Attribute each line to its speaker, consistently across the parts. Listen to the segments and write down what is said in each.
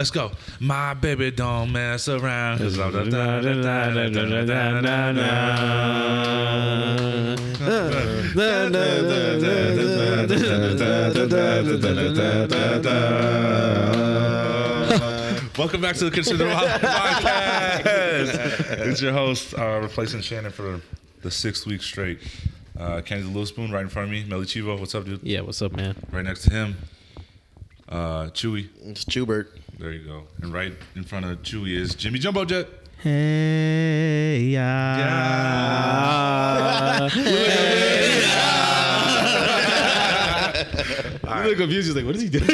Speaker 1: Let's go. My baby don't mess around. 'cause I'm the- da- da- da- da- da- da- da- da- da. Welcome back to the Consider Wild Podcast. It's your host, uh, replacing Shannon for the sixth week straight. Uh, Kenny the Little Spoon right in front of me. Melly Chivo, what's up, dude?
Speaker 2: Yeah, what's up, man?
Speaker 1: Right next to him. Uh, Chewy,
Speaker 3: It's Chubert.
Speaker 1: there you go. And right in front of Chewy is Jimmy Jumbo Jet.
Speaker 2: Hey, yeah. I'm really confused. He's like, what is he doing?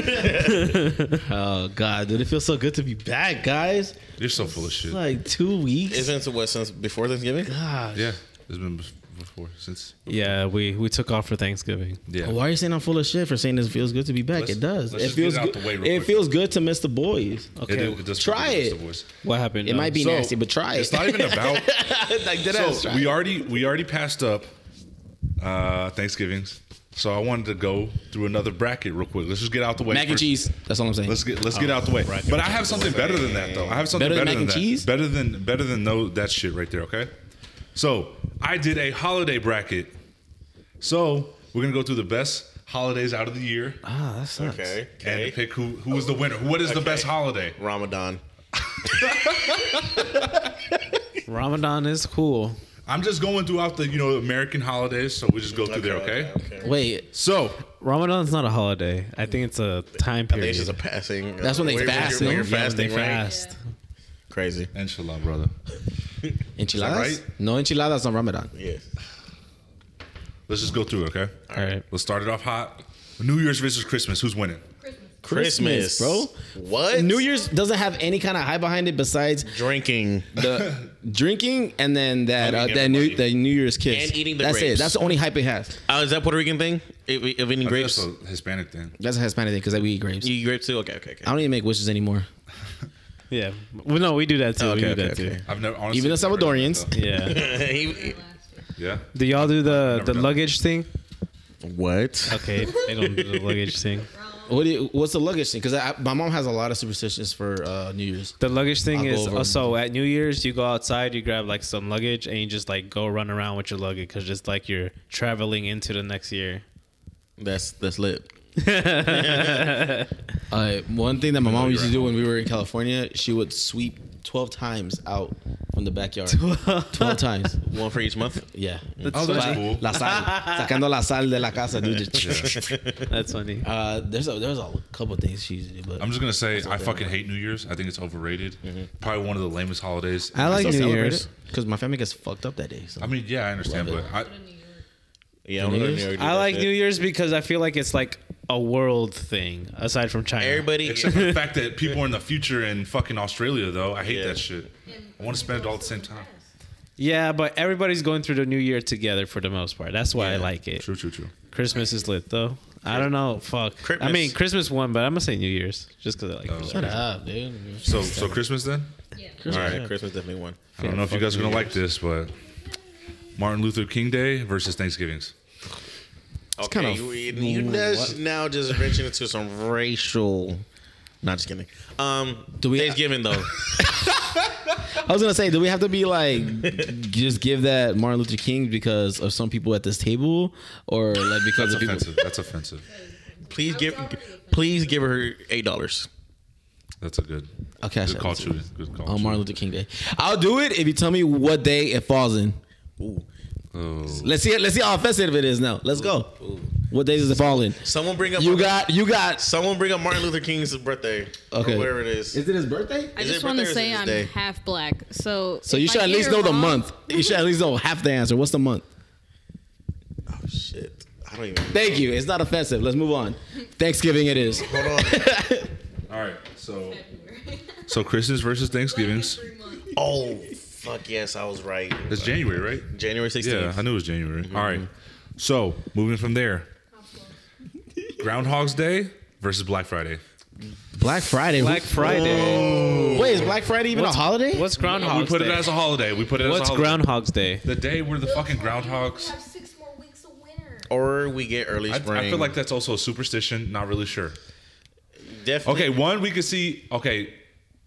Speaker 2: oh, God, dude. It feels so good to be back, guys.
Speaker 1: You're so full of
Speaker 2: It's
Speaker 1: shit.
Speaker 2: like two weeks.
Speaker 3: Isn't it what since before Thanksgiving?
Speaker 2: Gosh.
Speaker 1: Yeah, it's been bef- before since.
Speaker 4: Yeah, we we took off for Thanksgiving.
Speaker 1: Yeah.
Speaker 2: Why are you saying I'm full of shit for saying this feels good to be back?
Speaker 1: Let's-
Speaker 2: it does.
Speaker 1: let's
Speaker 2: It
Speaker 1: just get
Speaker 2: feels
Speaker 1: it out
Speaker 2: good.
Speaker 1: the way real
Speaker 2: It
Speaker 1: quick.
Speaker 2: feels good to miss the boys.
Speaker 1: They
Speaker 2: Okay,
Speaker 1: do this-
Speaker 2: try
Speaker 1: this
Speaker 2: it.
Speaker 1: divorce.
Speaker 4: What happened?
Speaker 2: It
Speaker 4: uh,
Speaker 2: might be
Speaker 1: So,
Speaker 2: nasty, but try it.
Speaker 1: It's not even about.
Speaker 2: like that.
Speaker 1: so we already we already passed up uh Thanksgivings. So I wanted to go through another bracket real quick. Let's just get out the way.
Speaker 3: Mac and
Speaker 1: first.
Speaker 3: cheese.
Speaker 4: That's all I'm saying.
Speaker 1: Let's get let's get out the way. But I have something better than that though. I have something
Speaker 4: Better
Speaker 1: better
Speaker 4: than
Speaker 1: than,
Speaker 4: mac and
Speaker 1: that.
Speaker 4: cheese?
Speaker 1: Better than better than no that shit right there. Okay. So I did a holiday bracket. So we're gonna go through the best holidays out of the year
Speaker 2: Ah, that sucks.
Speaker 3: Okay.
Speaker 1: and pick who who is the winner. What is the best holiday?
Speaker 3: Ramadan.
Speaker 4: Ramadan is cool.
Speaker 1: I'm just going throughout the you know American holidays, so we just go through there. Okay.
Speaker 4: Wait,
Speaker 1: So
Speaker 4: Ramadan's not a holiday. I think it's a time
Speaker 3: I think
Speaker 4: period.
Speaker 3: it's just a passing.
Speaker 4: That's when they
Speaker 3: Where- where you're-
Speaker 4: fast,
Speaker 3: where
Speaker 4: no?
Speaker 3: You're
Speaker 4: Yeah, when
Speaker 3: fasting,
Speaker 4: they
Speaker 3: right?
Speaker 4: fast.
Speaker 3: Crazy.
Speaker 1: inshallah, brother.
Speaker 4: Enchiladas?
Speaker 1: Is that
Speaker 4: No enchiladas on Ramadan.
Speaker 3: Yeah.
Speaker 1: Let's just go through. it, Okay.
Speaker 4: All right.
Speaker 1: Let's start it off hot. New Year's versus Christmas. Who's winning?
Speaker 3: Christmas,
Speaker 2: bro.
Speaker 3: What?
Speaker 2: New Year's doesn't have any kind of hype behind it besides
Speaker 3: drinking.
Speaker 2: the drinking and then that uh,
Speaker 3: Hugging
Speaker 2: that new
Speaker 3: everybody.
Speaker 2: the New Year's kiss
Speaker 3: And eating the
Speaker 2: That's it.
Speaker 3: grapes.
Speaker 2: That's the only hype it has.
Speaker 3: Oh, is that Puerto Rican thing? If, if eating grapes,
Speaker 1: That's a Hispanic thing.
Speaker 2: That's a Hispanic thing because we eat grapes.
Speaker 3: you eat grapes too. Okay, okay, okay.
Speaker 2: I don't even make wishes anymore.
Speaker 4: Yeah. Well, no, we do that too.
Speaker 3: Oh, okay,
Speaker 4: we do that
Speaker 3: okay,
Speaker 1: I've never honestly,
Speaker 2: Even the
Speaker 1: never done that,
Speaker 2: Salvadorians.
Speaker 1: though.
Speaker 4: too. Yeah.
Speaker 3: He- he-
Speaker 1: Yeah.
Speaker 4: Do y'all do the
Speaker 1: Never
Speaker 4: the
Speaker 1: done.
Speaker 4: luggage thing?
Speaker 3: what?
Speaker 4: Okay, they don't do the luggage thing.
Speaker 2: What do you, what's the luggage thing? Because my mom has a lot of superstitions for uh, New Year's.
Speaker 4: The luggage thing
Speaker 2: I'll go
Speaker 4: is
Speaker 2: over
Speaker 4: uh, so at New Year's you go outside, you grab like some luggage, and you just like go run around with your luggage because just like you're traveling into the next year.
Speaker 3: That's that's lit.
Speaker 2: Uh, one thing that my mom
Speaker 1: you're
Speaker 2: used to
Speaker 1: at
Speaker 2: do when we were in California, she would sweep twelve times out from the backyard. twelve times.
Speaker 3: One for each month.
Speaker 2: Yeah.
Speaker 1: Oh, that's
Speaker 2: Sa-
Speaker 1: cool.
Speaker 2: La sal, sacando la sal de la casa, dude.
Speaker 4: That's funny.
Speaker 2: Uh, there's a there's a couple things she used to do, but
Speaker 1: I'm just gonna say I fucking hate New Year's. I think it's overrated. Probably one of the lamest holidays.
Speaker 4: I like New Year's.
Speaker 2: because my family gets fucked up that day. So.
Speaker 1: I mean, yeah, I understand,
Speaker 2: Love
Speaker 1: but
Speaker 2: it.
Speaker 1: I,
Speaker 3: Yeah, I'm gonna go to
Speaker 2: Year's?
Speaker 3: New York to do
Speaker 4: I
Speaker 3: that
Speaker 4: like
Speaker 3: shit.
Speaker 4: New Year's because I feel like it's like a world thing aside from China.
Speaker 3: Everybody.
Speaker 1: except for the fact that people are in the future in fucking Australia, though, I hate
Speaker 3: Yeah.
Speaker 1: that shit. I want to spend it all at the same time.
Speaker 4: Yeah, but everybody's going through the New Year together for the most part. That's why I
Speaker 3: Yeah.
Speaker 4: like it.
Speaker 1: True, true, true.
Speaker 4: Christmas is lit though. I don't know. Fuck. I
Speaker 3: Christmas.
Speaker 4: mean Christmas one, but I'm gonna say New Year's just because I like.
Speaker 1: Oh.
Speaker 4: Christmas.
Speaker 2: Shut up, dude.
Speaker 1: So, so Christmas then?
Speaker 3: All right, Christmas definitely won.
Speaker 1: I don't know if you guys are gonna like this, but Martin Luther King Day versus Thanksgiving's.
Speaker 3: Okay,
Speaker 2: kinda
Speaker 3: you, you just now just venturing into some racial. Not just kidding. Um,
Speaker 2: Do we-
Speaker 3: Thanksgiving though?
Speaker 2: I was gonna say, do we have to be like just give that Martin Luther King because of some people at this table, or like because
Speaker 1: That's
Speaker 2: of people?
Speaker 1: offensive. That's offensive.
Speaker 3: please give,
Speaker 5: already
Speaker 3: please give her eight dollars.
Speaker 1: That's a good.
Speaker 2: I'll cash
Speaker 1: Good
Speaker 2: out
Speaker 1: call,
Speaker 2: this
Speaker 1: Chewy. Good call.
Speaker 2: On
Speaker 1: Chewy.
Speaker 2: Oh, Martin Luther King Day, I'll do it if you tell me what day it falls in.
Speaker 1: Oh.
Speaker 2: Let's see. it. Let's see how offensive it is now. Let's go. What day does it fall in?
Speaker 3: Someone bring up
Speaker 2: You got. You got.
Speaker 3: someone bring up Martin Luther King's birthday.
Speaker 2: Okay.
Speaker 3: or whatever it is.
Speaker 2: it his birthday?
Speaker 5: I
Speaker 3: Is
Speaker 5: just
Speaker 3: it
Speaker 5: want to
Speaker 3: birthday or is
Speaker 5: say
Speaker 3: it
Speaker 5: I'm
Speaker 3: day?
Speaker 5: half black, so
Speaker 2: So
Speaker 5: if
Speaker 2: you should
Speaker 5: I
Speaker 2: at
Speaker 5: get
Speaker 2: least
Speaker 5: it
Speaker 2: know the
Speaker 5: wrong-
Speaker 2: month. You should at least know half the answer. What's the month?
Speaker 3: Oh shit! I don't even.
Speaker 2: Thank you. It's not offensive. Let's move on. Thanksgiving it is.
Speaker 3: Hold on.
Speaker 1: All right. So. So Christmas versus Thanksgiving's.
Speaker 3: oh fuck yes, I was right.
Speaker 1: It's January, right?
Speaker 3: January
Speaker 1: Yeah,
Speaker 3: sixteenth.
Speaker 1: I knew it was January. All right. So moving from there, Groundhog's Day versus Black Friday.
Speaker 2: Black Friday.
Speaker 4: Black Friday.
Speaker 2: Wait, is Black Friday even a holiday?
Speaker 4: What's Groundhog's
Speaker 1: we put
Speaker 4: Day?
Speaker 1: it as a holiday. We put it as
Speaker 4: Oh, What's
Speaker 1: a holiday.
Speaker 4: Groundhog's Day?
Speaker 1: the day where the fucking groundhogs.
Speaker 5: six more weeks of winter.
Speaker 3: Or we get early
Speaker 1: I,
Speaker 3: spring.
Speaker 1: I feel like that's also a superstition. Not really sure.
Speaker 3: definitely.
Speaker 1: Okay, one we could see. Okay,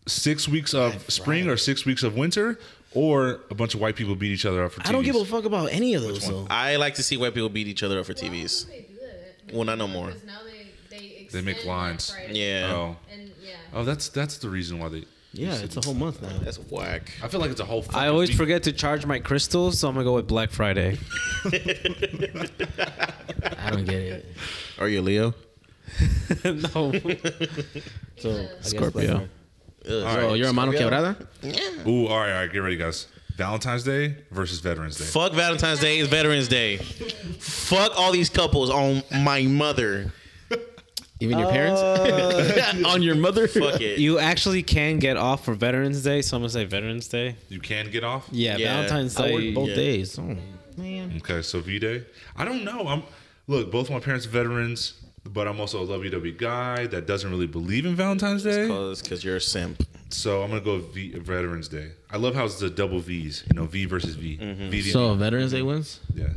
Speaker 1: six weeks of spring or six weeks of winter, or a bunch of white people beat each other up for. TVs.
Speaker 2: I don't give a fuck about any of those though.
Speaker 3: I like to see white people beat each other up for TVs.
Speaker 5: Why would they do that?
Speaker 3: Well, not no more.
Speaker 5: Because now they, they,
Speaker 1: They make
Speaker 5: extend Black
Speaker 1: lines.
Speaker 5: Friday.
Speaker 3: Yeah.
Speaker 1: Oh,
Speaker 5: And yeah.
Speaker 1: oh, that's that's the reason why they.
Speaker 2: Yeah, it's a whole month now.
Speaker 3: That's whack.
Speaker 1: I feel like it's a whole.
Speaker 4: I
Speaker 1: fucking
Speaker 4: always
Speaker 1: week.
Speaker 4: forget to charge my crystals, so I'm gonna go with Black Friday.
Speaker 2: I don't get it.
Speaker 3: Are you a Leo?
Speaker 4: no,
Speaker 2: So I guess
Speaker 4: Scorpio.
Speaker 2: that's-
Speaker 3: Ugh,
Speaker 2: So Oh, you're a mano quebrada.
Speaker 1: Ooh, all right, all right, get ready, guys. Valentine's Day versus Veterans Day.
Speaker 3: Fuck Valentine's Day. It's Veterans Day. Fuck all these couples on my mother.
Speaker 2: Even your parents? Uh, on your mother?
Speaker 3: Fuck it.
Speaker 4: you actually can get off for Veterans Day, so I'm gonna say Veterans Day.
Speaker 1: You can get off.
Speaker 2: Yeah,
Speaker 3: Yeah.
Speaker 4: Valentine's
Speaker 2: I
Speaker 4: Day.
Speaker 2: work both
Speaker 3: yeah.
Speaker 2: days. Oh, man.
Speaker 1: Okay, so V Day. I don't know. I'm look. Both my parents are veterans, but I'm also a lovey-dovey guy that doesn't really believe in Valentine's Day.
Speaker 3: because you're a simp.
Speaker 1: So I'm gonna go v, Veterans Day. I love how it's the double V's. You know, V versus V. V D-
Speaker 2: Mm-hmm. So Veterans Day wins.
Speaker 1: yeah.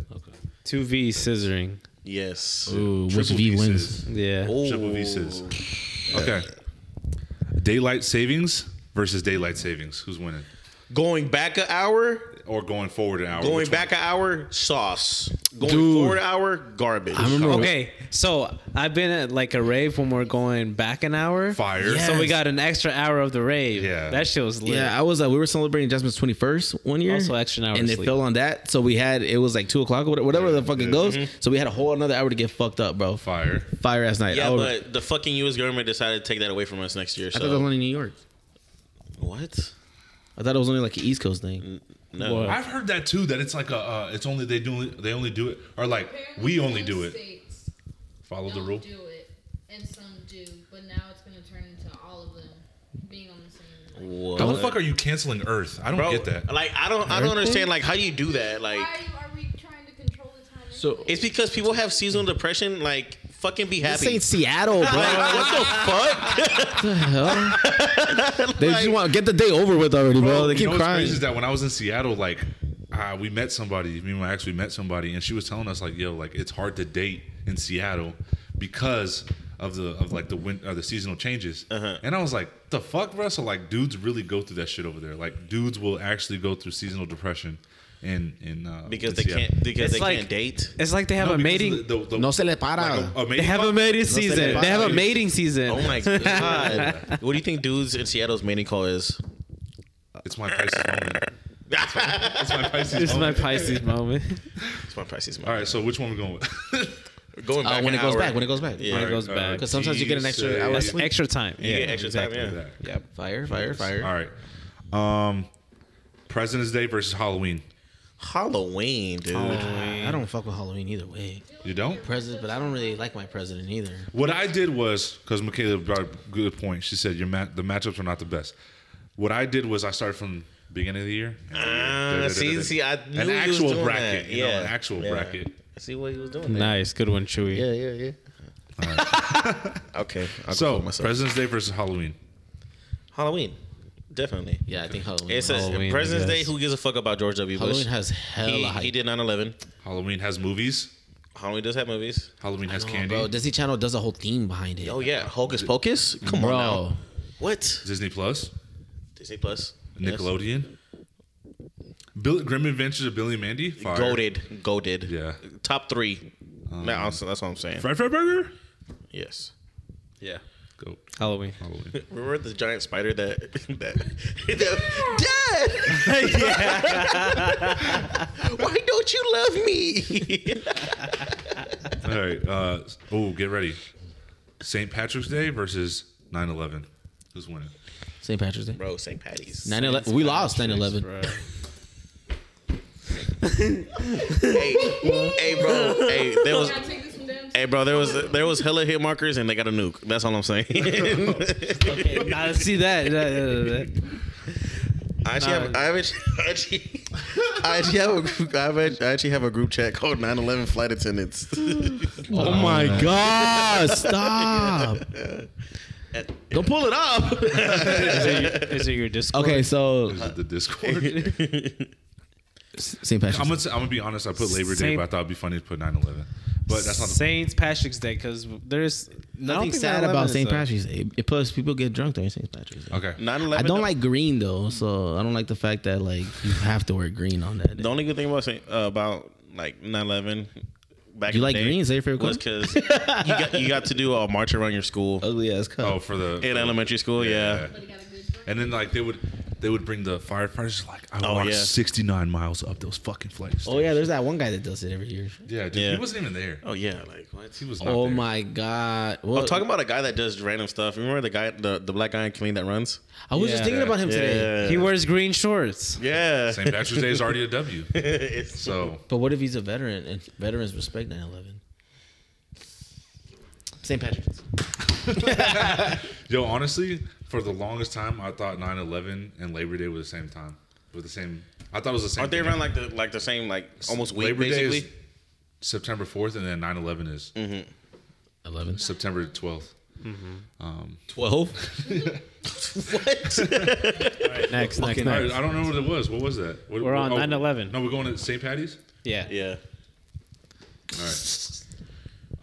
Speaker 4: Two V scissoring.
Speaker 3: Yes.
Speaker 2: Ooh, which
Speaker 1: Triple
Speaker 2: V wins?
Speaker 1: says-
Speaker 4: Yeah.
Speaker 1: Triple V says. Okay. Daylight savings versus daylight savings. Who's winning?
Speaker 3: Going back an hour,
Speaker 1: Or going forward an hour?
Speaker 3: going
Speaker 1: Which one?
Speaker 3: back an hour, sauce. Going
Speaker 2: Dude.
Speaker 3: forward an hour, garbage.
Speaker 2: I remember.
Speaker 4: Okay, so I've been at like a rave when we're going back an hour.
Speaker 1: Fire.
Speaker 4: So we got an extra hour of the rave.
Speaker 1: Yeah.
Speaker 4: That shit was lit.
Speaker 2: Yeah, I was. Uh, we were celebrating Jasmine's twenty first one year.
Speaker 4: Also extra hour
Speaker 2: and
Speaker 4: of
Speaker 2: it
Speaker 4: sleep.
Speaker 2: fell on that. So we had it was like two o'clock or whatever, whatever the fuck it
Speaker 1: yeah.
Speaker 2: goes. So we had a whole another hour to get fucked up, bro.
Speaker 1: Fire.
Speaker 2: Fire ass night.
Speaker 3: yeah,
Speaker 2: I, would-
Speaker 3: but the fucking U.S. government decided to take that away from us next year.
Speaker 2: I thought that was
Speaker 3: So
Speaker 2: only New York.
Speaker 3: what?
Speaker 2: I thought it was only like an East Coast thing.
Speaker 3: No.
Speaker 4: What?
Speaker 1: I've heard that too. That it's like a. Uh, it's only they do. They only do it. Or like
Speaker 5: Apparently
Speaker 1: we
Speaker 5: some
Speaker 1: only do it.
Speaker 5: States
Speaker 1: Follow
Speaker 5: don't
Speaker 1: the rule.
Speaker 5: do it, and some do. But now it's going to turn into all of them being on the same. Like,
Speaker 1: How the
Speaker 3: What?
Speaker 1: fuck are you canceling Earth? I don't
Speaker 3: Bro,
Speaker 1: get that.
Speaker 3: like I don't, I don't understand. Like how do you do that? Like
Speaker 5: why are we trying to control the time?
Speaker 2: So-
Speaker 5: anyway?
Speaker 3: it's because people have seasonal depression. Like fucking be
Speaker 2: This
Speaker 3: happy.
Speaker 2: ain't Seattle,
Speaker 3: Like,
Speaker 2: bro.
Speaker 3: what the fuck?
Speaker 2: they just want get the day over with already, bro.
Speaker 1: Well,
Speaker 2: they
Speaker 1: you
Speaker 2: keep
Speaker 1: know what's
Speaker 2: crying.
Speaker 1: crazy is that when I was in Seattle, like uh, we met somebody, me and my ex, we met somebody, and she was telling us like, yo, like it's hard to date in Seattle because of the of like the win or the seasonal changes. And I was like, the fuck, bro. So like, dudes really go through that shit over there. Like, dudes will actually go through seasonal depression in in uh,
Speaker 3: Because
Speaker 1: in
Speaker 3: they
Speaker 1: Seattle.
Speaker 3: can't. Because
Speaker 4: It's
Speaker 3: they
Speaker 4: like-
Speaker 3: can't date.
Speaker 4: It's like they have
Speaker 1: No,
Speaker 4: a
Speaker 1: because
Speaker 4: mating.
Speaker 1: of the- the- the-
Speaker 2: no se le para.
Speaker 1: like, a- a
Speaker 4: they
Speaker 1: mating-
Speaker 4: have a mating season.
Speaker 2: fuck
Speaker 4: They have a
Speaker 2: you.
Speaker 4: mating season.
Speaker 3: Oh my god. what do you think dudes in Seattle's mating call is?
Speaker 1: It's my Pisces moment.
Speaker 3: That's
Speaker 1: It's my Pisces.
Speaker 4: This is my
Speaker 1: moment.
Speaker 4: Pisces moment.
Speaker 3: my Pisces.
Speaker 1: All right, so which one we going with?
Speaker 3: Going
Speaker 2: Uh,
Speaker 3: back
Speaker 2: when it
Speaker 3: an
Speaker 2: goes
Speaker 3: hour.
Speaker 2: back, when it goes back.
Speaker 3: Yeah.
Speaker 4: It goes
Speaker 1: All
Speaker 4: back.
Speaker 1: uh,
Speaker 2: 'Cause sometimes you get an extra
Speaker 1: Jesus.
Speaker 2: hour
Speaker 4: That's extra time.
Speaker 3: you get extra time. Yeah.
Speaker 1: That.
Speaker 2: Yep. Fire, fire, fire.
Speaker 1: All right. Um, President's Day versus Halloween.
Speaker 3: Halloween, dude.
Speaker 2: I don't fuck with Halloween either way.
Speaker 1: You don't?
Speaker 2: President, but I don't really like my president either.
Speaker 1: What I did was because Michaela brought up a good point. She said your mat the matchups are not the best. What I did was I started from beginning of the year.
Speaker 3: Ah, see, see, I knew
Speaker 1: an
Speaker 3: he was
Speaker 1: actual
Speaker 3: doing
Speaker 1: bracket.
Speaker 3: that.
Speaker 1: You know,
Speaker 3: Yeah.
Speaker 1: an actual
Speaker 3: Yeah.
Speaker 1: bracket.
Speaker 3: See what he was doing. there.
Speaker 4: Nice. Good one, Chewy.
Speaker 2: yeah, yeah.
Speaker 3: Okay. I'll go
Speaker 1: So
Speaker 3: for myself.
Speaker 1: President's Day versus Halloween.
Speaker 3: Halloween, definitely.
Speaker 2: Yeah, I think Halloween.
Speaker 3: It's
Speaker 4: Halloween,
Speaker 3: a President's
Speaker 4: yes.
Speaker 3: Day. Who gives a fuck about George W. Bush?
Speaker 2: Halloween has hella
Speaker 3: he,
Speaker 2: hype.
Speaker 3: he did 9/11.
Speaker 1: Halloween has movies.
Speaker 3: Halloween does have movies.
Speaker 1: Halloween has
Speaker 2: No,
Speaker 1: candy.
Speaker 2: Bro, Disney Channel does a whole theme behind it.
Speaker 3: Oh yeah, Hocus Pocus. Come
Speaker 2: bro.
Speaker 3: on now. What?
Speaker 1: Disney Plus,
Speaker 3: Disney Plus. Yes.
Speaker 1: Nickelodeon, Bill, Grim Adventures of Billy and Mandy. Fire.
Speaker 3: Goaded. Goaded.
Speaker 1: Yeah.
Speaker 3: Top three.
Speaker 2: Um,
Speaker 3: No, also, that's what I'm saying.
Speaker 1: Fried Fried Burger.
Speaker 3: Yes.
Speaker 4: Yeah.
Speaker 1: Go
Speaker 4: Halloween.
Speaker 1: Halloween.
Speaker 3: Remember the giant spider that that, that Dad? Why don't you love me?
Speaker 1: All right. Uh, oh, get ready. St. Patrick's Day versus 9 11. Who's winning?
Speaker 2: St. Patrick's Day.
Speaker 3: Bro, St. Patty's.
Speaker 2: 9 11. We lost 9 11.
Speaker 4: Bro.
Speaker 3: Hey, hey, bro. Hey, there was.
Speaker 5: Can I take this one down?
Speaker 3: Hey, bro, there was there was hella hit markers and they got a nuke. That's all I'm saying.
Speaker 4: I see that. that- that- that.
Speaker 3: I actually have I have actually, I actually, I actually have a group, I have actually, I actually have a group chat called 9/11 flight attendants.
Speaker 2: Oh my God. Stop. Don't pull it up.
Speaker 4: Is it your- Is it your Discord?
Speaker 2: Okay, so
Speaker 1: Is it the Discord?
Speaker 2: St. Patrick's.
Speaker 1: I'm gonna, say- I'm gonna be honest. I put Labor Day,
Speaker 4: Same-
Speaker 1: but I thought it'd be funny to put 9/11. But that's not the
Speaker 4: Saint Patrick's Day because there's
Speaker 2: Nothing sad about St. Patrick's Day. It- Plus, people get drunk during St. Patrick's Day.
Speaker 1: okay.
Speaker 3: 9/11.
Speaker 2: I
Speaker 3: the-
Speaker 2: don't like green though, so I don't like the fact that like you have to wear green on that. Day.
Speaker 3: The only good thing about Saint- uh, about like 9/11 back.
Speaker 2: You
Speaker 3: in
Speaker 2: like eh?
Speaker 3: the day
Speaker 2: green? Is that your favorite
Speaker 3: Was because you got you got to do a march around your school
Speaker 2: Ugly ass cup.
Speaker 1: Oh, for the
Speaker 3: in elementary school. Yeah.
Speaker 5: But he got a good break.
Speaker 1: And then like they would they would bring the firefighters like I
Speaker 3: Oh,
Speaker 1: walked
Speaker 3: yeah.
Speaker 1: 69 miles up those fucking flights.
Speaker 2: Oh yeah, there's that one guy that does it every year.
Speaker 1: yeah, dude.
Speaker 3: Yeah.
Speaker 1: He wasn't even there.
Speaker 3: Oh yeah, like what?
Speaker 1: He was. Not
Speaker 2: Oh
Speaker 1: there.
Speaker 2: my god. Well,
Speaker 3: I'm talking about a guy that does random stuff. Remember the guy, the, the black guy in Killeen that runs?
Speaker 2: I was just
Speaker 4: Yeah.
Speaker 2: thinking about him today.
Speaker 3: Yeah,
Speaker 4: He wears green shorts.
Speaker 3: yeah.
Speaker 1: St. Patrick's Day is already a W.
Speaker 3: It's-
Speaker 1: So
Speaker 2: But what if he's a veteran and veterans respect 9/11? St. Patrick's.
Speaker 1: yo, honestly, for the longest time, I thought 9/11 and Labor Day were the same time. Were the same. I thought it was the same.
Speaker 3: Aren't they
Speaker 1: thing.
Speaker 3: around like the like the same like almost week
Speaker 1: Labor Day
Speaker 3: basically? Mm.
Speaker 1: is September 4th, and then 9/11 is
Speaker 2: 11.
Speaker 1: September 12th.
Speaker 2: 12.
Speaker 4: Next, next,
Speaker 2: Fucking-
Speaker 1: I,
Speaker 4: next.
Speaker 1: I don't know what it was. What was that? What,
Speaker 4: We're on
Speaker 1: oh,
Speaker 4: 9/11.
Speaker 1: No, we're going to St. Patty's.
Speaker 4: Yeah.
Speaker 3: Yeah.
Speaker 1: All right.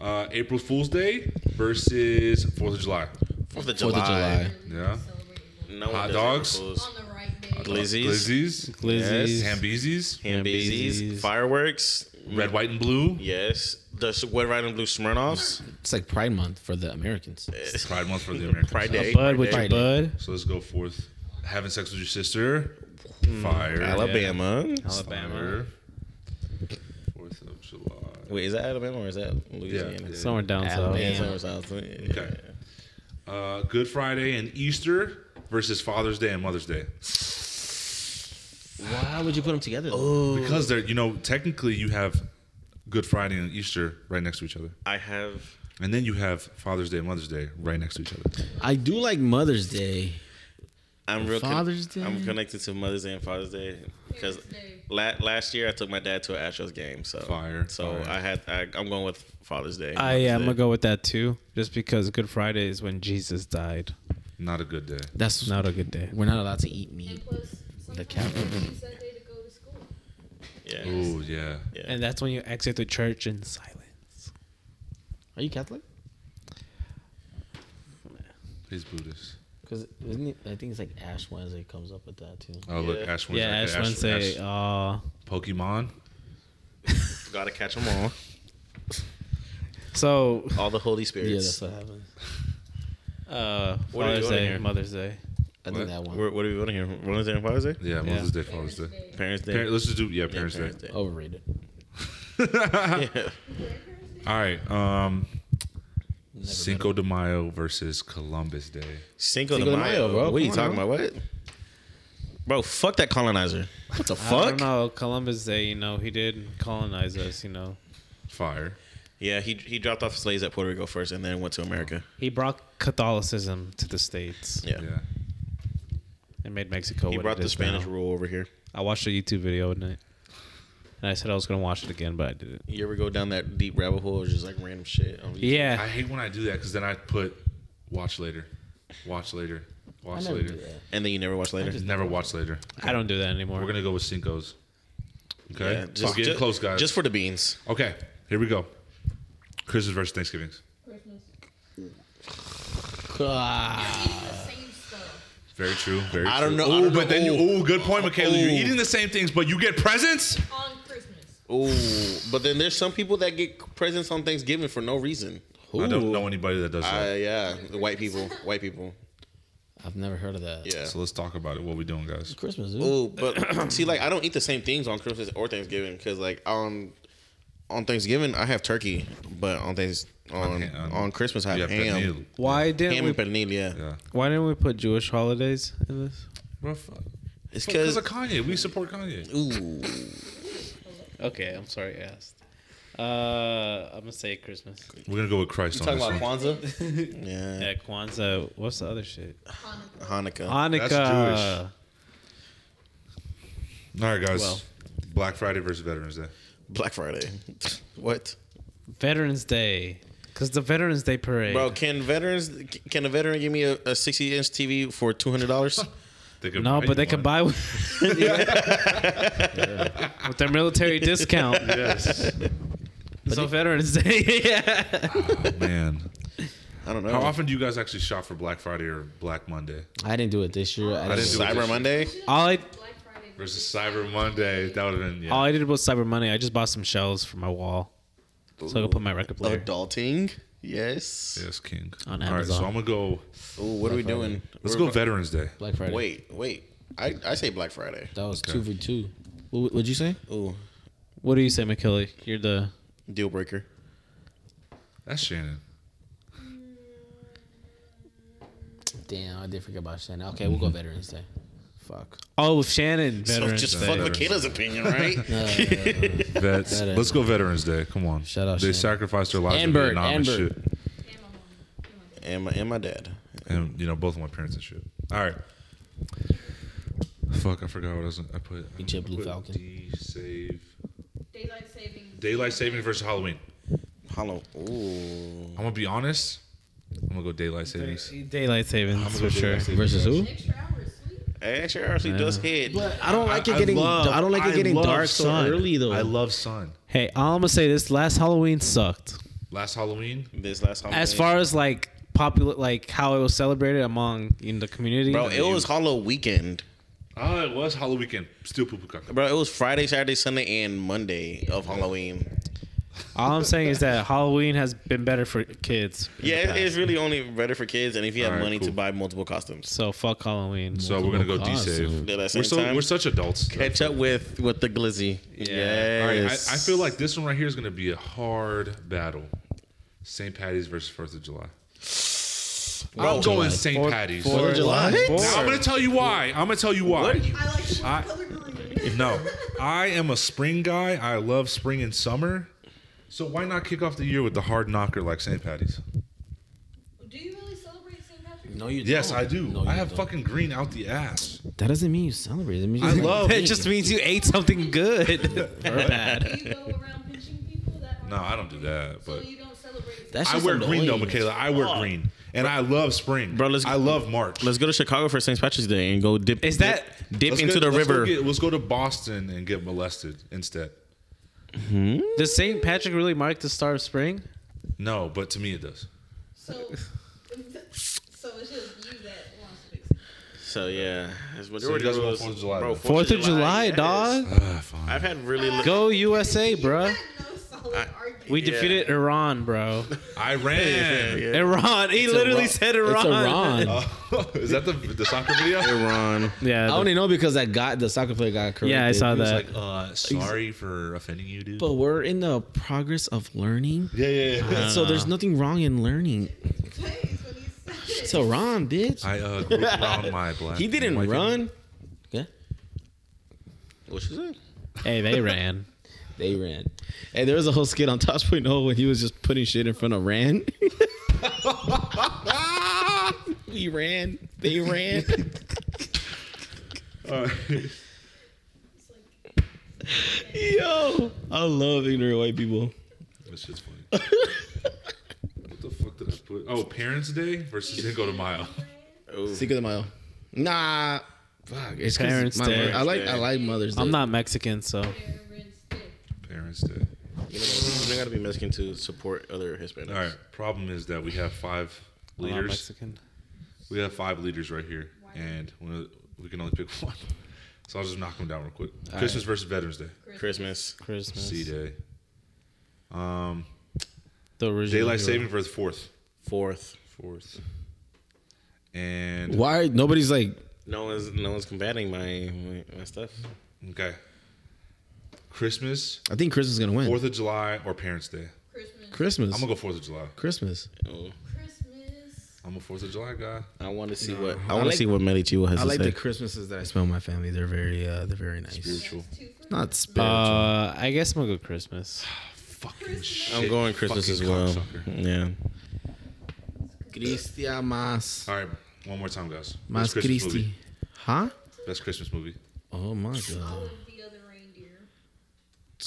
Speaker 1: Uh, April Fool's Day versus Fourth of July.
Speaker 3: Fourth of July.
Speaker 2: Fourth of July.
Speaker 1: Yeah.
Speaker 5: Celebrate
Speaker 3: No one
Speaker 1: Hot
Speaker 3: does
Speaker 1: dogs.
Speaker 3: April
Speaker 5: it
Speaker 3: Fools.
Speaker 5: on the right day.
Speaker 3: Glizzies.
Speaker 1: Glizzies.
Speaker 4: Glizzies.
Speaker 1: Hambezies.
Speaker 3: Hambezies.
Speaker 4: Hambezies.
Speaker 3: Fireworks.
Speaker 1: Red, white, and blue.
Speaker 3: Yes. The s- red, white, and blue Smirnoffs.
Speaker 2: It's like Pride Month for the Americans.
Speaker 1: Pride month for the Americans.
Speaker 3: Pride
Speaker 4: A
Speaker 3: Day.
Speaker 4: bud with
Speaker 3: Pride
Speaker 4: your
Speaker 3: Day.
Speaker 4: bud.
Speaker 1: So let's go forth. Having sex with your sister.
Speaker 4: Hmm.
Speaker 1: Fire.
Speaker 3: Alabama.
Speaker 4: Alabama.
Speaker 1: Fire. Fourth of July.
Speaker 3: Wait, is that Alabama or is that Louisiana?
Speaker 1: Yeah.
Speaker 4: Somewhere down
Speaker 2: Alabama.
Speaker 4: south.
Speaker 3: Yeah, somewhere south. Yeah.
Speaker 1: Okay. Uh, Good Friday and Easter versus Father's Day and Mother's Day.
Speaker 2: Why would you put them together? Oh,
Speaker 1: Because they're, you know, technically you have Good Friday and Easter right next to each other.
Speaker 3: I have.
Speaker 1: And then you have Father's Day and Mother's Day right next to each other.
Speaker 2: I do like Mother's Day.
Speaker 3: I'm real. con-
Speaker 2: Father's Day?
Speaker 3: I'm connected to Mother's Day and Father's Day because
Speaker 5: Parents' Day.
Speaker 3: la- last year I took my dad to an Astros game. So
Speaker 1: Fire,
Speaker 3: So
Speaker 1: fire.
Speaker 3: I had. I, I'm going with Father's Day.
Speaker 4: I am
Speaker 3: Mother's
Speaker 4: gonna go with that too, just because Good Friday is when Jesus died.
Speaker 1: Not a good day.
Speaker 2: That's
Speaker 4: Not a good day.
Speaker 2: We're not allowed to eat meat.
Speaker 5: And plus,
Speaker 2: The
Speaker 5: sometimes
Speaker 2: cat-
Speaker 5: they use that day to go to school.
Speaker 3: Day. Yeah.
Speaker 1: Oh, yeah.
Speaker 3: yeah.
Speaker 4: And that's when you exit the church in silence.
Speaker 2: Are you Catholic?
Speaker 1: He's Buddhist.
Speaker 2: Because isn't it, I think it's like Ash Wednesday comes up with that too.
Speaker 1: Oh, look,
Speaker 3: Yeah.
Speaker 1: Ash Wednesday.
Speaker 4: Yeah, Ash Wednesday. Uh,
Speaker 1: Pokemon.
Speaker 3: Gotta catch them all.
Speaker 4: so
Speaker 3: All the Holy
Speaker 2: Yeah, that's
Speaker 3: Spirits.
Speaker 2: what happens.
Speaker 4: uh,
Speaker 3: What are we
Speaker 4: Father's
Speaker 3: doing
Speaker 4: Day,
Speaker 3: here?
Speaker 4: Mother's Day.
Speaker 2: I
Speaker 1: What?
Speaker 2: think that one
Speaker 3: Where- what are we voting here? Mother's Day and Father's Day.
Speaker 1: Yeah, Mother's Day, Father's
Speaker 5: Parents'
Speaker 1: Day.
Speaker 5: Day.
Speaker 3: Parents Day.
Speaker 1: Parent, let's just do, yeah,
Speaker 3: Yeah,
Speaker 1: Parents, Day.
Speaker 2: overrated.
Speaker 3: Yeah.
Speaker 5: Grandparents' Day?
Speaker 1: All right. Um,
Speaker 2: Never
Speaker 1: Cinco de Mayo versus Columbus Day.
Speaker 3: Cinco,
Speaker 2: Cinco
Speaker 3: de
Speaker 2: de
Speaker 3: Mayo,
Speaker 2: Mayo,
Speaker 3: bro.
Speaker 2: bro.
Speaker 3: What are you
Speaker 2: Come on,
Speaker 3: talking about? What? Bro, fuck that colonizer. What the
Speaker 4: I don't
Speaker 3: fuck?
Speaker 4: know. Columbus Day, you know, he did colonize us. You know,
Speaker 1: Fire.
Speaker 3: Yeah, he he dropped off slaves at Puerto Rico first, and then went to America.
Speaker 4: he brought Catholicism to the states
Speaker 3: Yeah,
Speaker 1: Yeah.
Speaker 4: and made Mexico.
Speaker 3: he
Speaker 4: what
Speaker 3: brought
Speaker 4: it
Speaker 3: the
Speaker 4: is
Speaker 3: Spanish
Speaker 4: now.
Speaker 3: rule over here.
Speaker 4: I watched a YouTube video at night, and I said I was gonna watch it again, but I didn't.
Speaker 3: You ever go down that deep rabbit hole, it's just like random shit? Oh, On YouTube?
Speaker 1: I
Speaker 4: Yeah,
Speaker 1: hate when I do that because then I put watch later, watch later,
Speaker 2: I
Speaker 1: watch
Speaker 2: never
Speaker 1: later.
Speaker 2: do that.
Speaker 3: and then you never watch later.
Speaker 1: Never watch later.
Speaker 4: I don't do that anymore.
Speaker 1: We're going to go with Cinco's. Okay.
Speaker 3: Yeah,
Speaker 1: We're getting close, guys.
Speaker 3: Just for the beans.
Speaker 1: okay. Here we go. Christmas versus Thanksgiving's.
Speaker 5: Christmas. You're
Speaker 2: Ah,
Speaker 5: eating the same stuff.
Speaker 1: Very true. Very
Speaker 3: I don't
Speaker 1: true.
Speaker 3: know- I
Speaker 1: Ooh,
Speaker 3: don't
Speaker 1: but
Speaker 3: know-
Speaker 1: then you. Ooh, good point, Michaela. You're
Speaker 3: Ooh.
Speaker 1: eating the same things, but you get presents.
Speaker 5: On Christmas.
Speaker 3: Oh, but then there's some people that get presents on Thanksgiving for no reason.
Speaker 1: I don't know anybody that does that.
Speaker 3: Uh, yeah, the white people, white people.
Speaker 2: I've never heard of that.
Speaker 3: Yeah.
Speaker 1: So let's talk about it. What we doing, guys?
Speaker 2: Christmas, dude.
Speaker 3: Oh, but see, like I don't eat the same things on Christmas or Thanksgiving because, like, on on Thanksgiving I have turkey, but on things on
Speaker 1: Okay, um,
Speaker 3: on Christmas I
Speaker 1: Yeah,
Speaker 3: have ham,
Speaker 1: pernil.
Speaker 4: why
Speaker 3: ham
Speaker 4: didn't
Speaker 3: and
Speaker 4: we?
Speaker 3: pernil. Yeah,
Speaker 1: Yeah.
Speaker 4: Why didn't we put Jewish holidays in this?
Speaker 1: Bro, fuck.
Speaker 3: it's
Speaker 1: Because
Speaker 3: because
Speaker 1: of Kanye. We support Kanye.
Speaker 3: ooh,
Speaker 4: Okay, I'm sorry I asked. Uh, I'm gonna say Christmas.
Speaker 1: We're going to go with Christ on this one.
Speaker 3: Kwanzaa. yeah.
Speaker 4: Yeah, Kwanzaa. What's the other shit?
Speaker 5: Hanukkah.
Speaker 3: Hanukkah.
Speaker 4: Hanukkah.
Speaker 1: That's All right, guys.
Speaker 4: Well.
Speaker 1: Black Friday versus Veterans Day.
Speaker 3: Black Friday. what,
Speaker 4: Veterans Day. Because the Veterans Day parade.
Speaker 3: bro? Can veterans? Can a veteran give me a, a sixty inch TV for two hundred dollars?
Speaker 1: They could
Speaker 4: No,
Speaker 1: buy
Speaker 4: but they
Speaker 1: you
Speaker 4: could
Speaker 1: one.
Speaker 4: buy one with their military discount.
Speaker 1: Yes.
Speaker 4: So Veterans Day. yeah.
Speaker 1: Oh, man.
Speaker 3: I don't know.
Speaker 1: How often do you guys actually shop for Black Friday or Black Monday
Speaker 2: I didn't do it this year. I,
Speaker 1: didn't
Speaker 2: didn't
Speaker 1: do it.
Speaker 3: Cyber Monday?
Speaker 4: All I
Speaker 5: Black Friday
Speaker 1: versus Cyber Monday? That would have been yeah.
Speaker 4: all I did was Cyber Monday. I just bought some shelves for my wall, so I could put my record player.
Speaker 3: Adulting? Yes.
Speaker 1: yes, King.
Speaker 4: On
Speaker 1: All right, so
Speaker 4: Amazon.
Speaker 1: I'm gonna go.
Speaker 3: Oh, what are we doing?
Speaker 1: Let's
Speaker 3: We're
Speaker 1: go
Speaker 3: bu-
Speaker 1: Veterans Day.
Speaker 2: Black Friday.
Speaker 3: Wait, wait. I, I say Black Friday.
Speaker 2: that was two for two. What would you say?
Speaker 3: Ooh,
Speaker 4: What do you say, McKilly? You're the
Speaker 3: deal breaker.
Speaker 1: That's Shannon.
Speaker 2: Damn, I did forget about Shannon. Okay, we'll go Veterans Day. Fuck.
Speaker 4: oh with Shannon.
Speaker 3: So
Speaker 4: Veterans
Speaker 3: just
Speaker 4: Day.
Speaker 3: fuck
Speaker 1: Veterans.
Speaker 3: Michaela's opinion, right?
Speaker 1: Vets.
Speaker 2: Veterans
Speaker 1: Let's go Veterans Day. Come on.
Speaker 2: Shout out,
Speaker 1: They
Speaker 2: Shannon.
Speaker 1: sacrificed their lives
Speaker 2: And
Speaker 1: in
Speaker 2: Bert,
Speaker 1: Vietnam and
Speaker 2: and Bert.
Speaker 1: shit.
Speaker 3: and
Speaker 5: and my mom. And my dad.
Speaker 3: my and my dad.
Speaker 1: and you know both of my parents and shit. All right. Fuck, I forgot what I was. I put.
Speaker 2: You said
Speaker 1: I
Speaker 2: Blue
Speaker 1: put
Speaker 2: Falcon.
Speaker 1: D save.
Speaker 5: Daylight savings.
Speaker 1: Daylight saving versus Halloween.
Speaker 3: Hollow. Ooh.
Speaker 1: I'm gonna be honest. I'm gonna go daylight savings.
Speaker 4: Daylight savings for sure.
Speaker 2: Versus who?
Speaker 5: Extra hours sleep.
Speaker 3: Actually, actually does hit.
Speaker 2: But I don't like it
Speaker 1: I
Speaker 2: getting.
Speaker 1: love-
Speaker 2: I don't like it
Speaker 1: I
Speaker 2: getting
Speaker 1: love
Speaker 2: dark
Speaker 1: sun.
Speaker 2: so early though.
Speaker 1: I love sun.
Speaker 4: Hey, all I'm gonna say this: last Halloween sucked.
Speaker 1: Last Halloween,
Speaker 3: This last Halloween.
Speaker 4: As far as like popular, like how it was celebrated among in the community.
Speaker 3: bro, it was Hollow weekend.
Speaker 1: oh, it was Halloween weekend. Still poo poo caca.
Speaker 3: Bro, it was Friday, Saturday, Sunday, and Monday of Halloween.
Speaker 4: All I'm saying is that Halloween has been better for kids.
Speaker 3: Yeah, it- it's really only better for kids, and if you have
Speaker 1: Alright,
Speaker 3: money to
Speaker 1: cool.
Speaker 3: buy multiple costumes.
Speaker 4: So fuck Halloween.
Speaker 1: So we're gonna go D
Speaker 2: Awesome.
Speaker 1: save.
Speaker 3: At the same
Speaker 1: We're so
Speaker 3: time,
Speaker 1: we're such adults.
Speaker 3: catch up with with the glizzy.
Speaker 1: All right, I, I
Speaker 3: Yes.
Speaker 1: feel like this one right here is gonna be a hard battle. St. Patty's versus Fourth of July. I'm going St. Patty's.
Speaker 4: Fourth of July.
Speaker 1: Now I'm gonna tell you why. I'm gonna tell you why.
Speaker 5: I like
Speaker 1: I-
Speaker 5: color green.
Speaker 1: No, I am a spring guy. I love spring and summer. So why not kick off the year with the hard knocker like St. Patty's?
Speaker 5: Do you really celebrate St. Patrick's?
Speaker 2: No, you.
Speaker 3: Oh.
Speaker 1: Yes,
Speaker 2: don't.
Speaker 1: I do.
Speaker 2: No, you
Speaker 1: I have
Speaker 2: don't.
Speaker 1: fucking green out the ass.
Speaker 2: That doesn't mean you celebrate. It means you
Speaker 1: I love-
Speaker 4: It just means you ate something good.
Speaker 5: Do you go around pinching people that
Speaker 1: No, I don't do that.
Speaker 5: So
Speaker 1: But
Speaker 5: you don't celebrate.
Speaker 2: That's
Speaker 1: I
Speaker 2: just
Speaker 1: wear green though,
Speaker 2: annoying.
Speaker 1: Michaela. I wear green, and I love spring.
Speaker 3: Bro, let's-
Speaker 1: I love March.
Speaker 3: Let's go to Chicago for St. Patrick's Day and go dip.
Speaker 4: Is
Speaker 3: dip-
Speaker 4: that-
Speaker 3: dip,
Speaker 1: Let's
Speaker 3: into
Speaker 1: get-
Speaker 3: the
Speaker 1: let's go
Speaker 3: river?
Speaker 1: get- let's go to Boston and get molested instead.
Speaker 4: Does St. Patrick really mark the start of spring?
Speaker 1: No, but to me it does.
Speaker 5: So, so it's just you that wants to fix it.
Speaker 3: so yeah, that's what
Speaker 1: So you guys want Fourth of July,
Speaker 3: Bro,
Speaker 1: then?
Speaker 4: Fourth of July,
Speaker 3: yes.
Speaker 4: dog.
Speaker 1: Ah, fine.
Speaker 3: I've had really. Li-
Speaker 4: Go USA,
Speaker 5: You
Speaker 4: bruh.
Speaker 5: had no solid argument.
Speaker 4: We
Speaker 3: Yeah.
Speaker 4: defeated Iran, bro.
Speaker 1: Iran.
Speaker 3: Yeah.
Speaker 4: Iran. He literally said Iran.
Speaker 2: It's Iran.
Speaker 1: Oh, is that the the soccer video?
Speaker 3: Iran.
Speaker 4: Yeah.
Speaker 2: I
Speaker 4: the-
Speaker 2: only know because that guy, the soccer player, got corrected.
Speaker 4: Yeah, I saw
Speaker 2: He was
Speaker 4: that.
Speaker 2: like,
Speaker 1: uh, sorry for offending you, dude.
Speaker 2: but we're in the progress of learning,
Speaker 1: Yeah, yeah, yeah.
Speaker 2: so there's
Speaker 4: Ah.
Speaker 2: nothing wrong in learning.
Speaker 5: Thanks when he said it.
Speaker 2: It's Iran, bitch.
Speaker 1: I uh, grew up around my black.
Speaker 2: he didn't
Speaker 1: white family.
Speaker 2: run. Yeah,
Speaker 3: What she said?
Speaker 4: hey, they ran.
Speaker 2: they ran. Hey, there was a whole skit on Tosh.0 when he was just putting shit in front of Ran. we ran. They ran.
Speaker 1: Uh,
Speaker 5: It's like,
Speaker 2: Yo, I love ignorant white people.
Speaker 1: This shit's funny. what the fuck did I put? Oh, Parents' Day versus Cinco de Mayo.
Speaker 2: Cinco de Mayo. Nah. Fuck. It's 'cause
Speaker 4: Parents'
Speaker 2: my
Speaker 4: Day.
Speaker 2: mother- I like I like Mother's Day.
Speaker 4: I'm not Mexican, so
Speaker 5: they're red stick.
Speaker 1: Parents' Day.
Speaker 3: You know, they gotta be Mexican to support other Hispanics.
Speaker 1: All right. Problem is that we have five
Speaker 4: I'm not
Speaker 1: leaders.
Speaker 4: Mexican.
Speaker 1: We have five leaders right here, and we- we can only pick one. So I'll just knock them down real quick. Christmas versus Veterans Day.
Speaker 3: Christmas.
Speaker 4: Christmas.
Speaker 1: C Day. Um,
Speaker 4: The original
Speaker 1: daylight
Speaker 4: hero.
Speaker 1: saving versus fourth.
Speaker 3: Fourth.
Speaker 1: Fourth. And
Speaker 2: Why nobody's like
Speaker 3: No one's no one's combating my my, my stuff.
Speaker 1: okay. Christmas,
Speaker 2: I think Christmas is gonna
Speaker 3: Mm.
Speaker 2: win.
Speaker 1: Fourth of July, or Parents' Day.
Speaker 5: Christmas.
Speaker 2: Christmas.
Speaker 1: I'm gonna go Fourth of July.
Speaker 2: Christmas.
Speaker 3: Oh,
Speaker 5: Christmas.
Speaker 1: I'm a Fourth of July guy.
Speaker 3: I want to see what I
Speaker 2: I
Speaker 3: want to
Speaker 2: like-
Speaker 3: see what Melly Chiwa has
Speaker 2: I
Speaker 3: to
Speaker 2: like
Speaker 3: say.
Speaker 2: the Christmases that I spend with my family. They're very uh they're very nice.
Speaker 1: Spiritual.
Speaker 5: That's two for
Speaker 2: Not spiritual.
Speaker 4: Uh, I guess I'm gonna go Christmas.
Speaker 1: Fucking shit.
Speaker 3: I'm going Christmas as
Speaker 1: Fucking
Speaker 3: well.
Speaker 1: cocksucker.
Speaker 3: Yeah.
Speaker 2: Christia mas
Speaker 1: All right, one more time, guys.
Speaker 2: mas
Speaker 1: Best Christmas
Speaker 2: Christi.
Speaker 1: movie.
Speaker 2: Huh?
Speaker 1: Best Christmas movie.
Speaker 2: Oh my
Speaker 5: all
Speaker 2: god.
Speaker 5: of the other reindeer.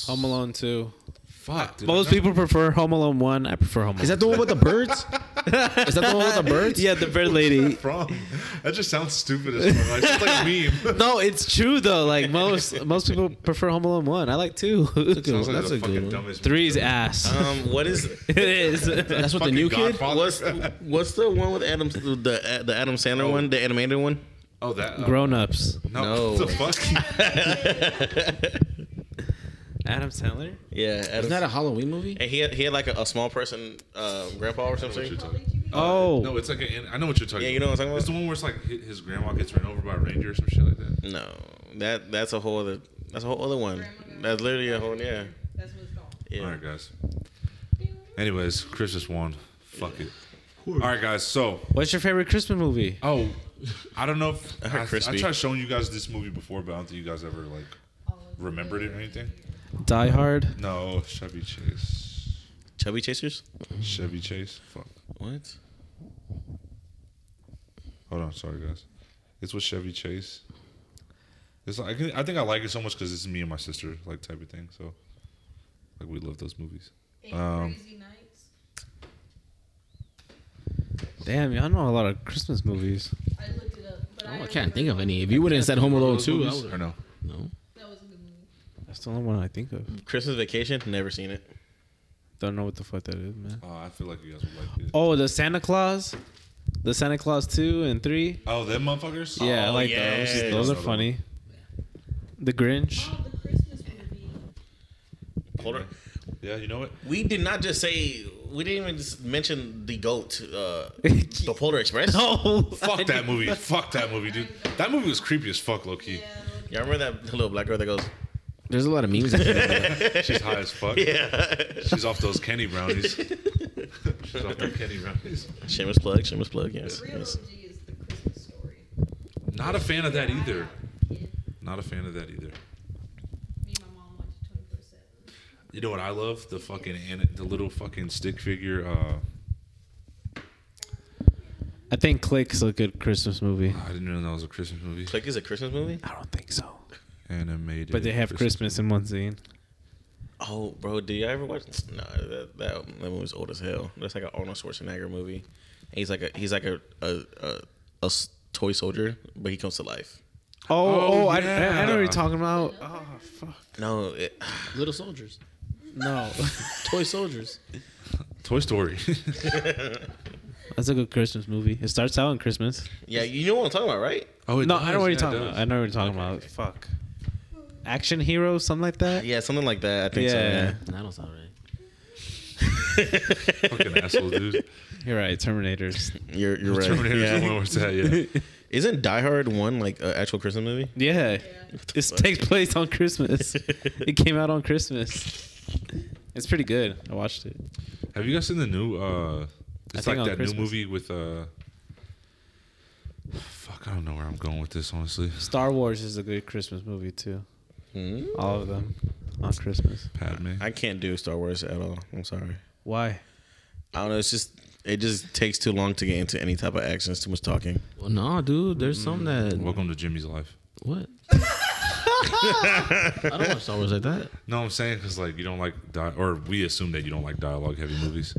Speaker 4: Home Alone two.
Speaker 1: Fuck. dude, I
Speaker 4: Most
Speaker 1: know-
Speaker 4: people prefer Home Alone one. I prefer Home Alone.
Speaker 2: Is that the one with the birds? Is that the one with the birds?
Speaker 4: yeah, the bird lady.
Speaker 1: From that just sounds stupid as fuck. Like, it's like a meme.
Speaker 4: No, it's true though. Like most most people prefer Home Alone one. I like two.
Speaker 1: Sounds like
Speaker 2: That's
Speaker 1: the
Speaker 2: a good
Speaker 1: fucking
Speaker 2: one.
Speaker 1: dumbest.
Speaker 4: Three's ass.
Speaker 3: Um, what is
Speaker 4: it is.
Speaker 2: That's what the
Speaker 1: fucking
Speaker 2: new kid.
Speaker 1: Godfather.
Speaker 3: what's what's the one with Adam the the Adam Sandler one, the animated one?
Speaker 1: Oh, that uh,
Speaker 4: Grown ups.
Speaker 1: No,
Speaker 3: No.
Speaker 1: the fuck.
Speaker 4: Adam Sandler.
Speaker 3: Yeah, Adam,
Speaker 2: Isn't that a Halloween movie?
Speaker 3: and he had, he had like a, a small person uh, grandpa or something.
Speaker 4: Oh,
Speaker 1: No, it's like a, I know what you're talking.
Speaker 3: Yeah, you know what I'm talking
Speaker 1: It's the
Speaker 3: about?
Speaker 1: one where it's like hi- his grandma gets run over by a reindeer or some shit like that.
Speaker 3: No, that that's a whole other that's a whole other one. That's literally a whole yeah.
Speaker 5: That's what it's called.
Speaker 3: yeah.
Speaker 1: All right, guys. Anyways, Chris just won. Fuck it. All right, guys. So,
Speaker 4: what's your favorite Christmas movie?
Speaker 1: oh, I don't know if
Speaker 3: heard
Speaker 1: I, I
Speaker 3: crispy.
Speaker 1: tried showing you guys this movie before, but I don't think you guys ever like remembered it or anything.
Speaker 4: Die Hard.
Speaker 1: No, Chevy Chase.
Speaker 3: Chubby Chasers.
Speaker 1: Chevy Chase. Fuck.
Speaker 3: What?
Speaker 1: Hold on, sorry guys. It's with Chevy Chase. It's like, I, can, I think I like it so much because it's me and my sister like type of thing. So, like we love those movies.
Speaker 5: Eight
Speaker 1: Um,
Speaker 5: Crazy Nights.
Speaker 4: Damn, y'all know a lot of Christmas movies.
Speaker 5: I looked it up, but
Speaker 2: Oh,
Speaker 5: I,
Speaker 2: I
Speaker 5: don't
Speaker 2: can't think
Speaker 5: remember
Speaker 2: of any. If you wouldn't have said Home Alone
Speaker 1: Those
Speaker 2: two, I
Speaker 1: movies?
Speaker 2: would
Speaker 1: or no?
Speaker 2: no.
Speaker 5: That was a good movie.
Speaker 4: That's the only one I think of.
Speaker 3: Christmas Vacation. Never seen it.
Speaker 4: Don't know what the fuck that is, man.
Speaker 1: Oh, I feel like you guys would like it. Oh,
Speaker 4: Oh, the Santa Claus, the Santa Claus two and three.
Speaker 1: Oh, them motherfuckers.
Speaker 4: Yeah, I
Speaker 3: Oh,
Speaker 4: like
Speaker 3: yeah.
Speaker 4: those. Those are
Speaker 1: Another
Speaker 4: funny. The Grinch.
Speaker 5: Oh, the Christmas movie.
Speaker 3: Hold on.
Speaker 1: Yeah, you know what?
Speaker 3: We did not just say we didn't even just mention the goat, uh, the Polar Express.
Speaker 4: No,
Speaker 1: Fuck that movie. Fuck that movie, dude. That movie was creepy as fuck, low key.
Speaker 5: Yeah,
Speaker 3: Y'all remember that little black girl that goes,
Speaker 2: There's a lot of memes. out there.
Speaker 1: She's high as fuck.
Speaker 3: yeah.
Speaker 1: She's off those Kenny brownies. She's off those Kenny brownies.
Speaker 3: shameless plug, shameless plug. Yes.
Speaker 5: the real
Speaker 3: yes.
Speaker 5: OG is the Christmas story.
Speaker 1: Not a fan of that either.
Speaker 5: Yeah, me
Speaker 1: Not a fan of that either.
Speaker 5: and my mom watched it 24 7.
Speaker 1: You know what I love? The fucking an- the little fucking stick figure. Uh,
Speaker 4: I think Click's a good Christmas movie.
Speaker 1: I didn't know that was a Christmas movie.
Speaker 3: Click is a Christmas movie.
Speaker 4: I don't think so.
Speaker 1: Animated.
Speaker 4: But they have Christmas in one scene.
Speaker 3: Oh, bro, did you ever watch? No, that that, that movie's old as hell. That's like an Arnold Schwarzenegger movie. And he's like a he's like a a, a, a s- toy soldier, but he comes to life.
Speaker 4: Oh, oh, I,
Speaker 1: yeah.
Speaker 4: I, I know what you're talking about. Oh, fuck.
Speaker 3: No, it,
Speaker 2: Little soldiers,
Speaker 4: No,
Speaker 2: toy soldiers.
Speaker 1: Toy Story.
Speaker 4: that's a good Christmas movie. It starts out on Christmas.
Speaker 3: yeah, you know what I'm talking about, right?
Speaker 1: oh, it
Speaker 4: no,
Speaker 1: does,
Speaker 4: I know what
Speaker 1: yeah,
Speaker 4: you're
Speaker 1: it
Speaker 4: talking
Speaker 1: does.
Speaker 4: about. I know what you're talking about. Fuck. Action hero, something like that.
Speaker 3: Yeah, something like that. I think
Speaker 4: Yeah.
Speaker 2: That don't sound right.
Speaker 3: so. Yeah.
Speaker 1: Fucking asshole, dude.
Speaker 4: You're right. Terminators.
Speaker 3: You're you're right.
Speaker 1: Terminator's
Speaker 3: yeah.
Speaker 1: the one where it's at, yeah.
Speaker 3: Isn't Die Hard one like an actual Christmas movie?
Speaker 4: Yeah. This takes place on Christmas. it came out on Christmas. It's pretty good. I watched it.
Speaker 1: Have you guys seen the new? uh It's
Speaker 4: think
Speaker 1: like
Speaker 4: on
Speaker 1: that
Speaker 4: Christmas.
Speaker 1: new movie with. uh Fuck, I don't know where I'm going with this. Honestly,
Speaker 4: Star Wars is a good Christmas movie too.
Speaker 3: Hmm?
Speaker 4: All of them on Christmas.
Speaker 1: Padme.
Speaker 3: I can't do Star Wars at all. I'm sorry.
Speaker 4: Why?
Speaker 3: I don't know. It's just it just takes too long to get into any type of action. It's too much talking.
Speaker 2: Well, no, dude. There's some that
Speaker 1: Welcome to Jimmy's life.
Speaker 2: what. I don't watch Star Wars like that.
Speaker 1: No, I'm saying because like you don't like di- or we assume that you don't like dialogue heavy movies.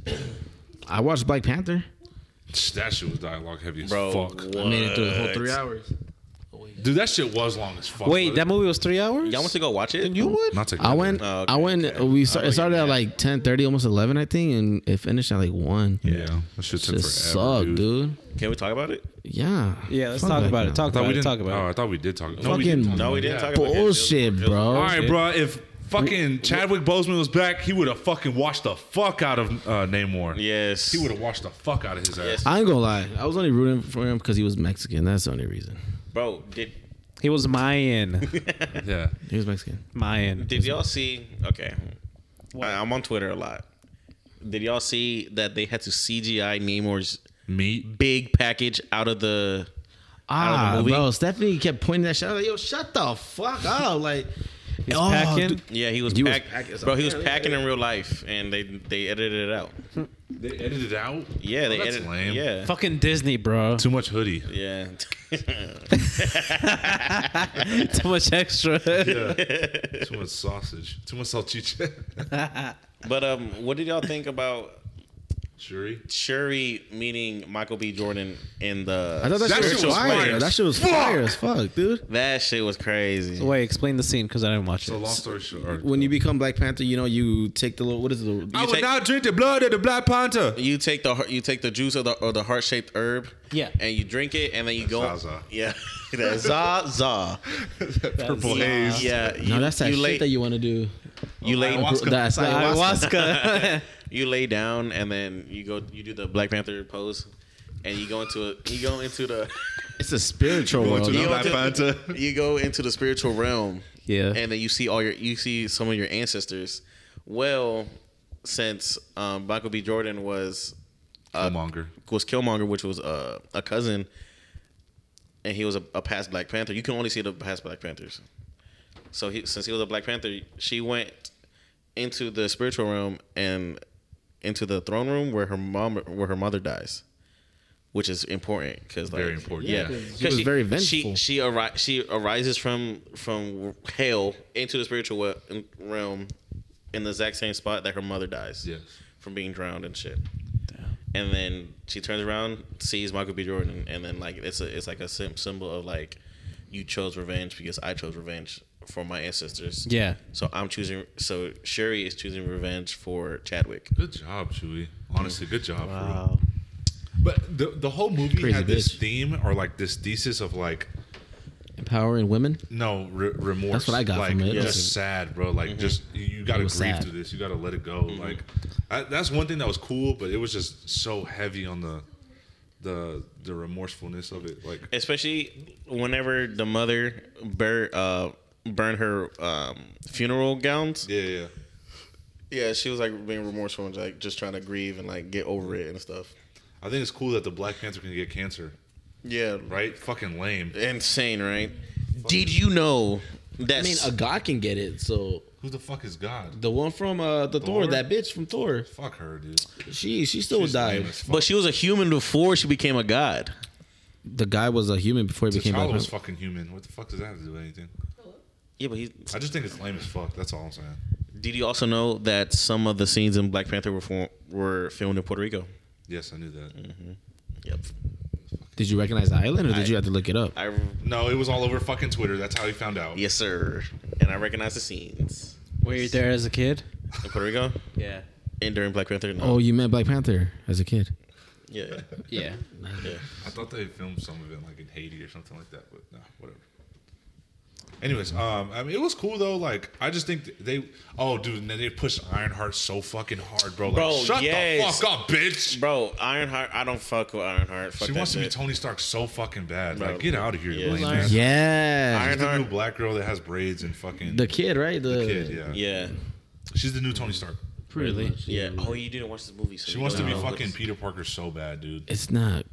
Speaker 2: I watched Black Panther.
Speaker 1: that shit was dialogue heavy as
Speaker 3: Bro,
Speaker 1: fuck.
Speaker 3: what?
Speaker 2: I made it through the whole three hours.
Speaker 1: Dude, that shit was long as fuck.
Speaker 4: Wait, that
Speaker 1: brother.
Speaker 4: movie was three hours.
Speaker 3: Y'all want to go watch it?
Speaker 4: You would.
Speaker 1: Not taking
Speaker 2: I
Speaker 1: that
Speaker 2: went.
Speaker 1: back.
Speaker 3: Oh, okay,
Speaker 2: I went.
Speaker 3: okay.
Speaker 2: We start,
Speaker 3: Oh,
Speaker 2: it started
Speaker 3: yeah.
Speaker 2: at like ten thirty, almost eleven, I think, and it finished at like one.
Speaker 1: Yeah, that shit took forever.
Speaker 2: Just sucked,
Speaker 1: dude.
Speaker 2: dude.
Speaker 3: Can we talk about it?
Speaker 2: Yeah.
Speaker 4: Yeah, let's
Speaker 2: Fuck
Speaker 4: talk
Speaker 2: Black
Speaker 4: about it.
Speaker 2: Panther.
Speaker 4: Talk
Speaker 1: I thought
Speaker 4: about
Speaker 1: we
Speaker 4: it.
Speaker 1: didn't
Speaker 4: Talk about
Speaker 1: Oh, I
Speaker 4: it.
Speaker 1: thought we did talk. No, we didn't.
Speaker 2: Fucking
Speaker 3: No, we didn't
Speaker 1: Yeah.
Speaker 3: talk about it.
Speaker 2: bullshit, bro.
Speaker 1: All right, bro. If fucking Chadwick Boseman was back, he would have fucking washed the fuck out of uh, Namor.
Speaker 3: Yes.
Speaker 1: He would have washed the fuck out of his ass.
Speaker 3: Yes.
Speaker 2: I ain't gonna lie. I was only rooting for him because he was Mexican. That's the only reason.
Speaker 3: Bro, did
Speaker 4: He was Mayan.
Speaker 1: Yeah.
Speaker 2: He was Mexican.
Speaker 4: Mayan.
Speaker 3: did y'all see? Okay, I, I'm on Twitter a lot. Did y'all see that they had to CGI Namor's
Speaker 1: Meat.
Speaker 3: big package out of the? Out of the
Speaker 2: Ah,
Speaker 3: movie?
Speaker 2: bro. Stephanie kept pointing that shit. out. like, yo, shut the fuck up. Like,
Speaker 4: He's
Speaker 2: oh,
Speaker 4: packing.
Speaker 2: dude.
Speaker 3: Yeah, he was,
Speaker 2: He was
Speaker 3: pack,
Speaker 2: packing-
Speaker 3: bro. He was
Speaker 2: Yeah, yeah,
Speaker 3: packing in real life, and they they edited it out.
Speaker 1: They edited it out.
Speaker 3: Yeah, they
Speaker 1: Oh, that's
Speaker 3: edited.
Speaker 1: lame.
Speaker 3: Yeah,
Speaker 4: Fucking Disney, bro.
Speaker 1: Too much hoodie.
Speaker 3: yeah.
Speaker 4: Too much extra.
Speaker 1: Too much sausage. Too much salchicha.
Speaker 3: but um, what did y'all think about
Speaker 1: Shuri.
Speaker 3: Shuri meeting Michael B. Jordan in the
Speaker 2: I thought that,
Speaker 1: That
Speaker 2: shit was
Speaker 1: shit was
Speaker 2: fire.
Speaker 1: fire.
Speaker 2: That shit was
Speaker 1: Fuck.
Speaker 2: fire as fuck, dude.
Speaker 3: that shit was crazy.
Speaker 4: So wait, explain the scene because I didn't watch
Speaker 1: So
Speaker 4: it.
Speaker 1: long story short, or-
Speaker 2: When you become Black Panther, you know you take the little what is it? The,
Speaker 1: I will
Speaker 3: take-
Speaker 1: not drink the blood of the Black Panther.
Speaker 3: You take the you take the juice of the or the heart shaped herb.
Speaker 4: Yeah.
Speaker 3: And you drink it, and then you go.
Speaker 1: Zaza.
Speaker 3: Yeah. that zaza.
Speaker 1: Purple
Speaker 4: That's-
Speaker 1: haze.
Speaker 3: Yeah. You,
Speaker 2: no, that's that
Speaker 3: you
Speaker 2: shit
Speaker 3: lay,
Speaker 2: that you want to do.
Speaker 3: you lay
Speaker 1: Ayahuasca.
Speaker 2: That's
Speaker 4: The
Speaker 2: like,
Speaker 4: ayahuasca.
Speaker 3: you lay down, and then you go you do the Black Panther pose, and you go into a you go into the
Speaker 2: it's a spiritual
Speaker 1: Going
Speaker 2: world.
Speaker 1: to the
Speaker 3: you
Speaker 1: Black
Speaker 3: go,
Speaker 1: Panther.
Speaker 3: to, you go into the spiritual realm.
Speaker 4: Yeah.
Speaker 3: And then you see all your you see some of your ancestors. Well, since um, Michael B. Jordan was
Speaker 1: Killmonger.
Speaker 3: was Killmonger, which was uh, a cousin, and he was a, a past Black Panther. You can only see the past Black Panthers. So he, since he was a Black Panther, she went into the spiritual realm and into the throne room where her mom, where her mother dies, which is important because like,
Speaker 1: Very important.
Speaker 3: Yeah,
Speaker 2: Yeah, 'cause she was very vengeful.
Speaker 3: She she, arri- she arises from from hell into the spiritual we- realm in the exact same spot that her mother dies
Speaker 1: Yes.
Speaker 3: from being drowned and shit. And then she turns around, sees Michael B. Jordan, and then like it's a it's like a sim- symbol of like you chose revenge because I chose revenge for my ancestors.
Speaker 4: yeah.
Speaker 3: So I'm choosing. So Shuri is choosing revenge for Chadwick.
Speaker 1: Good job, Chewie. Honestly, good job. for real.
Speaker 4: Wow.
Speaker 1: But the the whole movie
Speaker 2: Crazy
Speaker 1: had this
Speaker 2: bitch.
Speaker 1: theme or like this thesis of like
Speaker 2: Empowering women.
Speaker 1: no re- remorse.
Speaker 2: That's what I got
Speaker 1: like,
Speaker 2: from it.
Speaker 1: Just
Speaker 2: Yeah.
Speaker 1: sad, bro. Like just you- you got to
Speaker 2: It
Speaker 1: grieve
Speaker 2: was sad. Mm-hmm.
Speaker 1: through this. You got to let it go. Like I, that's one thing that was cool, but it was just so heavy on the the the remorsefulness of it. Like
Speaker 3: Especially whenever the mother bur- uh, burned her um, funeral gowns.
Speaker 1: yeah, yeah.
Speaker 3: Yeah, she was like being remorseful and like just trying to grieve and like get over it and stuff.
Speaker 1: I think it's cool that the Black Panther can get cancer,
Speaker 3: Yeah,
Speaker 1: right? Fucking lame.
Speaker 3: insane, right? Did you know that?
Speaker 2: I mean, a god can get it. So
Speaker 1: Who the fuck is God?
Speaker 2: the one from uh, the Thor,
Speaker 1: Thor?
Speaker 2: that bitch from Thor,
Speaker 1: Fuck her, dude.
Speaker 2: she she still
Speaker 1: She's
Speaker 2: died.
Speaker 1: lame as fuck.
Speaker 3: but she was a human before she became a god.
Speaker 2: The guy was a human before he became Black
Speaker 1: T'Challa was
Speaker 2: Panther.
Speaker 1: fucking human. What the fuck does that have to do with anything?
Speaker 3: Yeah, but he.
Speaker 1: I just think it's lame as fuck. That's all I'm saying.
Speaker 3: Did you also know that some of the scenes in Black Panther were for, were filmed in Puerto Rico?
Speaker 1: Yes, I knew that.
Speaker 3: Yep.
Speaker 2: Did you recognize the island, or did you have to look it up?
Speaker 3: I
Speaker 1: No, it was all over fucking Twitter. That's how he found out.
Speaker 3: yes, sir. And I recognize the scenes
Speaker 4: Were you there as a kid?
Speaker 3: in Puerto Rico
Speaker 4: Yeah.
Speaker 3: and during Black Panther. No.
Speaker 2: Oh, you met Black Panther as a kid.
Speaker 3: yeah. yeah.
Speaker 4: Yeah.
Speaker 1: I thought they filmed some of it like in Haiti or something like that, but no, whatever. Anyways, um, I mean, it was cool though. Like, I just think th- they, oh, dude, and then they pushed Ironheart so fucking hard, bro. Like,
Speaker 3: Bro,
Speaker 1: shut
Speaker 3: yes.
Speaker 1: the fuck up, bitch.
Speaker 3: Bro, Ironheart. I don't fuck with Ironheart. Fuck
Speaker 1: she
Speaker 3: that
Speaker 1: wants to be
Speaker 3: shit.
Speaker 1: Tony Stark so fucking bad.
Speaker 3: Bro.
Speaker 1: Like, get out of here,
Speaker 3: Yeah.
Speaker 1: you lame
Speaker 3: Iron-
Speaker 1: ass.
Speaker 2: Yeah,
Speaker 1: She's the new
Speaker 3: Ironheart.
Speaker 1: black girl that has braids and fucking
Speaker 2: the kid, right? The,
Speaker 1: kid. Yeah.
Speaker 3: Yeah.
Speaker 1: she's the new Tony Stark.
Speaker 4: Really?
Speaker 3: Yeah. Oh, you didn't watch this movie. So
Speaker 1: She
Speaker 3: you
Speaker 1: wants to
Speaker 3: don't
Speaker 1: be
Speaker 3: know what
Speaker 1: fucking
Speaker 3: it's-
Speaker 1: Peter Parker so bad, dude.
Speaker 2: It's not.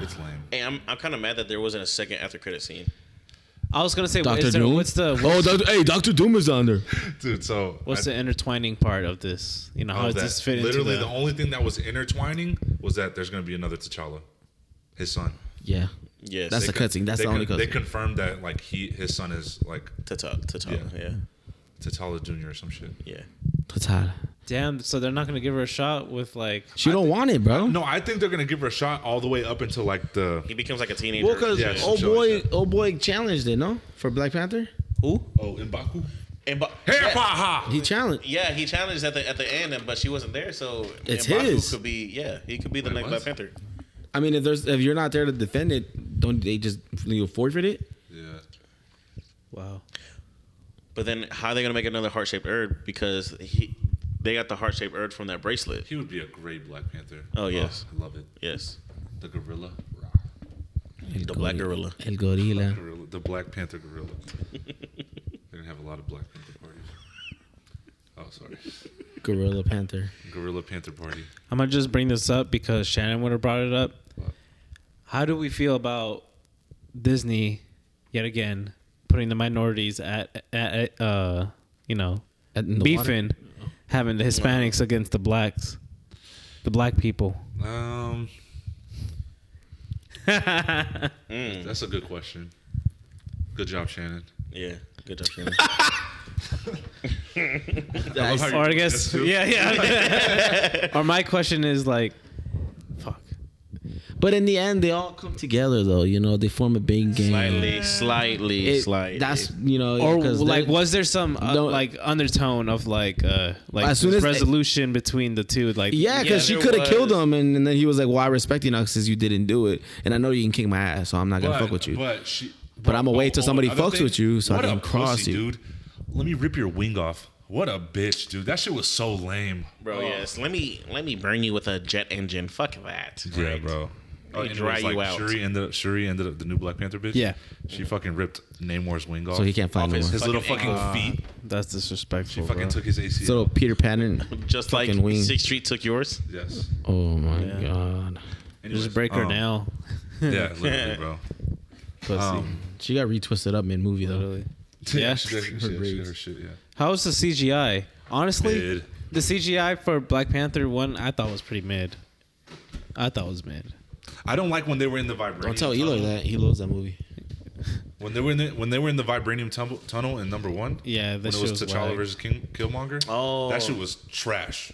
Speaker 1: It's lame.
Speaker 3: Hey, I'm I'm kind of mad that there wasn't a second after credit scene.
Speaker 4: I was gonna say, what
Speaker 2: Doctor
Speaker 4: is there,
Speaker 2: Doom.
Speaker 4: what's the
Speaker 2: Oh, Doc- hey, Doctor Doom is on there.
Speaker 1: Dude, so
Speaker 4: what's
Speaker 1: I-
Speaker 4: the intertwining part of this? You know, how
Speaker 1: Oh.
Speaker 2: Oh,
Speaker 1: of
Speaker 4: does
Speaker 1: that.
Speaker 4: this fit
Speaker 1: Literally,
Speaker 4: into
Speaker 1: the only thing that was intertwining was that there's going to be another T'Challa, his son.
Speaker 2: Yeah,
Speaker 3: Yes.
Speaker 2: That's
Speaker 3: They
Speaker 2: the cutscene. That's
Speaker 1: they
Speaker 2: the only
Speaker 1: con- They
Speaker 2: cutscene.
Speaker 1: confirmed that like he his son is like
Speaker 3: could- Tata- T'Challa. Yeah.
Speaker 1: T'Challa Junior or some shit.
Speaker 3: Yeah.
Speaker 2: Total.
Speaker 4: Damn. So they're not gonna give her a shot with like.
Speaker 2: She don't want it, bro.
Speaker 1: No, I think they're going to give her a shot all the way up until like the
Speaker 3: He becomes like a teenager.
Speaker 2: Well, cause
Speaker 1: Yeah, some
Speaker 2: oh
Speaker 1: shit
Speaker 2: boy,
Speaker 1: like that.
Speaker 2: oh boy, challenged it, no, for Black Panther.
Speaker 3: who?
Speaker 1: oh Mbaku.
Speaker 3: And but,
Speaker 1: Hey,
Speaker 3: yeah,
Speaker 1: ha
Speaker 2: He challenged.
Speaker 3: yeah, he challenged at the at the end, but she wasn't there, so
Speaker 2: It's
Speaker 3: M'Baku
Speaker 2: his.
Speaker 3: Could be yeah, he could be the
Speaker 1: Wait,
Speaker 3: next
Speaker 1: what?
Speaker 3: Black Panther.
Speaker 2: I mean, if there's if you're not there to defend it, don't they just you forfeit it?
Speaker 1: Yeah.
Speaker 4: Wow.
Speaker 3: But then how are they gonna make another heart shaped herb? Because he they got the heart shaped herb from that bracelet.
Speaker 1: He would be a great Black Panther.
Speaker 3: Oh, yes.
Speaker 1: I love it.
Speaker 3: Yes.
Speaker 1: The gorilla. Rah.
Speaker 2: El
Speaker 3: The black gorilla.
Speaker 2: El gorila.
Speaker 1: Gorilla. The Black Panther gorilla. They're gonna have a lot of Black Panther parties. Oh, sorry.
Speaker 2: Gorilla Panther.
Speaker 1: Gorilla Panther party.
Speaker 4: I'm gonna just bring this up because Shannon would have brought it up.
Speaker 1: What?
Speaker 4: How do we feel about Disney yet again putting the minorities at, at, at, uh you know
Speaker 2: At- in the
Speaker 4: beefing, having the Hispanics against the blacks, the black people?
Speaker 1: Um,
Speaker 4: yeah,
Speaker 3: Mm,
Speaker 1: that's a good question. Good job, Shannon.
Speaker 3: Yeah. Good job, Shannon.
Speaker 1: I love how
Speaker 4: or I
Speaker 1: you're-
Speaker 4: guess yeah, yeah. or my question is like,
Speaker 2: But in the end, they all come together though. You know, they form a big gang.
Speaker 3: Slightly, slightly,
Speaker 2: It-
Speaker 3: slightly.
Speaker 2: That's you know,
Speaker 4: or
Speaker 2: 'cause
Speaker 4: like
Speaker 2: they-
Speaker 4: was there some uh,
Speaker 2: No.
Speaker 4: like undertone of like uh like
Speaker 2: As soon
Speaker 4: this
Speaker 2: as-
Speaker 4: resolution between the two like
Speaker 2: Yeah,
Speaker 3: Yeah,
Speaker 2: because
Speaker 3: there
Speaker 2: she could have killed
Speaker 3: was.
Speaker 2: him, and, and then he was like, "Well, I respect you now since you didn't do it, and I know you can kick my ass, so I'm not gonna
Speaker 1: But-
Speaker 2: fuck with you."
Speaker 1: But she.
Speaker 2: But I'ma wait till somebody
Speaker 1: other
Speaker 2: fucks with you so I
Speaker 1: what
Speaker 2: can
Speaker 1: a
Speaker 2: cross
Speaker 1: pussy,
Speaker 2: you.
Speaker 1: dude. Let me rip your wing off. What a bitch, dude. That shit was so lame,
Speaker 3: bro.
Speaker 1: Oh.
Speaker 3: Yes, let me let me burn you with a jet engine. Fuck that.
Speaker 1: Yeah,
Speaker 3: Right.
Speaker 1: bro.
Speaker 3: They
Speaker 1: Oh, and it
Speaker 3: dry
Speaker 1: was
Speaker 3: you out.
Speaker 1: Shuri ended up. Shuri ended up the new Black Panther bitch.
Speaker 4: Yeah.
Speaker 1: she fucking ripped Namor's wing off.
Speaker 2: so he can't fight no
Speaker 3: Office.
Speaker 2: more.
Speaker 1: His little
Speaker 3: Fucking
Speaker 1: fucking feet.
Speaker 4: that's disrespectful
Speaker 1: She fucking
Speaker 4: bro.
Speaker 1: took his ACL.
Speaker 2: His little Peter Pan.
Speaker 3: Just like
Speaker 2: Fucking wing.
Speaker 3: Sixth Street took yours.
Speaker 1: yes.
Speaker 2: Oh my
Speaker 4: Yeah.
Speaker 2: god,
Speaker 1: Anyways,
Speaker 4: just break her
Speaker 1: um,
Speaker 4: nail
Speaker 1: Yeah, literally, bro.
Speaker 4: pussy
Speaker 1: Um,
Speaker 2: she got retwisted up mid movie though.
Speaker 4: literally
Speaker 1: yeah,
Speaker 4: Yeah.
Speaker 1: she did her, shit, she did her shit. Yeah.
Speaker 4: how was the CGI honestly
Speaker 1: Mid.
Speaker 4: the CGI for Black Panther one I thought was pretty mid I thought it was mid
Speaker 1: I don't like when they were in the vibranium.
Speaker 2: Don't tell
Speaker 1: tunnel.
Speaker 2: Eloy that he loves that movie.
Speaker 1: When they were in the when they were in the vibranium tumble, tunnel in number one.
Speaker 4: Yeah, that
Speaker 1: when it
Speaker 4: shit
Speaker 1: was
Speaker 4: was
Speaker 1: T'Challa
Speaker 4: whack.
Speaker 1: versus King, Killmonger.
Speaker 3: Oh.
Speaker 1: that shit was trash.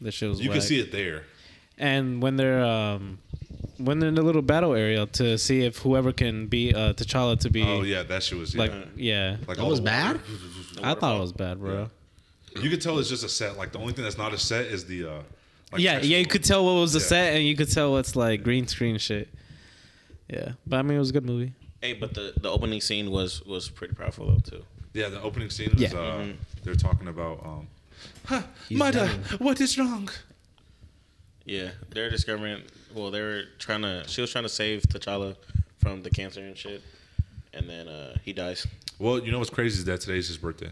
Speaker 4: that shit was
Speaker 1: You
Speaker 4: whack.
Speaker 1: can see it there.
Speaker 4: and when they're um when they're in the little battle area to see if whoever can be uh T'Challa to be
Speaker 1: Oh yeah, that shit was yeah.
Speaker 4: like yeah
Speaker 1: like
Speaker 2: That
Speaker 1: all
Speaker 2: was
Speaker 1: the water.
Speaker 2: bad?
Speaker 4: I thought it was bad bro.
Speaker 1: You could tell it's just a set. Like the only thing that's not a set is the. uh like
Speaker 4: yeah, yeah, you
Speaker 1: textural.
Speaker 4: could tell what was the
Speaker 1: Yeah.
Speaker 4: set, and you could tell what's like green screen shit. Yeah, but I mean, it was a good movie.
Speaker 3: Hey, but the, the opening scene was was pretty powerful though too.
Speaker 1: Yeah, the opening scene was
Speaker 4: Yeah.
Speaker 1: uh, they're talking about um, huh, mother, what is wrong?
Speaker 3: Yeah, they're discovering. Well, they were trying to. She was trying to save T'Challa from the cancer and shit, and then uh, he dies.
Speaker 1: Well, you know what's crazy is that today's his birthday.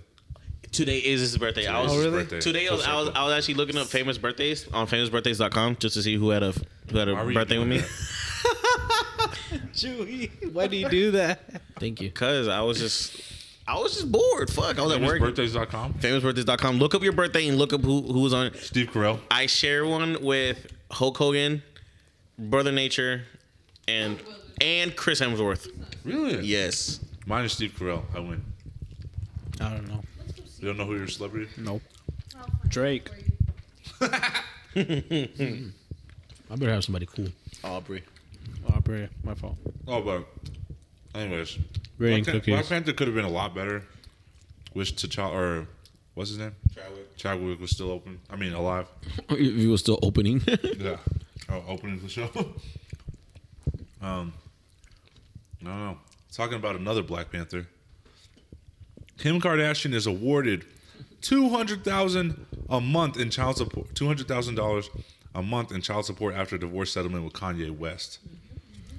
Speaker 3: Today is his birthday. I was
Speaker 1: Today's his
Speaker 4: really?
Speaker 1: birthday.
Speaker 3: today. I was,
Speaker 1: Full
Speaker 3: I was
Speaker 1: circle.
Speaker 3: I was actually looking up famous birthdays on famousbirthdays.com just to see who had a who had a
Speaker 1: Why were you
Speaker 3: birthday with
Speaker 1: doing
Speaker 3: me.
Speaker 1: that?
Speaker 4: Chewie, why do you do that?
Speaker 2: Thank you.
Speaker 3: Cause I was just I was just bored. Fuck, I was at work.
Speaker 1: Famousbirthdays.com.
Speaker 3: Famousbirthdays.com. Look up your birthday and look up who who was on. it.
Speaker 1: Steve Carell.
Speaker 3: I share one with Hulk Hogan, Brother Nature, and and Chris Hemsworth.
Speaker 1: Really?
Speaker 3: Yes.
Speaker 1: Mine is Steve Carell. I win.
Speaker 4: I don't know.
Speaker 1: You don't know who your celebrity? is?
Speaker 4: Nope.
Speaker 5: I'll find it
Speaker 4: Drake.
Speaker 5: for you.
Speaker 2: I better have somebody cool.
Speaker 3: Aubrey.
Speaker 4: Aubrey, my fault.
Speaker 1: Oh, but anyways, Black,
Speaker 4: Rating
Speaker 1: Pan-
Speaker 4: cookies.
Speaker 1: Black Panther could have been a lot better. Wish T'Challa or what's his name?
Speaker 3: Chadwick.
Speaker 1: Chadwick was still open. I mean, alive.
Speaker 2: if you were still opening.
Speaker 1: Yeah. Oh, opening the show. um, I don't know. Talking about another Black Panther. Kim Kardashian is awarded two hundred thousand a month in child support. Two hundred thousand dollars a month in child support after divorce settlement with Kanye West. Mm-hmm.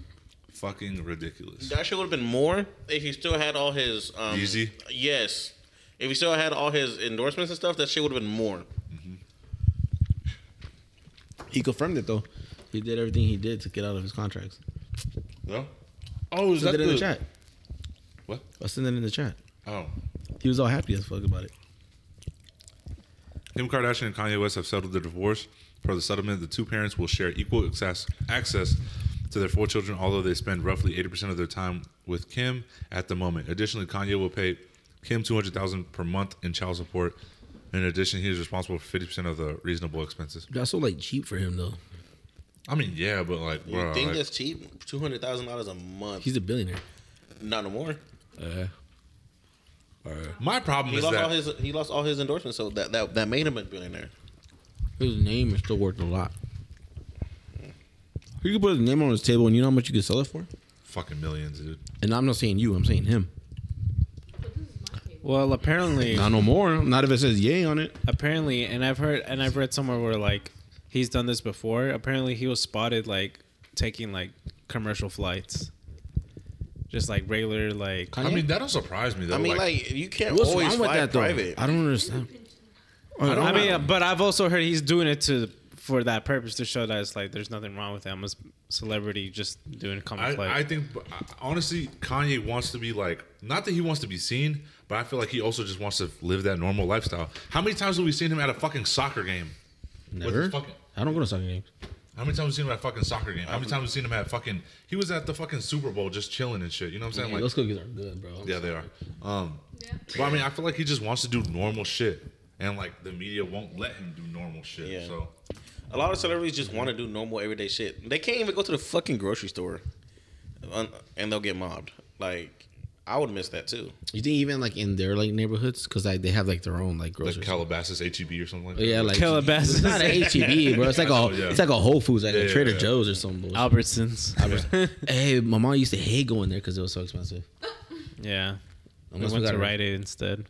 Speaker 1: Fucking ridiculous.
Speaker 3: That shit would have been more if he still had all his um,
Speaker 1: Yeezy?
Speaker 3: Yes. If he still had all his endorsements and stuff, that shit would have been more.
Speaker 2: he confirmed it though. He did everything he did to get out of his contracts.
Speaker 1: No? Oh, is
Speaker 2: Send
Speaker 1: that
Speaker 2: it in the
Speaker 1: the
Speaker 2: chat.
Speaker 1: what?
Speaker 2: I sent it in the chat.
Speaker 1: Oh.
Speaker 2: He was all happy as fuck about it.
Speaker 1: Kim Kardashian and Kanye West have settled their divorce. Per the settlement, the two parents will share equal access, access to their four children, although they spend roughly 80% of their time with Kim at the moment. Additionally, Kanye will pay Kim 200000 per month in child support. In addition, he is responsible for 50% of the reasonable expenses.
Speaker 2: That's so like cheap for him though.
Speaker 1: I mean, yeah, but like,
Speaker 3: You
Speaker 1: bro,
Speaker 3: think
Speaker 1: like,
Speaker 3: that's cheap? Two hundred thousand dollars a month.
Speaker 2: He's a billionaire.
Speaker 3: Not no more.
Speaker 1: my problem
Speaker 3: He
Speaker 1: is
Speaker 3: lost
Speaker 1: that
Speaker 3: all his he lost all his endorsements, so that that, that made him a billionaire.
Speaker 2: His name is still worth a lot. You could put his name on his table, and you know how much you could sell it for.
Speaker 1: fucking millions, dude.
Speaker 2: And I'm not saying you, I'm saying him.
Speaker 5: But this is my favorite.
Speaker 4: Well, apparently,
Speaker 2: Not no more. Not if it says yay on it.
Speaker 4: apparently, and I've heard and I've read somewhere where like he's done this before. Apparently, he was spotted like taking like commercial flights, just like regular like.
Speaker 1: I mean, that don't surprise me, though.
Speaker 3: I mean,
Speaker 1: like,
Speaker 3: like, you can't
Speaker 2: What's
Speaker 3: always
Speaker 2: wrong with
Speaker 3: fly
Speaker 2: that though?
Speaker 3: private.
Speaker 2: I don't understand.
Speaker 4: I, mean, but I've also heard he's doing it to for that purpose to show that it's like there's nothing wrong with them. It's celebrity just doing common
Speaker 1: I, I
Speaker 4: flight.
Speaker 1: think uh, honestly, Kanye wants to be like not that he wants to be seen, but I feel like he also just wants to live that normal lifestyle. How many times have we seen him at a fucking soccer game? With
Speaker 2: Never.
Speaker 1: his fucking,
Speaker 2: I don't go to soccer games.
Speaker 1: how many times have we seen him at a fucking soccer game? How many times have we seen him at fucking? He was at the fucking Super Bowl just chilling and shit. You know what I'm saying?
Speaker 2: Hey,
Speaker 1: like,
Speaker 2: those cookies are good, bro. I'm
Speaker 1: yeah, they are. Um,
Speaker 5: Yeah.
Speaker 1: but I mean, I feel like he just wants to do normal shit, and like the media won't let him do normal shit.
Speaker 3: Yeah.
Speaker 1: So
Speaker 3: A lot of celebrities just want to do normal everyday shit. They can't even go to the fucking grocery store, un- and they'll get mobbed. Like I would miss that too.
Speaker 2: You think even like in their like neighborhoods, because like they have like their own like grocery.
Speaker 1: Like
Speaker 2: store.
Speaker 1: Calabasas HEB or something like that.
Speaker 2: yeah, like
Speaker 4: Calabasas.
Speaker 2: It's not an HEB, bro. It's like a
Speaker 1: Oh, yeah.
Speaker 2: it's like a Whole Foods, like
Speaker 1: Yeah,
Speaker 2: a
Speaker 1: yeah,
Speaker 2: Trader
Speaker 1: yeah.
Speaker 2: Joe's or something.
Speaker 4: Albertsons.
Speaker 2: hey, my mom used to hate going there because it was so expensive.
Speaker 4: yeah. We
Speaker 2: Unless we
Speaker 4: went
Speaker 2: got
Speaker 4: to
Speaker 2: a-
Speaker 4: Rite Aid instead.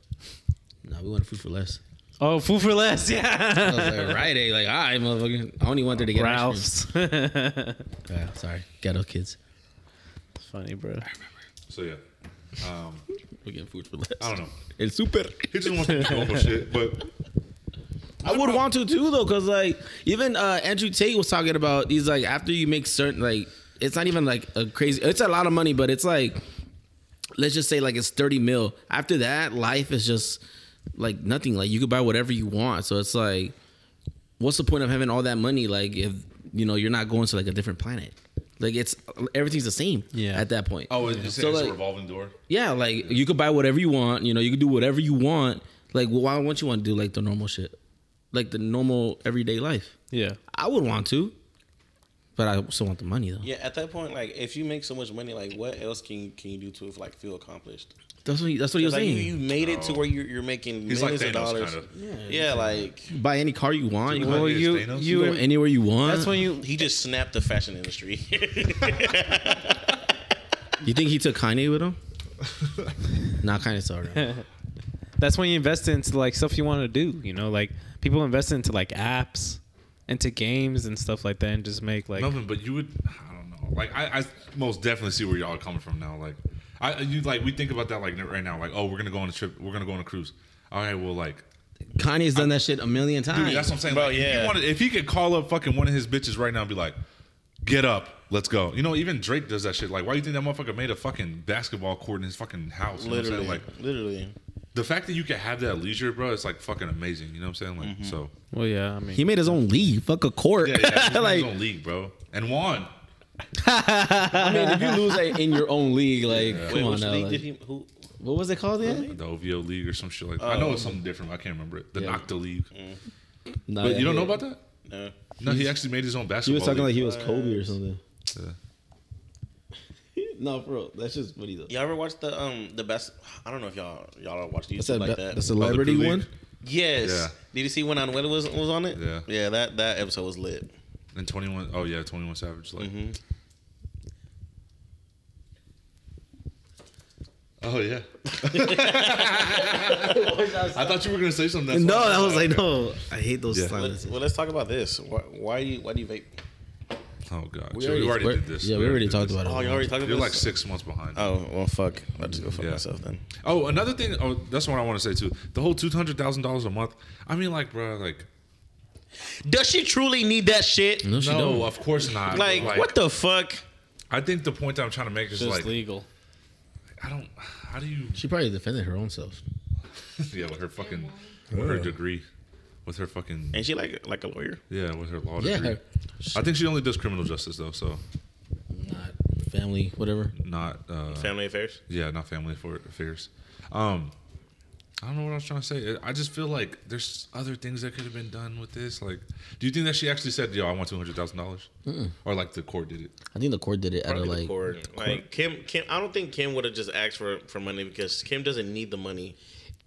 Speaker 2: No, we wanted food for less.
Speaker 4: Oh, food for less.
Speaker 2: I was
Speaker 4: Yeah.
Speaker 2: like, right, eh? like, all right, motherfucker. I only went there to get ice cream.
Speaker 4: Ralph's. Funny,
Speaker 2: Yeah, sorry, ghetto kids.
Speaker 4: bro.
Speaker 1: So yeah, um,
Speaker 2: We're getting food for less.
Speaker 1: I don't know.
Speaker 2: It's super.
Speaker 1: He just wants to do normal shit, but
Speaker 2: I would want to too though, cause like even uh, Andrew Tate was talking about. He's like, after you make certain like, it's not even like a crazy. It's a lot of money, but it's like, let's just say like it's thirty mil. After that, life is just like nothing. Like you could buy whatever you want. So it's like, what's the point of having all that money? Like if you know you're not going to like a different planet. Like it's everything's the same.
Speaker 4: Yeah.
Speaker 2: At that point.
Speaker 1: oh, it's, it's,
Speaker 2: So,
Speaker 1: it's
Speaker 2: like-
Speaker 1: a revolving door.
Speaker 2: Yeah, like you could buy whatever you want. You know, you could do whatever you want. Like, why wouldn't you want to do like the normal shit, like the normal everyday life?
Speaker 4: Yeah.
Speaker 2: I would want to, but I still want the money though.
Speaker 3: Yeah, at that point, like if you make so much money, like what else can you can you do to like feel accomplished?
Speaker 2: That's what he, that's what he was
Speaker 3: It's like you,
Speaker 2: saying.
Speaker 3: you made it to
Speaker 1: Oh.
Speaker 3: where you're, you're making
Speaker 1: He's like
Speaker 3: millions of
Speaker 1: Thanos,
Speaker 3: dollars.
Speaker 1: kind of.
Speaker 3: Yeah, like
Speaker 2: buy any car you want. You,
Speaker 1: Well,
Speaker 2: can
Speaker 4: Well,
Speaker 1: it is
Speaker 4: you
Speaker 1: Thanos.
Speaker 4: you.
Speaker 2: go anywhere you want.
Speaker 4: that's when you.
Speaker 3: he just snapped the fashion industry.
Speaker 2: You think he took Kanye with him? Not Kanye, sorry.
Speaker 4: That's when you invest into like stuff you want to do. You know, like people invest into like apps, into games and stuff like that, and just make like.
Speaker 1: Melvin, but you would, I don't know. Like, I, I most definitely see where y'all are coming from now. Like, I, you like, we think about that like right now. Like, oh, we're gonna go on a trip. We're gonna go on a cruise. All right, well, like,
Speaker 2: Kanye's done that shit a million times.
Speaker 1: dude, that's what I'm saying.
Speaker 3: Bro,
Speaker 1: like, if,
Speaker 3: yeah.
Speaker 1: he wanted, if he could call up fucking one of his bitches right now and be like, "Get up, let's go." You know, even Drake does that shit. Like, why do you think that motherfucker made a fucking basketball court in his fucking house? You know what I'm saying?
Speaker 3: literally,
Speaker 1: like
Speaker 3: literally.
Speaker 1: the fact that you can have that leisure, bro, it's like fucking amazing. You know what I'm saying? Like,
Speaker 3: Mm-hmm.
Speaker 1: so
Speaker 4: well, yeah. I mean,
Speaker 2: he made his own league. Fuck a court.
Speaker 1: yeah, yeah, he's in
Speaker 2: like,
Speaker 1: his own league, bro, and won.
Speaker 2: I mean, if you lose like, in your own league, like, come
Speaker 3: Wait,
Speaker 2: on
Speaker 3: which
Speaker 2: now.
Speaker 3: league
Speaker 2: like-
Speaker 3: did he? Who?
Speaker 2: what was it called again?
Speaker 1: The OVO league or some shit like that. I know it's something different. I can't remember it. The
Speaker 2: Yeah.
Speaker 1: Nocta league.
Speaker 2: Nah,
Speaker 1: But you don't
Speaker 2: yeah.
Speaker 1: know about that?
Speaker 3: No.
Speaker 1: No, he actually made his own
Speaker 2: He
Speaker 1: basketball.
Speaker 2: was talking Oh, like
Speaker 1: league.
Speaker 2: he was Kobe or something.
Speaker 1: Yeah.
Speaker 2: no, for real. That's just funny though.
Speaker 3: Y'all ever watched the um the best? I don't know if y'all y'all watched YouTube
Speaker 2: That's a,
Speaker 3: like
Speaker 2: that,
Speaker 3: that.
Speaker 2: the celebrity
Speaker 1: League?
Speaker 2: one.
Speaker 3: yes.
Speaker 1: Yeah.
Speaker 3: Did you see when Anuel was was on it?
Speaker 1: Yeah.
Speaker 3: Yeah. That that episode was lit.
Speaker 1: and twenty one. Oh yeah, twenty one Savage. Like,
Speaker 3: hmm
Speaker 1: oh yeah. I thought you were gonna say something. that's
Speaker 2: No,
Speaker 1: why.
Speaker 2: that was like no. I hate those
Speaker 1: Yeah.
Speaker 2: silences.
Speaker 3: well, let's talk about this. Why, why do you why do you vape?
Speaker 1: Oh god, we already, we already did this.
Speaker 2: Yeah, we already talked about it.
Speaker 3: Oh, you already talked about
Speaker 1: You're
Speaker 3: this.
Speaker 1: like six months behind.
Speaker 3: Oh well, fuck. I'll just go fuck
Speaker 1: Yeah.
Speaker 3: myself then.
Speaker 1: Oh, another thing. Oh, that's what I want to say too. The whole two hundred thousand dollars a month. I mean, like, bro, like,
Speaker 3: Does she truly need that shit?
Speaker 2: No, she
Speaker 1: no,
Speaker 2: don't.
Speaker 1: of course not. but,
Speaker 3: Like, what the fuck?
Speaker 1: I think the point that I'm trying to make is
Speaker 4: just
Speaker 1: like,
Speaker 4: legal.
Speaker 1: I don't. How do you?
Speaker 2: She probably defended her own self.
Speaker 1: Yeah, with her fucking, with her degree, with her fucking,
Speaker 3: Ain't she like like a lawyer?
Speaker 1: yeah, with her law
Speaker 2: Yeah,
Speaker 1: degree. I think she only does criminal justice though, so
Speaker 2: not family, whatever.
Speaker 1: not uh,
Speaker 3: Family affairs.
Speaker 1: yeah, not family for affairs. Um, I don't know what I was trying to say. I just feel like there's other things that could have been done with this. Like, do you think that she actually said, "Yo, I want two hundred thousand dollars," or like the court did it?
Speaker 2: I think the court did it out of
Speaker 3: Probably the
Speaker 2: like.
Speaker 3: court. Like Kim, Kim. I don't think Kim would have just asked for for money because Kim doesn't need the money.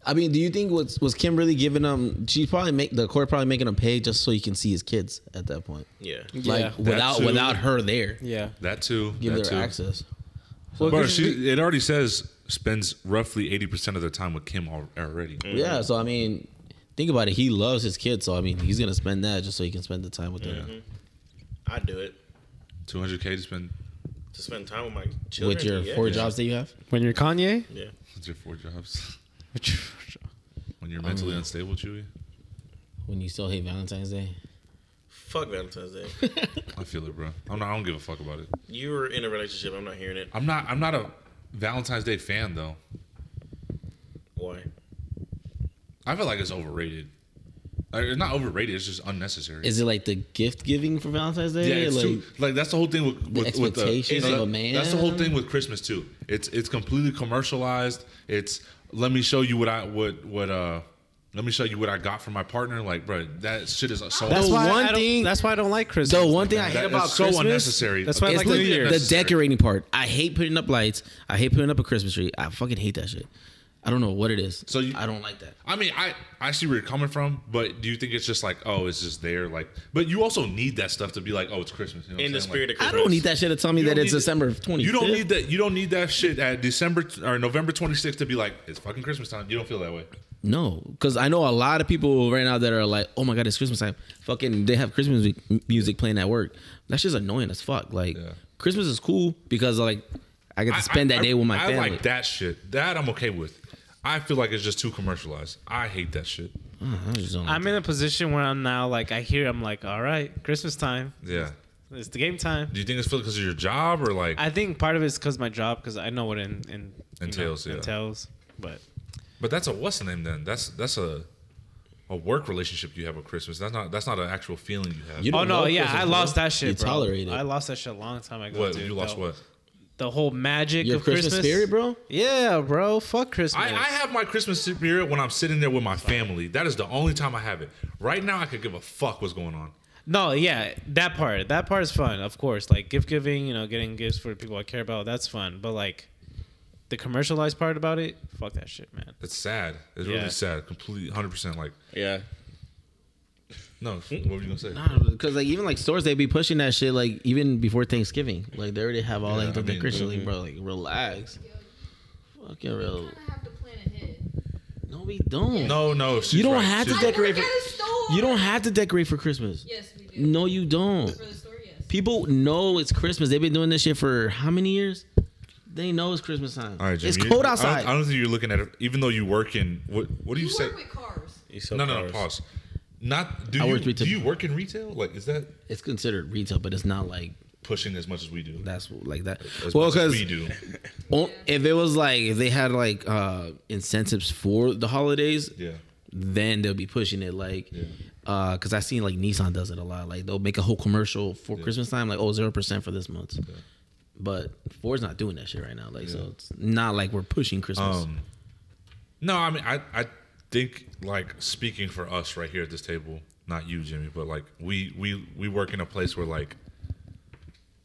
Speaker 2: I mean, do you think was was Kim really giving him? She probably make the court probably making him pay just so he can see his kids at that point.
Speaker 3: Yeah.
Speaker 2: Like
Speaker 4: yeah.
Speaker 2: without
Speaker 1: too.
Speaker 2: without her there,
Speaker 4: Yeah.
Speaker 1: That too.
Speaker 2: give
Speaker 1: that
Speaker 2: her
Speaker 1: too.
Speaker 2: access.
Speaker 1: Bro, she, it already says spends roughly eighty percent of their time with Kim al- already.
Speaker 2: Mm. Yeah, so I mean, think about it. He loves his kids, so I mean, he's gonna spend that just so he can spend the time with them.
Speaker 3: I'd do it
Speaker 1: Two hundred k to spend.
Speaker 3: to spend time with my children.
Speaker 2: With your
Speaker 3: yeah.
Speaker 2: four jobs that you have,
Speaker 4: When you're Kanye.
Speaker 3: Yeah.
Speaker 1: That's your four jobs. When you're mentally unstable, Chewy.
Speaker 2: when you still hate Valentine's Day,
Speaker 3: Fuck Valentine's Day.
Speaker 1: I feel it, bro. I'm not. I don't give a fuck about it.
Speaker 3: you were in a relationship. I'm not hearing it.
Speaker 1: I'm not. I'm not a Valentine's Day fan though.
Speaker 3: Why?
Speaker 1: I feel like it's overrated. Like, it's not overrated. It's just unnecessary.
Speaker 2: is it like the gift giving for Valentine's Day?
Speaker 1: yeah, it's
Speaker 2: like,
Speaker 1: too, like that's the whole thing with, with with the-
Speaker 2: expectations
Speaker 1: no,
Speaker 2: of a
Speaker 1: that-
Speaker 2: man.
Speaker 1: That's the whole thing with Christmas too. It's it's completely commercialized. It's let me show you what I what what uh Let me show you what I got from my partner. Like, bro, that shit is so.
Speaker 2: That's
Speaker 4: why
Speaker 2: one
Speaker 4: I don't-
Speaker 2: thing-
Speaker 4: That's why I don't like Christmas.
Speaker 2: The one thing I
Speaker 1: that is
Speaker 2: hate about
Speaker 1: so
Speaker 2: Christmas,
Speaker 1: unnecessary.
Speaker 4: That's why I
Speaker 1: It's
Speaker 4: like
Speaker 2: the,
Speaker 4: New Year's.
Speaker 2: the
Speaker 1: unnecessary.
Speaker 2: decorating part. I hate putting up lights. I hate putting up a Christmas tree. I fucking hate that shit. I don't know what it is.
Speaker 1: So you-
Speaker 2: I don't like that.
Speaker 1: I mean, I I see where you're coming from, but do you think it's just like, oh, it's just there, like? But you also need that stuff to be like, oh, it's Christmas. You know what
Speaker 3: in
Speaker 1: I'm
Speaker 3: the
Speaker 1: saying?
Speaker 3: spirit
Speaker 1: like,
Speaker 3: of
Speaker 2: I
Speaker 3: Christmas.
Speaker 2: don't need that shit to tell me
Speaker 1: you
Speaker 2: that
Speaker 1: don't
Speaker 2: it's
Speaker 1: need-
Speaker 2: December twenty.
Speaker 1: You don't need that. You don't need that shit at December t- or November 26th to be like, it's fucking Christmas time. You don't feel that way.
Speaker 2: No, because I know a lot of people right now that are like, "Oh my god, it's Christmas time!" Fucking, they have Christmas mu- music playing at work. That's just annoying as fuck. Like,
Speaker 1: Yeah.
Speaker 2: Christmas is cool because like I get
Speaker 1: I-
Speaker 2: to spend
Speaker 1: I-
Speaker 2: that day with my
Speaker 1: I
Speaker 2: family.
Speaker 1: like that shit. That I'm okay with. I feel like it's just too commercialized. I hate that shit.
Speaker 2: Mm, I just don't like
Speaker 4: I'm in a position where I'm now like I hear I'm like all right Christmas time
Speaker 1: Yeah.
Speaker 4: it's the game time
Speaker 1: Do you think it's because of your job or like?
Speaker 4: I think part of it's because my job, because I know what it in, in, you
Speaker 1: Entails, yeah.
Speaker 4: entails. But
Speaker 1: but that's a what's the name then? That's that's a a work relationship you have with Christmas. That's not that's not an actual feeling you have.
Speaker 2: You don't
Speaker 4: oh no,
Speaker 2: love
Speaker 4: yeah,
Speaker 2: Christmas,
Speaker 4: I lost
Speaker 2: bro.
Speaker 4: that shit.
Speaker 2: You
Speaker 4: bro.
Speaker 2: tolerate it.
Speaker 4: I lost that shit a long time ago.
Speaker 1: what
Speaker 4: dude.
Speaker 1: you lost?
Speaker 4: the,
Speaker 1: What?
Speaker 4: The whole magic
Speaker 2: Your
Speaker 4: of Christmas.
Speaker 2: Christmas spirit, bro.
Speaker 4: Yeah, bro. Fuck Christmas.
Speaker 1: I, I have my Christmas spirit when I'm sitting there with my family. That is the only time I have it. Right now, I could give a fuck what's going on.
Speaker 4: no, yeah, that part. That part is fun, of course. Like gift giving, you know, getting gifts for people I care about. That's fun. But like, the commercialized part about it, fuck that shit, man.
Speaker 1: It's sad. It's
Speaker 4: Yeah.
Speaker 1: really sad. Completely, hundred percent. Like,
Speaker 3: Yeah.
Speaker 1: no. What were you gonna say?
Speaker 2: Because like even like stores, they be pushing that shit like even before Thanksgiving. Like they already have all
Speaker 1: Yeah,
Speaker 2: like the
Speaker 1: I mean, mm-hmm.
Speaker 2: decoration, like, bro. Like relax, fucking real.
Speaker 5: kind of have to plan ahead.
Speaker 2: No, we don't.
Speaker 1: No, no. she's
Speaker 2: You don't
Speaker 1: right.
Speaker 2: have to
Speaker 1: She's
Speaker 5: I
Speaker 1: right.
Speaker 2: decorate
Speaker 5: work
Speaker 2: for-
Speaker 5: at a store.
Speaker 2: You don't have to decorate for Christmas.
Speaker 5: Yes, we do.
Speaker 2: No, you don't.
Speaker 5: For the store, yes.
Speaker 2: People know it's Christmas. They've been doing this shit for how many years? They know it's Christmas time.
Speaker 1: All right, Jimmy,
Speaker 2: it's
Speaker 1: you-
Speaker 2: cold
Speaker 1: I
Speaker 2: outside.
Speaker 1: don't, I don't think you're looking at it. Even though you work in what? What do you,
Speaker 5: You
Speaker 1: say?
Speaker 5: work with cars.
Speaker 3: You sell
Speaker 1: No, no, no.
Speaker 3: cars.
Speaker 1: Pause. Not do
Speaker 2: I
Speaker 1: you
Speaker 2: worked retail.
Speaker 1: do you work in retail? Like, is that
Speaker 2: it's considered retail, but it's not like
Speaker 1: pushing as much as we do?
Speaker 2: that's like that.
Speaker 1: As
Speaker 2: well,
Speaker 1: much as
Speaker 2: because
Speaker 1: we do.
Speaker 2: if it was like if they had like uh incentives for the holidays,
Speaker 1: Yeah.
Speaker 2: then they'll be pushing it like
Speaker 1: Yeah.
Speaker 2: uh because i seen like nissan does it a lot like they'll make a whole commercial for christmas time like oh zero percent for this month but ford's not doing that shit right now like so it's not like we're pushing christmas
Speaker 1: Um. No, I mean, I I think like speaking for us right here at this table, not you, Jimmy, but like we we we work in a place where like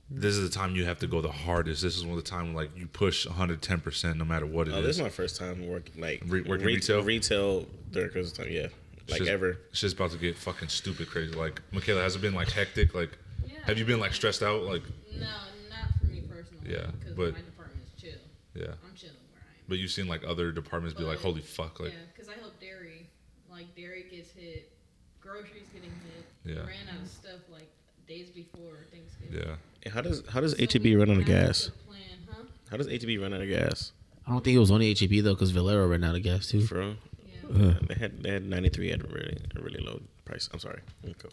Speaker 1: this is the time you have to go the hardest. This is one of the time like you push 110 percent no matter what it is.
Speaker 3: Oh, this is my first time working like
Speaker 1: Re- working retail?
Speaker 3: retail during Christmas time. Yeah, like
Speaker 1: just,
Speaker 3: ever.
Speaker 1: It's just about to get fucking stupid crazy. Like Michaela, has it been like hectic? Like,
Speaker 5: Yeah.
Speaker 1: have you been like stressed out? Like,
Speaker 5: No, not for me personally.
Speaker 1: Yeah,
Speaker 5: because
Speaker 1: but-
Speaker 5: my department's chill.
Speaker 1: yeah.
Speaker 5: I'm chilling where I am.
Speaker 1: But you've seen like other departments be like, holy fuck, like,
Speaker 5: Yeah, because I help dairy. Like dairy gets hit, groceries getting hit.
Speaker 1: Yeah.
Speaker 5: Ran out of stuff like days before Thanksgiving.
Speaker 1: yeah.
Speaker 3: And how does how does
Speaker 5: So
Speaker 3: HEB
Speaker 5: we
Speaker 3: run out
Speaker 5: have
Speaker 3: of gas?
Speaker 5: to Plan, huh?
Speaker 3: How does HEB run out of gas?
Speaker 2: i don't think it was only heb though because valero ran out of gas too
Speaker 3: For real?
Speaker 5: Yeah.
Speaker 3: Uh, They had they had 93 at a really a really low price. I'm sorry. Go.
Speaker 5: But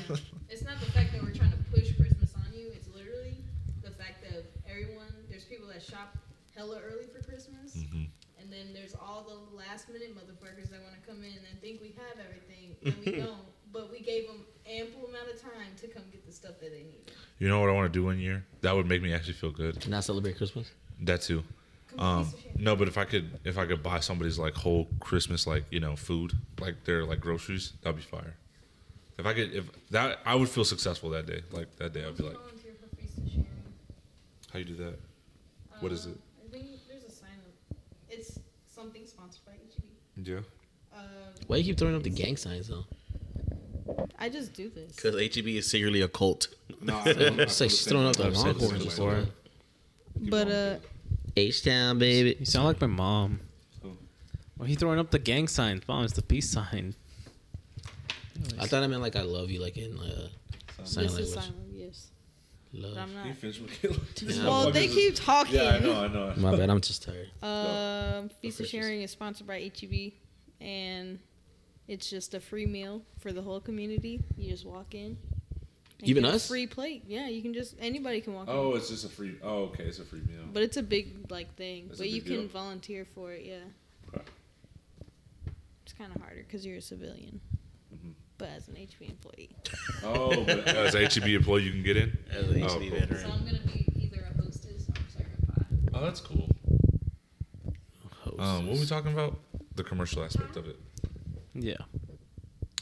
Speaker 5: yeah. it's not the fact that we're trying to push Christmas on you. It's literally the fact that everyone. There's people that shop hella early for Christmas.
Speaker 1: Mm. Mm-hmm.
Speaker 5: And then there's all the last minute motherfuckers that want to come in and think we have everything and we don't. But we gave them ample amount of time to come get the stuff that they need.
Speaker 1: You know what I want to do one year? That would make me actually feel good.
Speaker 2: not celebrate christmas
Speaker 1: That too.
Speaker 5: Come on,
Speaker 1: Um,
Speaker 5: piece of shit.
Speaker 1: no, but if I could, if I could buy somebody's like whole Christmas, like you know, food, like their like groceries, that'd be fire. If I could, if that, I would feel successful that day. Like that day, I'd be like,
Speaker 5: Volunteer for Feast and Sharing.
Speaker 1: how you do that? What is
Speaker 5: Uh,
Speaker 1: it?
Speaker 5: I think there's a sign up. It's something sponsored by E HEB.
Speaker 1: Um, Yeah.
Speaker 5: Uh,
Speaker 2: why you keep throwing up the gang signs though
Speaker 5: I just do this.
Speaker 3: Because HEB is secretly a cult.
Speaker 1: No,
Speaker 2: it's like she's throwing up the
Speaker 3: I've said
Speaker 2: longhorns
Speaker 3: this
Speaker 1: before.
Speaker 2: before
Speaker 5: But uh,
Speaker 2: h-town baby
Speaker 4: You sound like my mom.
Speaker 1: Oh.
Speaker 4: Why are you throwing up the gang sign? Mom, it's the peace sign.
Speaker 2: i thought i meant like i love you like in uh sign language
Speaker 5: this
Speaker 2: Oh.
Speaker 5: is sign yes. But
Speaker 2: love
Speaker 5: I'm not.
Speaker 2: Yeah.
Speaker 5: Well, they keep talking.
Speaker 1: I know.
Speaker 2: my bad i'm just tired
Speaker 5: Um, Feast of
Speaker 1: Christmas.
Speaker 5: Sharing is sponsored by HEB, and it's just a free meal for the whole community. You just walk in. and
Speaker 2: Even
Speaker 5: get a
Speaker 2: us?
Speaker 5: Free plate. Yeah, you can just anybody can walk in.
Speaker 1: Oh, it's just a free. Oh, okay, it's a free meal.
Speaker 5: But it's a big like thing.
Speaker 1: That's a
Speaker 5: but you
Speaker 1: big deal.
Speaker 5: can volunteer for it. Yeah.
Speaker 1: Okay.
Speaker 5: It's kind of harder because you're a civilian.
Speaker 1: Mm-hmm.
Speaker 5: But as an HB employee.
Speaker 1: Oh, but as a HEB employee, you can get in.
Speaker 3: As an
Speaker 1: Oh,
Speaker 3: HEB
Speaker 1: cool.
Speaker 5: So
Speaker 3: E veteran.
Speaker 5: I'm gonna be either a hostess or server pie.
Speaker 1: Oh, that's cool. Um, what were we talking about? the commercial aspect of it.
Speaker 4: Yeah.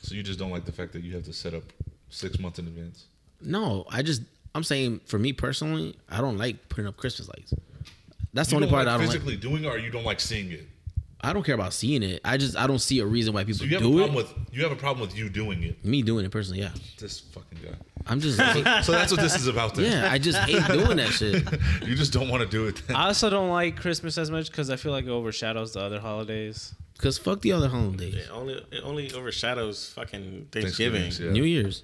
Speaker 1: So you just don't like the fact that you have to set up six months in advance.
Speaker 2: No, I just I'm saying for me personally, I don't like putting up Christmas lights. That's the
Speaker 1: You
Speaker 2: only
Speaker 1: don't
Speaker 2: part
Speaker 1: like
Speaker 2: I don't like.
Speaker 1: physically doing it, or you don't like seeing it.
Speaker 2: I don't care about seeing it. I just I don't see a reason why people
Speaker 1: So you have a
Speaker 2: do it.
Speaker 1: problem with you have a problem with you doing it.
Speaker 2: me doing it personally, yeah.
Speaker 1: This fucking guy.
Speaker 2: I'm just like,
Speaker 1: So that's what this is about. Then.
Speaker 2: yeah, I just hate doing that shit.
Speaker 1: you just don't want to do it. Then.
Speaker 4: I also don't like Christmas as much because I feel like it overshadows the other holidays.
Speaker 2: Cause fuck the other holidays.
Speaker 3: It only it only overshadows fucking
Speaker 1: Thanksgiving,
Speaker 3: Thanksgiving.
Speaker 1: yeah.
Speaker 2: New Year's.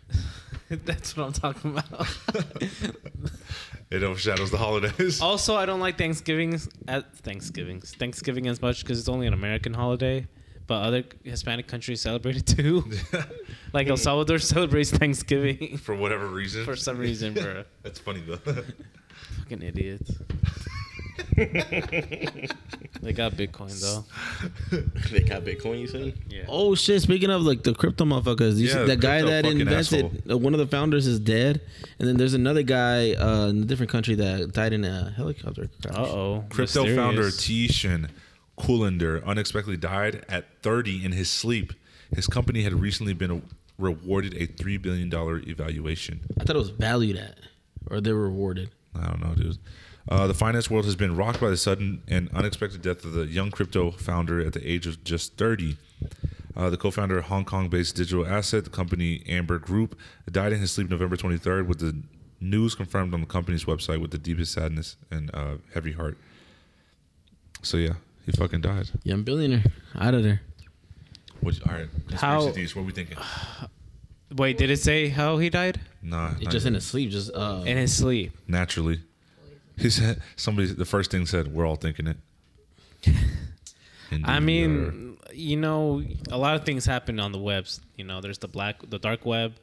Speaker 4: That's what I'm talking about.
Speaker 1: It overshadows the holidays.
Speaker 2: Oh.
Speaker 4: also, I don't like Thanksgivings at Thanksgivings Thanksgiving as much because it's only an American holiday, but other Hispanic countries celebrate it too. like El Salvador celebrates Thanksgiving
Speaker 1: For whatever reason.
Speaker 4: for some reason, bro.
Speaker 1: That's funny though.
Speaker 4: Fucking idiots. They got Bitcoin though.
Speaker 3: they got Bitcoin. You said
Speaker 4: Yeah.
Speaker 2: Oh shit! Speaking of like the crypto motherfuckers, you
Speaker 1: Yeah,
Speaker 2: see
Speaker 1: the
Speaker 2: the guy
Speaker 1: crypto
Speaker 2: that
Speaker 1: fucking
Speaker 2: invested. Uh, one of the founders is dead, and then there's another guy uh, in a different country that died in a helicopter crash.
Speaker 4: Uh oh.
Speaker 1: Crypto founder Tishan Coolander unexpectedly died at 30 in his sleep. His company had recently been rewarded a $3 billion evaluation.
Speaker 2: I thought it was valued at, or they were rewarded.
Speaker 1: I don't know, dude. Uh, the finance world has been rocked by the sudden and unexpected death of the young crypto founder at the age of just 30. Uh, the co-founder of Hong Kong-based digital asset company Amber Group died in his sleep November 23rd, with the news confirmed on the company's website with the deepest sadness and uh, heavy heart. So yeah, he fucking died.
Speaker 2: Young billionaire, out of there.
Speaker 1: Which all right,
Speaker 4: How-
Speaker 1: conspiracy theories, what are we thinking?
Speaker 4: Wait, did it say how he died?
Speaker 1: Nah,
Speaker 2: It
Speaker 1: not
Speaker 2: just
Speaker 1: yet.
Speaker 2: in his sleep. Just uh,
Speaker 4: In his sleep.
Speaker 1: naturally. He said somebody. The first thing said, "We're all thinking it."
Speaker 4: I
Speaker 1: Indeed, we are.
Speaker 4: mean, you know, a lot of things happen on the webs. You know, there's the black, the dark web,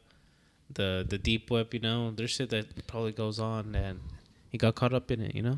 Speaker 4: the the deep web. You know, there's shit that probably goes on, and he got caught up in it. You know,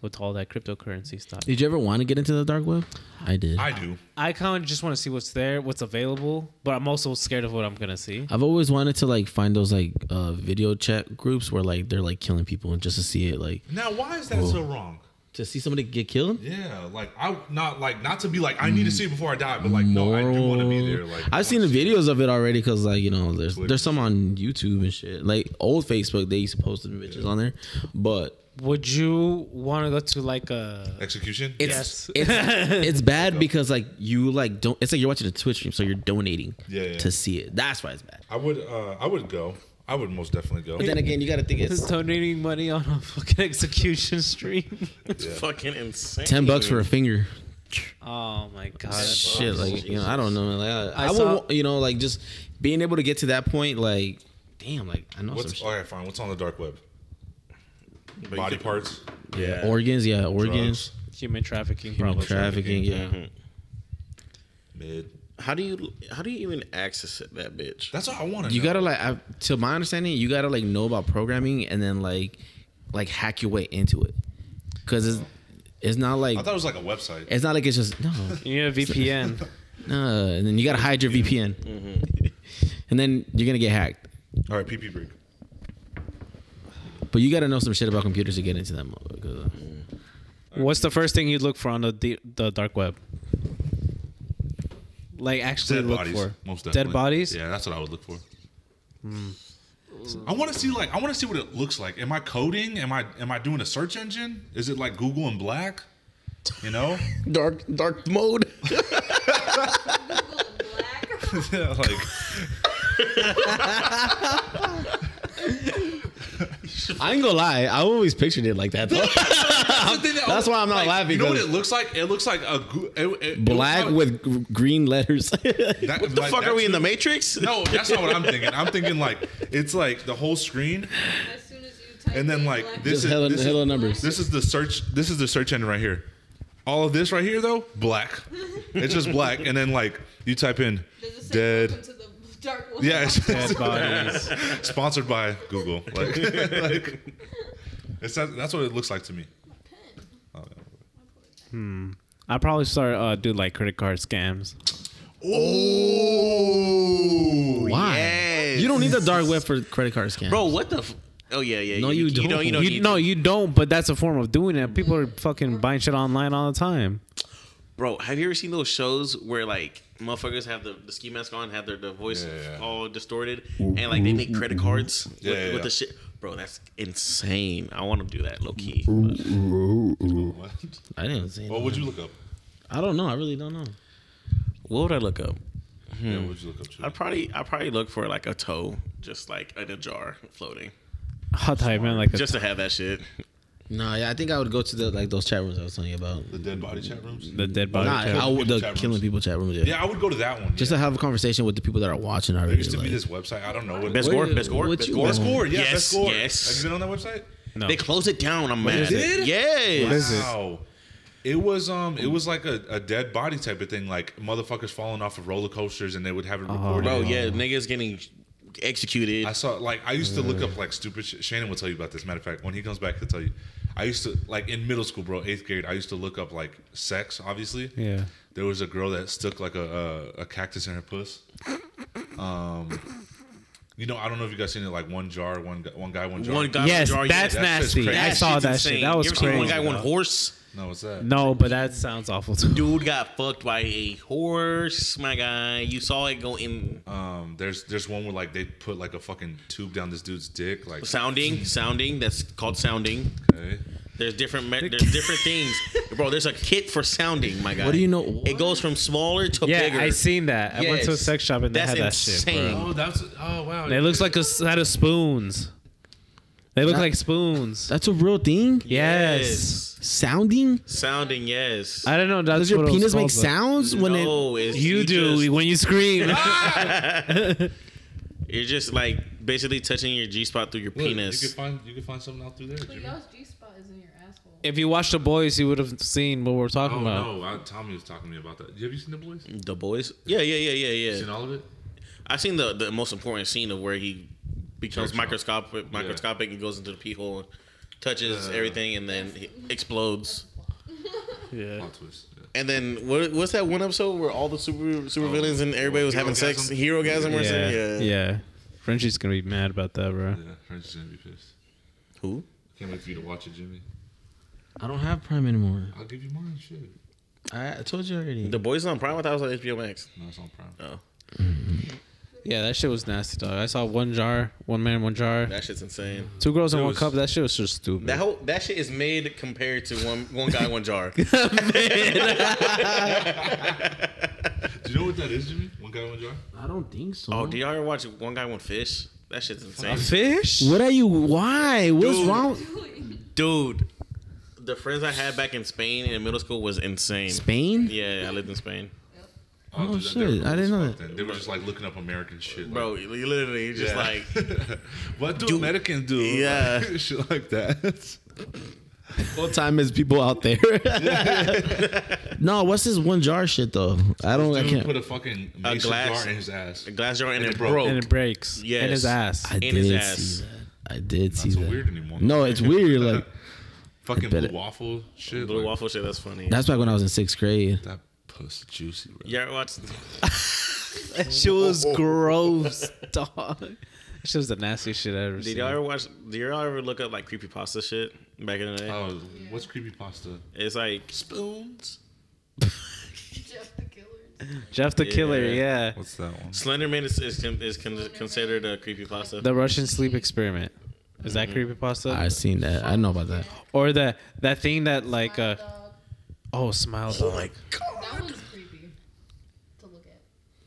Speaker 4: with all that cryptocurrency stuff.
Speaker 2: did you ever want to get into the dark web? I did.
Speaker 1: I do.
Speaker 4: I kind of just want to see what's there, what's available, but I'm also scared of what I'm gonna see.
Speaker 2: I've always wanted to like find those like uh, video chat groups where like they're like killing people and just to see it like
Speaker 1: Now, why is that so wrong?
Speaker 2: to see somebody get killed.
Speaker 1: Yeah, like I not like not to be like I need to see it before I die, but like no, I do want to be there. Like
Speaker 2: I've seen the
Speaker 1: once.
Speaker 2: videos of it already because like you know there's there's some on YouTube and shit like old Facebook they used to post the bitches on there, but
Speaker 4: Would you want to go to like a?
Speaker 1: execution.
Speaker 2: it's it's, it's bad because like you like don't it's like you're watching a Twitch stream so you're donating
Speaker 1: Yeah, yeah.
Speaker 2: to see it that's why it's bad.
Speaker 1: I would uh I would go. I would most definitely go.
Speaker 2: But then again you got to think
Speaker 4: Is
Speaker 2: it's
Speaker 4: donating money on a fucking execution stream?
Speaker 3: it's fucking insane.
Speaker 2: ten bucks for a finger.
Speaker 4: oh my god!
Speaker 2: Shit, like you know, I don't know. Like I,
Speaker 4: I
Speaker 2: I, would,
Speaker 4: saw-
Speaker 2: wa- you know, like just being able to get to that point, like, damn, like I know
Speaker 1: What's
Speaker 2: some
Speaker 1: all right? Fine. What's on the dark web?
Speaker 3: But you
Speaker 1: Body
Speaker 3: could-
Speaker 1: parts.
Speaker 3: Yeah.
Speaker 2: shit. organs, yeah, organs,
Speaker 4: Human trafficking,
Speaker 2: human
Speaker 4: probably.
Speaker 2: trafficking, yeah.
Speaker 3: Mhm.
Speaker 1: Mid.
Speaker 3: How do you how do you even access it, that bitch?
Speaker 1: That's what I want to.
Speaker 2: You gotta like, I, to my understanding, you gotta like know about programming and then like, like hack your way into it, because it's it's not like
Speaker 1: I thought it was like a website.
Speaker 2: it's not like it's just no,
Speaker 4: You need a VPN.
Speaker 2: no, and then you gotta hide your VPN,
Speaker 1: Mm-hmm.
Speaker 2: and then you're gonna get hacked.
Speaker 1: All right, PP break.
Speaker 2: But you gotta know some shit about computers to get into them. Cause,
Speaker 4: What's the first thing you'd look for on the de- the dark web? Like actually
Speaker 1: Dead
Speaker 4: look
Speaker 1: bodies.
Speaker 4: for
Speaker 1: Most definitely.
Speaker 4: dead bodies. Hmm.
Speaker 1: Yeah, that's what I would look for. I want to see like I want to see what it looks like. Am I coding? Am I am I doing a search engine? Is it like Google and Black? You know,
Speaker 2: dark dark mode.
Speaker 5: Google and black.
Speaker 1: Yeah, like
Speaker 2: I ain't gonna lie, I always pictured it like that. Though.
Speaker 1: That's the thing that-
Speaker 2: That's why I'm not
Speaker 1: like,
Speaker 2: laughing,
Speaker 1: You know what
Speaker 2: 'cause-
Speaker 1: it looks like? It looks like a goo- it- it- it looks
Speaker 2: Black
Speaker 1: like-
Speaker 2: with gr- green letters.
Speaker 1: that-
Speaker 3: what the
Speaker 1: like,
Speaker 3: fuck are
Speaker 1: that's
Speaker 3: we in the
Speaker 1: who-
Speaker 3: Matrix?
Speaker 1: No, that's not what I'm thinking. I'm thinking like it's like the whole screen,
Speaker 5: As soon as you type
Speaker 1: and then
Speaker 5: in
Speaker 1: like
Speaker 5: black,
Speaker 1: this
Speaker 2: Just
Speaker 1: is
Speaker 2: hella-
Speaker 1: this,
Speaker 2: hella
Speaker 1: is
Speaker 2: numbers.
Speaker 1: this is the search. This is the search engine right here. All of this right here though, black. It's just black, and then like you type in
Speaker 5: does it say welcome
Speaker 1: dead.
Speaker 5: To the dark web?
Speaker 1: Yeah, it's,
Speaker 4: Dead bodies.
Speaker 1: sponsored by Google. Like, like it's that, that's what it looks like to me.
Speaker 4: I probably start uh, do like credit card scams.
Speaker 1: Oh,
Speaker 2: Why?
Speaker 3: Yes.
Speaker 2: You don't need the dark web for credit card scams.
Speaker 3: Bro, what the? F- oh yeah, yeah.
Speaker 2: No, you
Speaker 3: You don't.
Speaker 2: don't.
Speaker 3: You don't
Speaker 4: You
Speaker 3: need
Speaker 4: no,
Speaker 3: to.
Speaker 4: you don't. But that's a form of doing it. People are fucking buying shit online all the time.
Speaker 3: Bro, have you ever seen those shows where like motherfuckers have the, the ski mask on, have their, their voice
Speaker 1: Yeah.
Speaker 3: all distorted, and like they make credit cards with,
Speaker 1: Yeah, yeah,
Speaker 3: with
Speaker 1: yeah.
Speaker 3: the shit? Bro, that's insane. I want to do that low key.
Speaker 1: What?
Speaker 2: I didn't see.
Speaker 1: What would you look up?
Speaker 2: I don't know. I really don't know.
Speaker 3: What would I look up?
Speaker 1: Yeah, what would you look up?
Speaker 3: I'd
Speaker 1: Chidi?
Speaker 3: probably I'd probably look for like a toe, just like in a jar floating,
Speaker 4: Hot type, man. Like a,
Speaker 3: just to have that shit.
Speaker 2: No, yeah, I think I would go to the like those chat rooms I was telling you about.
Speaker 1: The dead body chat rooms.
Speaker 4: the dead body.
Speaker 2: Nah,
Speaker 4: type.
Speaker 2: I would, the
Speaker 1: Chat rooms.
Speaker 2: killing people chat rooms. Yeah.
Speaker 1: yeah, I would go to that one.
Speaker 2: Just
Speaker 1: yeah.
Speaker 2: to have a conversation with the people that are watching already.
Speaker 1: there used to be
Speaker 2: like-
Speaker 1: this website. I don't know what.
Speaker 3: Best
Speaker 2: Wait,
Speaker 3: score, best score,
Speaker 2: what
Speaker 3: best
Speaker 2: you
Speaker 3: score.
Speaker 1: Best score. Yeah,
Speaker 3: Yes,
Speaker 1: best score.
Speaker 3: yes.
Speaker 1: Have you been on that website?
Speaker 4: no.
Speaker 3: They closed it down. I'm mad.
Speaker 2: it?
Speaker 3: Yes.
Speaker 6: What is it?
Speaker 1: Wow. It was um, it was like a, a dead body type of thing, like motherfuckers falling off of roller coasters, and they would have it recorded.
Speaker 3: Bro, yeah, niggas getting executed.
Speaker 1: I saw like I used to look up like stupid shit. Shannon will tell you about this. Matter of fact, when he comes back, he'll tell you. I used to like in middle school, bro, eighth grade. I used to look up like sex, obviously.
Speaker 4: Yeah.
Speaker 1: There was a girl that stuck like a a, a cactus in her puss. Um, you know, I don't know if you guys seen it. Like one jar, one gu- one guy, one jar.
Speaker 3: One guy-
Speaker 4: Yes,
Speaker 3: Jar, yeah,
Speaker 4: that's
Speaker 1: that shit's
Speaker 4: nasty.
Speaker 1: crazy.
Speaker 4: I
Speaker 1: That
Speaker 4: saw
Speaker 3: shit's
Speaker 4: that
Speaker 3: insane.
Speaker 4: shit. That was
Speaker 3: you ever
Speaker 4: crazy.
Speaker 3: Seen one guy, one
Speaker 4: dog.
Speaker 3: horse.
Speaker 1: No, what's that?
Speaker 4: No, but that sounds awful too.
Speaker 3: Dude got fucked by a horse, my guy. You saw it go in
Speaker 2: Uh,
Speaker 1: Um, there's there's one where like they put like a fucking tube down this dude's dick, like
Speaker 3: sounding, sounding. That's called sounding.
Speaker 1: okay.
Speaker 3: There's different, me- there's different things, bro. There's a kit for sounding, my guy.
Speaker 2: What do you know?
Speaker 3: It goes from smaller to
Speaker 4: yeah,
Speaker 3: bigger.
Speaker 4: I seen that. I went to a
Speaker 3: Yes.
Speaker 4: sex shop and they
Speaker 3: That's
Speaker 4: had that shit.
Speaker 3: insane.
Speaker 4: Bro.
Speaker 1: that's oh wow.
Speaker 4: It looks like a set of spoons. They look
Speaker 2: That-
Speaker 4: like spoons.
Speaker 2: That's a real thing.
Speaker 4: Yes.
Speaker 2: Sounding?
Speaker 3: sounding. Yes.
Speaker 4: I don't know. That's
Speaker 2: Does your
Speaker 4: what it was
Speaker 2: penis make
Speaker 4: called, but-
Speaker 2: sounds when it?
Speaker 3: no, it's,
Speaker 4: You, do
Speaker 3: Just,
Speaker 4: when you scream.
Speaker 3: you're just like basically touching your G spot through your penis.
Speaker 1: You can find you can find something out through there.
Speaker 5: But
Speaker 1: Jimmy.
Speaker 5: y'all's G spot is in your asshole.
Speaker 4: if you watched the boys, you would have seen what we're talking
Speaker 1: Oh
Speaker 4: about.
Speaker 1: no, I, Tommy was talking to me about that. Have you seen the boys?
Speaker 3: the boys. Yeah, yeah, yeah, yeah, yeah.
Speaker 1: Seen all of it?
Speaker 3: I've seen the, the most important scene of where he
Speaker 1: Jerks
Speaker 3: becomes
Speaker 1: off.
Speaker 3: microscopic, microscopic, and goes into the pee hole, and touches everything, and then he explodes.
Speaker 4: Yeah.
Speaker 1: Plot twist. Yeah.
Speaker 3: And then what, what's that one episode where all the super super villains and everybody was having sex,
Speaker 1: Oh, Herogasm?
Speaker 3: hero gasm or
Speaker 4: Yeah.
Speaker 3: something?
Speaker 4: yeah.
Speaker 3: Yeah.
Speaker 4: Frenchie's gonna be mad about that, bro.
Speaker 1: Yeah, French is gonna be pissed.
Speaker 3: Who?
Speaker 1: Can't wait for you to watch it, Jimmy.
Speaker 2: I don't have Prime anymore.
Speaker 1: I'll give you mine. Shit,
Speaker 2: I, I told you
Speaker 4: Hmm.
Speaker 2: already.
Speaker 3: The boys on Prime. I thought it was on HBO Max.
Speaker 1: no, it's on Prime.
Speaker 3: Oh,
Speaker 4: Yeah, that shit was nasty, dog. I saw one jar, one man, one jar,
Speaker 3: that shit's insane.
Speaker 4: two girls in
Speaker 1: It
Speaker 4: one
Speaker 1: was-
Speaker 4: cup. That shit was just stupid.
Speaker 3: That whole that shit is made compared to one one guy one jar.
Speaker 1: Do you know what that is, Jimmy? One guy, one jar.
Speaker 2: I don't think so.
Speaker 3: oh, do y'all ever watch one guy one fish? That shit's insane,
Speaker 4: fish?
Speaker 2: What are you? Why? What's
Speaker 3: Dude.
Speaker 2: wrong?
Speaker 3: dude. The friends I had back in Spain in middle school was insane.
Speaker 2: Spain?
Speaker 3: Yeah, I lived in Spain.
Speaker 2: Oh,
Speaker 1: dude,
Speaker 2: shit.
Speaker 1: they were cool
Speaker 2: I didn't
Speaker 1: as
Speaker 2: know
Speaker 1: fuck
Speaker 2: that.
Speaker 1: then. They were just like looking up American shit, like-
Speaker 3: Bro, you literally just
Speaker 1: Yeah.
Speaker 3: like
Speaker 1: what do
Speaker 3: Dude.
Speaker 1: Americans do?
Speaker 3: Yeah.
Speaker 1: Like, shit like that.
Speaker 2: Full time is people out there. no, what's this one jar shit though? I don't. I
Speaker 1: Dude
Speaker 2: can't.
Speaker 1: put a fucking mason
Speaker 3: glass-
Speaker 1: jar in his ass.
Speaker 3: a glass jar and,
Speaker 1: And
Speaker 3: it
Speaker 1: it broke.
Speaker 3: broke.
Speaker 4: And it breaks.
Speaker 3: Yes.
Speaker 4: In his ass.
Speaker 2: I
Speaker 3: in
Speaker 2: did
Speaker 3: his
Speaker 2: see
Speaker 3: ass.
Speaker 2: that. I did see
Speaker 1: It's
Speaker 2: that.
Speaker 1: not weird anymore.
Speaker 2: No, it's weird. Like
Speaker 1: fucking
Speaker 2: bet
Speaker 1: blue
Speaker 2: it-
Speaker 1: waffle shit.
Speaker 3: Blue
Speaker 1: like,
Speaker 3: waffle shit, that's funny.
Speaker 2: that's back when I was in sixth grade.
Speaker 1: That puss juicy, bro.
Speaker 3: you ever watch
Speaker 4: That shit was gross, dog. That shit was the nastiest shit I ever
Speaker 3: did
Speaker 4: seen.
Speaker 3: y'all ever watch did y'all ever look up like creepy pasta shit back in the day?
Speaker 1: Oh, what's creepy pasta?
Speaker 3: It's like
Speaker 1: Spoons.
Speaker 5: Jeff the Killer.
Speaker 4: Jeff the Killer,
Speaker 3: Yeah.
Speaker 4: yeah.
Speaker 1: What's that one?
Speaker 3: Slenderman is is, con- is con- considered a creepy pasta.
Speaker 4: The Russian sleep experiment. Is that
Speaker 3: Mm-hmm.
Speaker 4: creepypasta?
Speaker 2: I seen that. I know about that.
Speaker 4: Or the that thing that like uh
Speaker 5: Dog.
Speaker 4: oh smile dog.
Speaker 5: That one's creepy to look at.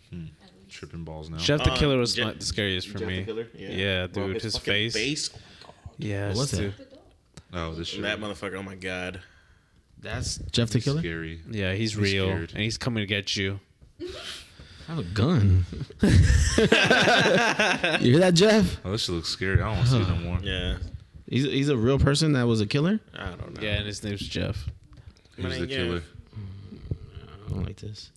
Speaker 1: Hmm.
Speaker 5: at least.
Speaker 1: Tripping balls now.
Speaker 4: Jeff the
Speaker 3: Uh,
Speaker 4: Killer was
Speaker 3: Jeff-
Speaker 4: my- the scariest for
Speaker 3: Jeff the
Speaker 4: me.
Speaker 3: Killer? Yeah.
Speaker 4: dude,
Speaker 3: Bro,
Speaker 4: his,
Speaker 3: fucking
Speaker 4: face.
Speaker 3: Oh my God.
Speaker 4: Yes,
Speaker 2: What was
Speaker 4: dude.
Speaker 5: The dog.
Speaker 1: Oh, this shit.
Speaker 3: That motherfucker, oh my god.
Speaker 2: That's Jeff the
Speaker 1: is
Speaker 2: Killer.
Speaker 1: Scary.
Speaker 4: Yeah, he's real,
Speaker 1: scared.
Speaker 4: and he's coming to get you.
Speaker 2: I have a gun. you hear that, Jeff?
Speaker 1: Oh, this shit looks scary. I don't want to see it no more.
Speaker 3: Yeah.
Speaker 2: He's he's a real person that was a killer.
Speaker 3: I don't know.
Speaker 4: Yeah, and his name's Jeff.
Speaker 3: My
Speaker 1: He's the
Speaker 3: name- yeah.
Speaker 1: killer.
Speaker 2: I don't like this.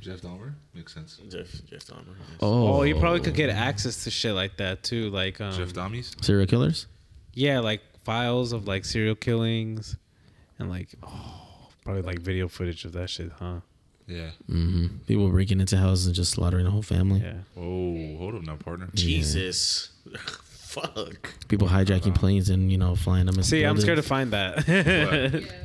Speaker 1: Jeff Dahmer makes sense.
Speaker 3: Jeff Jeff Dahmer.
Speaker 4: Oh, you probably could get access to shit like that too, like um,
Speaker 1: Jeff Dahmies.
Speaker 2: serial killers.
Speaker 4: yeah, like files of like serial killings, and like oh, probably like video footage of that shit, huh?
Speaker 1: Yeah.
Speaker 2: Mm-hmm. People
Speaker 3: Mm.
Speaker 2: breaking into houses and just slaughtering the whole family.
Speaker 4: Yeah.
Speaker 1: Oh, hold up now, partner.
Speaker 3: Jesus. fuck.
Speaker 2: People hijacking planes and you know flying them. into
Speaker 4: Uh-huh. See, I'm
Speaker 2: buildings.
Speaker 4: scared to find that.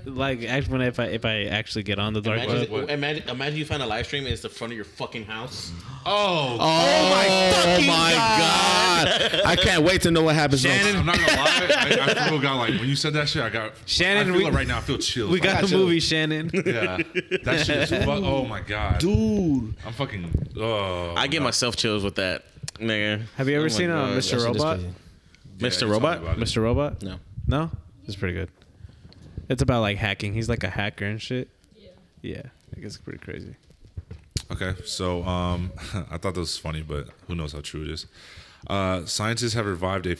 Speaker 4: like, act- when I- if I if I actually get on the dark web,
Speaker 3: Imagine,
Speaker 1: what?
Speaker 3: imagine, imagine you find a live stream and it's the front of your fucking house.
Speaker 1: Oh,
Speaker 2: Oh, my, god. I can't wait to know what happens
Speaker 4: Shannon-
Speaker 1: I'm not gonna lie. I, I feel got like when you said that shit, I got
Speaker 4: Shannon,
Speaker 1: I feel
Speaker 4: we-
Speaker 1: it right now. I feel chills.
Speaker 4: we
Speaker 1: Like,
Speaker 4: got the
Speaker 2: gotcha.
Speaker 4: movie Shannon.
Speaker 1: yeah. That shit is. Fu- oh my god,
Speaker 2: next. Dude,
Speaker 1: I'm fucking. Oh,
Speaker 3: I get
Speaker 1: no.
Speaker 3: myself chills with that, nigga.
Speaker 4: Have you ever
Speaker 3: Oh my
Speaker 4: seen uh,
Speaker 3: God,
Speaker 4: Mr.
Speaker 3: that shit is
Speaker 4: Robot?
Speaker 3: crazy.
Speaker 1: Yeah,
Speaker 3: Mr.
Speaker 1: you told
Speaker 3: Robot?
Speaker 1: me about it.
Speaker 4: Mr. Robot?
Speaker 3: No.
Speaker 4: No, it's pretty good. It's about like hacking. He's like a hacker and shit.
Speaker 5: Yeah.
Speaker 4: Yeah, I guess it's pretty crazy.
Speaker 1: Okay, so um, I thought this was funny, but who knows how true it is. Uh, scientists have revived a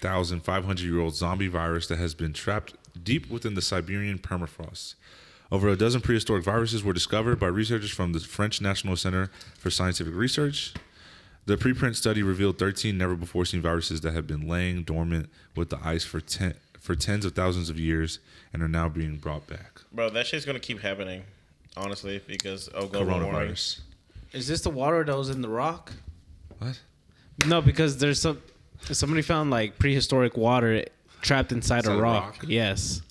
Speaker 1: 48,500 year old zombie virus that has been trapped deep within the Siberian permafrost. Over a dozen prehistoric viruses were discovered by researchers from the French National Center for Scientific Research. The preprint study revealed 13 never before seen viruses that have been laying dormant with the ice for, ten, for tens of thousands of years and are now being brought back.
Speaker 3: Bro, that shit's gonna keep happening, honestly, because oh, global warming.
Speaker 1: Coronavirus.
Speaker 4: Is this the water that was in the rock?
Speaker 1: What?
Speaker 4: No, because there's some somebody found like prehistoric water trapped inside,
Speaker 1: Inside
Speaker 4: a
Speaker 1: a
Speaker 4: rock.
Speaker 1: rock?
Speaker 4: Yes.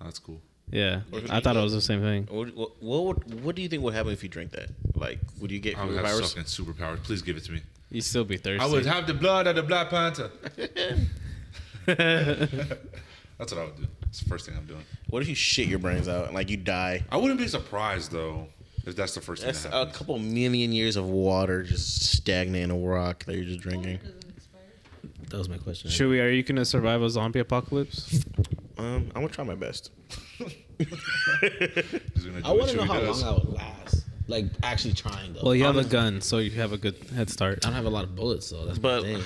Speaker 1: Oh, That's cool.
Speaker 4: Yeah.
Speaker 3: What-
Speaker 4: I thought it was the same thing.
Speaker 3: What, what, what would what do you think would happen if you drink that? Like, would you get
Speaker 1: I would have
Speaker 3: virus?
Speaker 1: Oh, fucking superpowers. Please give it to me.
Speaker 4: You'd still be thirsty.
Speaker 1: I would have the blood of the Black Panther. That's what I would do. It's the first thing I'm doing.
Speaker 3: What if you shit your brains out and like you die?
Speaker 1: I wouldn't be surprised though if that's the first
Speaker 3: That's
Speaker 1: thing
Speaker 3: a
Speaker 1: that happens.
Speaker 3: couple million years of water just stagnant in a rock that you're just drinking.
Speaker 5: Doesn't expire.
Speaker 2: that was my question.
Speaker 4: Should we? Are you gonna survive a zombie apocalypse?
Speaker 3: Um, I'm gonna try my best.
Speaker 1: He's gonna do
Speaker 2: I
Speaker 1: what
Speaker 2: want to know
Speaker 1: Chewie
Speaker 2: how
Speaker 1: does.
Speaker 2: long I would last. Like actually trying though.
Speaker 4: Well, you have
Speaker 2: I
Speaker 4: a
Speaker 2: don't-
Speaker 4: gun, so you have a good head start.
Speaker 2: I don't have a lot of bullets though. That's
Speaker 3: But-
Speaker 2: but my thing.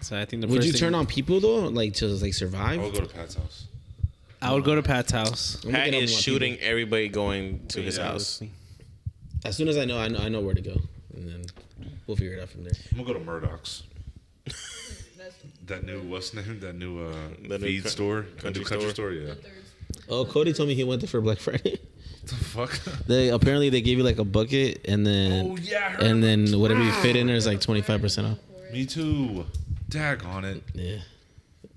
Speaker 4: So I think the
Speaker 2: would
Speaker 4: first
Speaker 2: you
Speaker 4: thing-
Speaker 2: turn on people though, like to like survive?
Speaker 1: I will go to Pat's house.
Speaker 4: I would go to Pat's house.
Speaker 2: I'm
Speaker 3: Pat
Speaker 2: looking up
Speaker 3: is
Speaker 2: more
Speaker 3: shooting everybody going to his
Speaker 1: Yeah.
Speaker 3: house.
Speaker 2: people. As soon as I know, I know, I know where to go, and then we'll figure it out from there.
Speaker 1: I'm gonna go to Murdoch's.
Speaker 5: That's the
Speaker 1: That new what's the name? That new uh
Speaker 3: The new
Speaker 1: feed
Speaker 3: coun-
Speaker 1: store? that
Speaker 3: country
Speaker 1: new country store,
Speaker 3: store.
Speaker 1: yeah.
Speaker 5: third.
Speaker 2: Oh, Cody told me he went there for Black Friday.
Speaker 1: What the fuck?
Speaker 2: They apparently they gave you like a bucket, and then
Speaker 1: Oh, yeah, I heard
Speaker 2: and then whatever you fit in there is like twenty five percent off.
Speaker 1: me too. Dag on it.
Speaker 2: Yeah,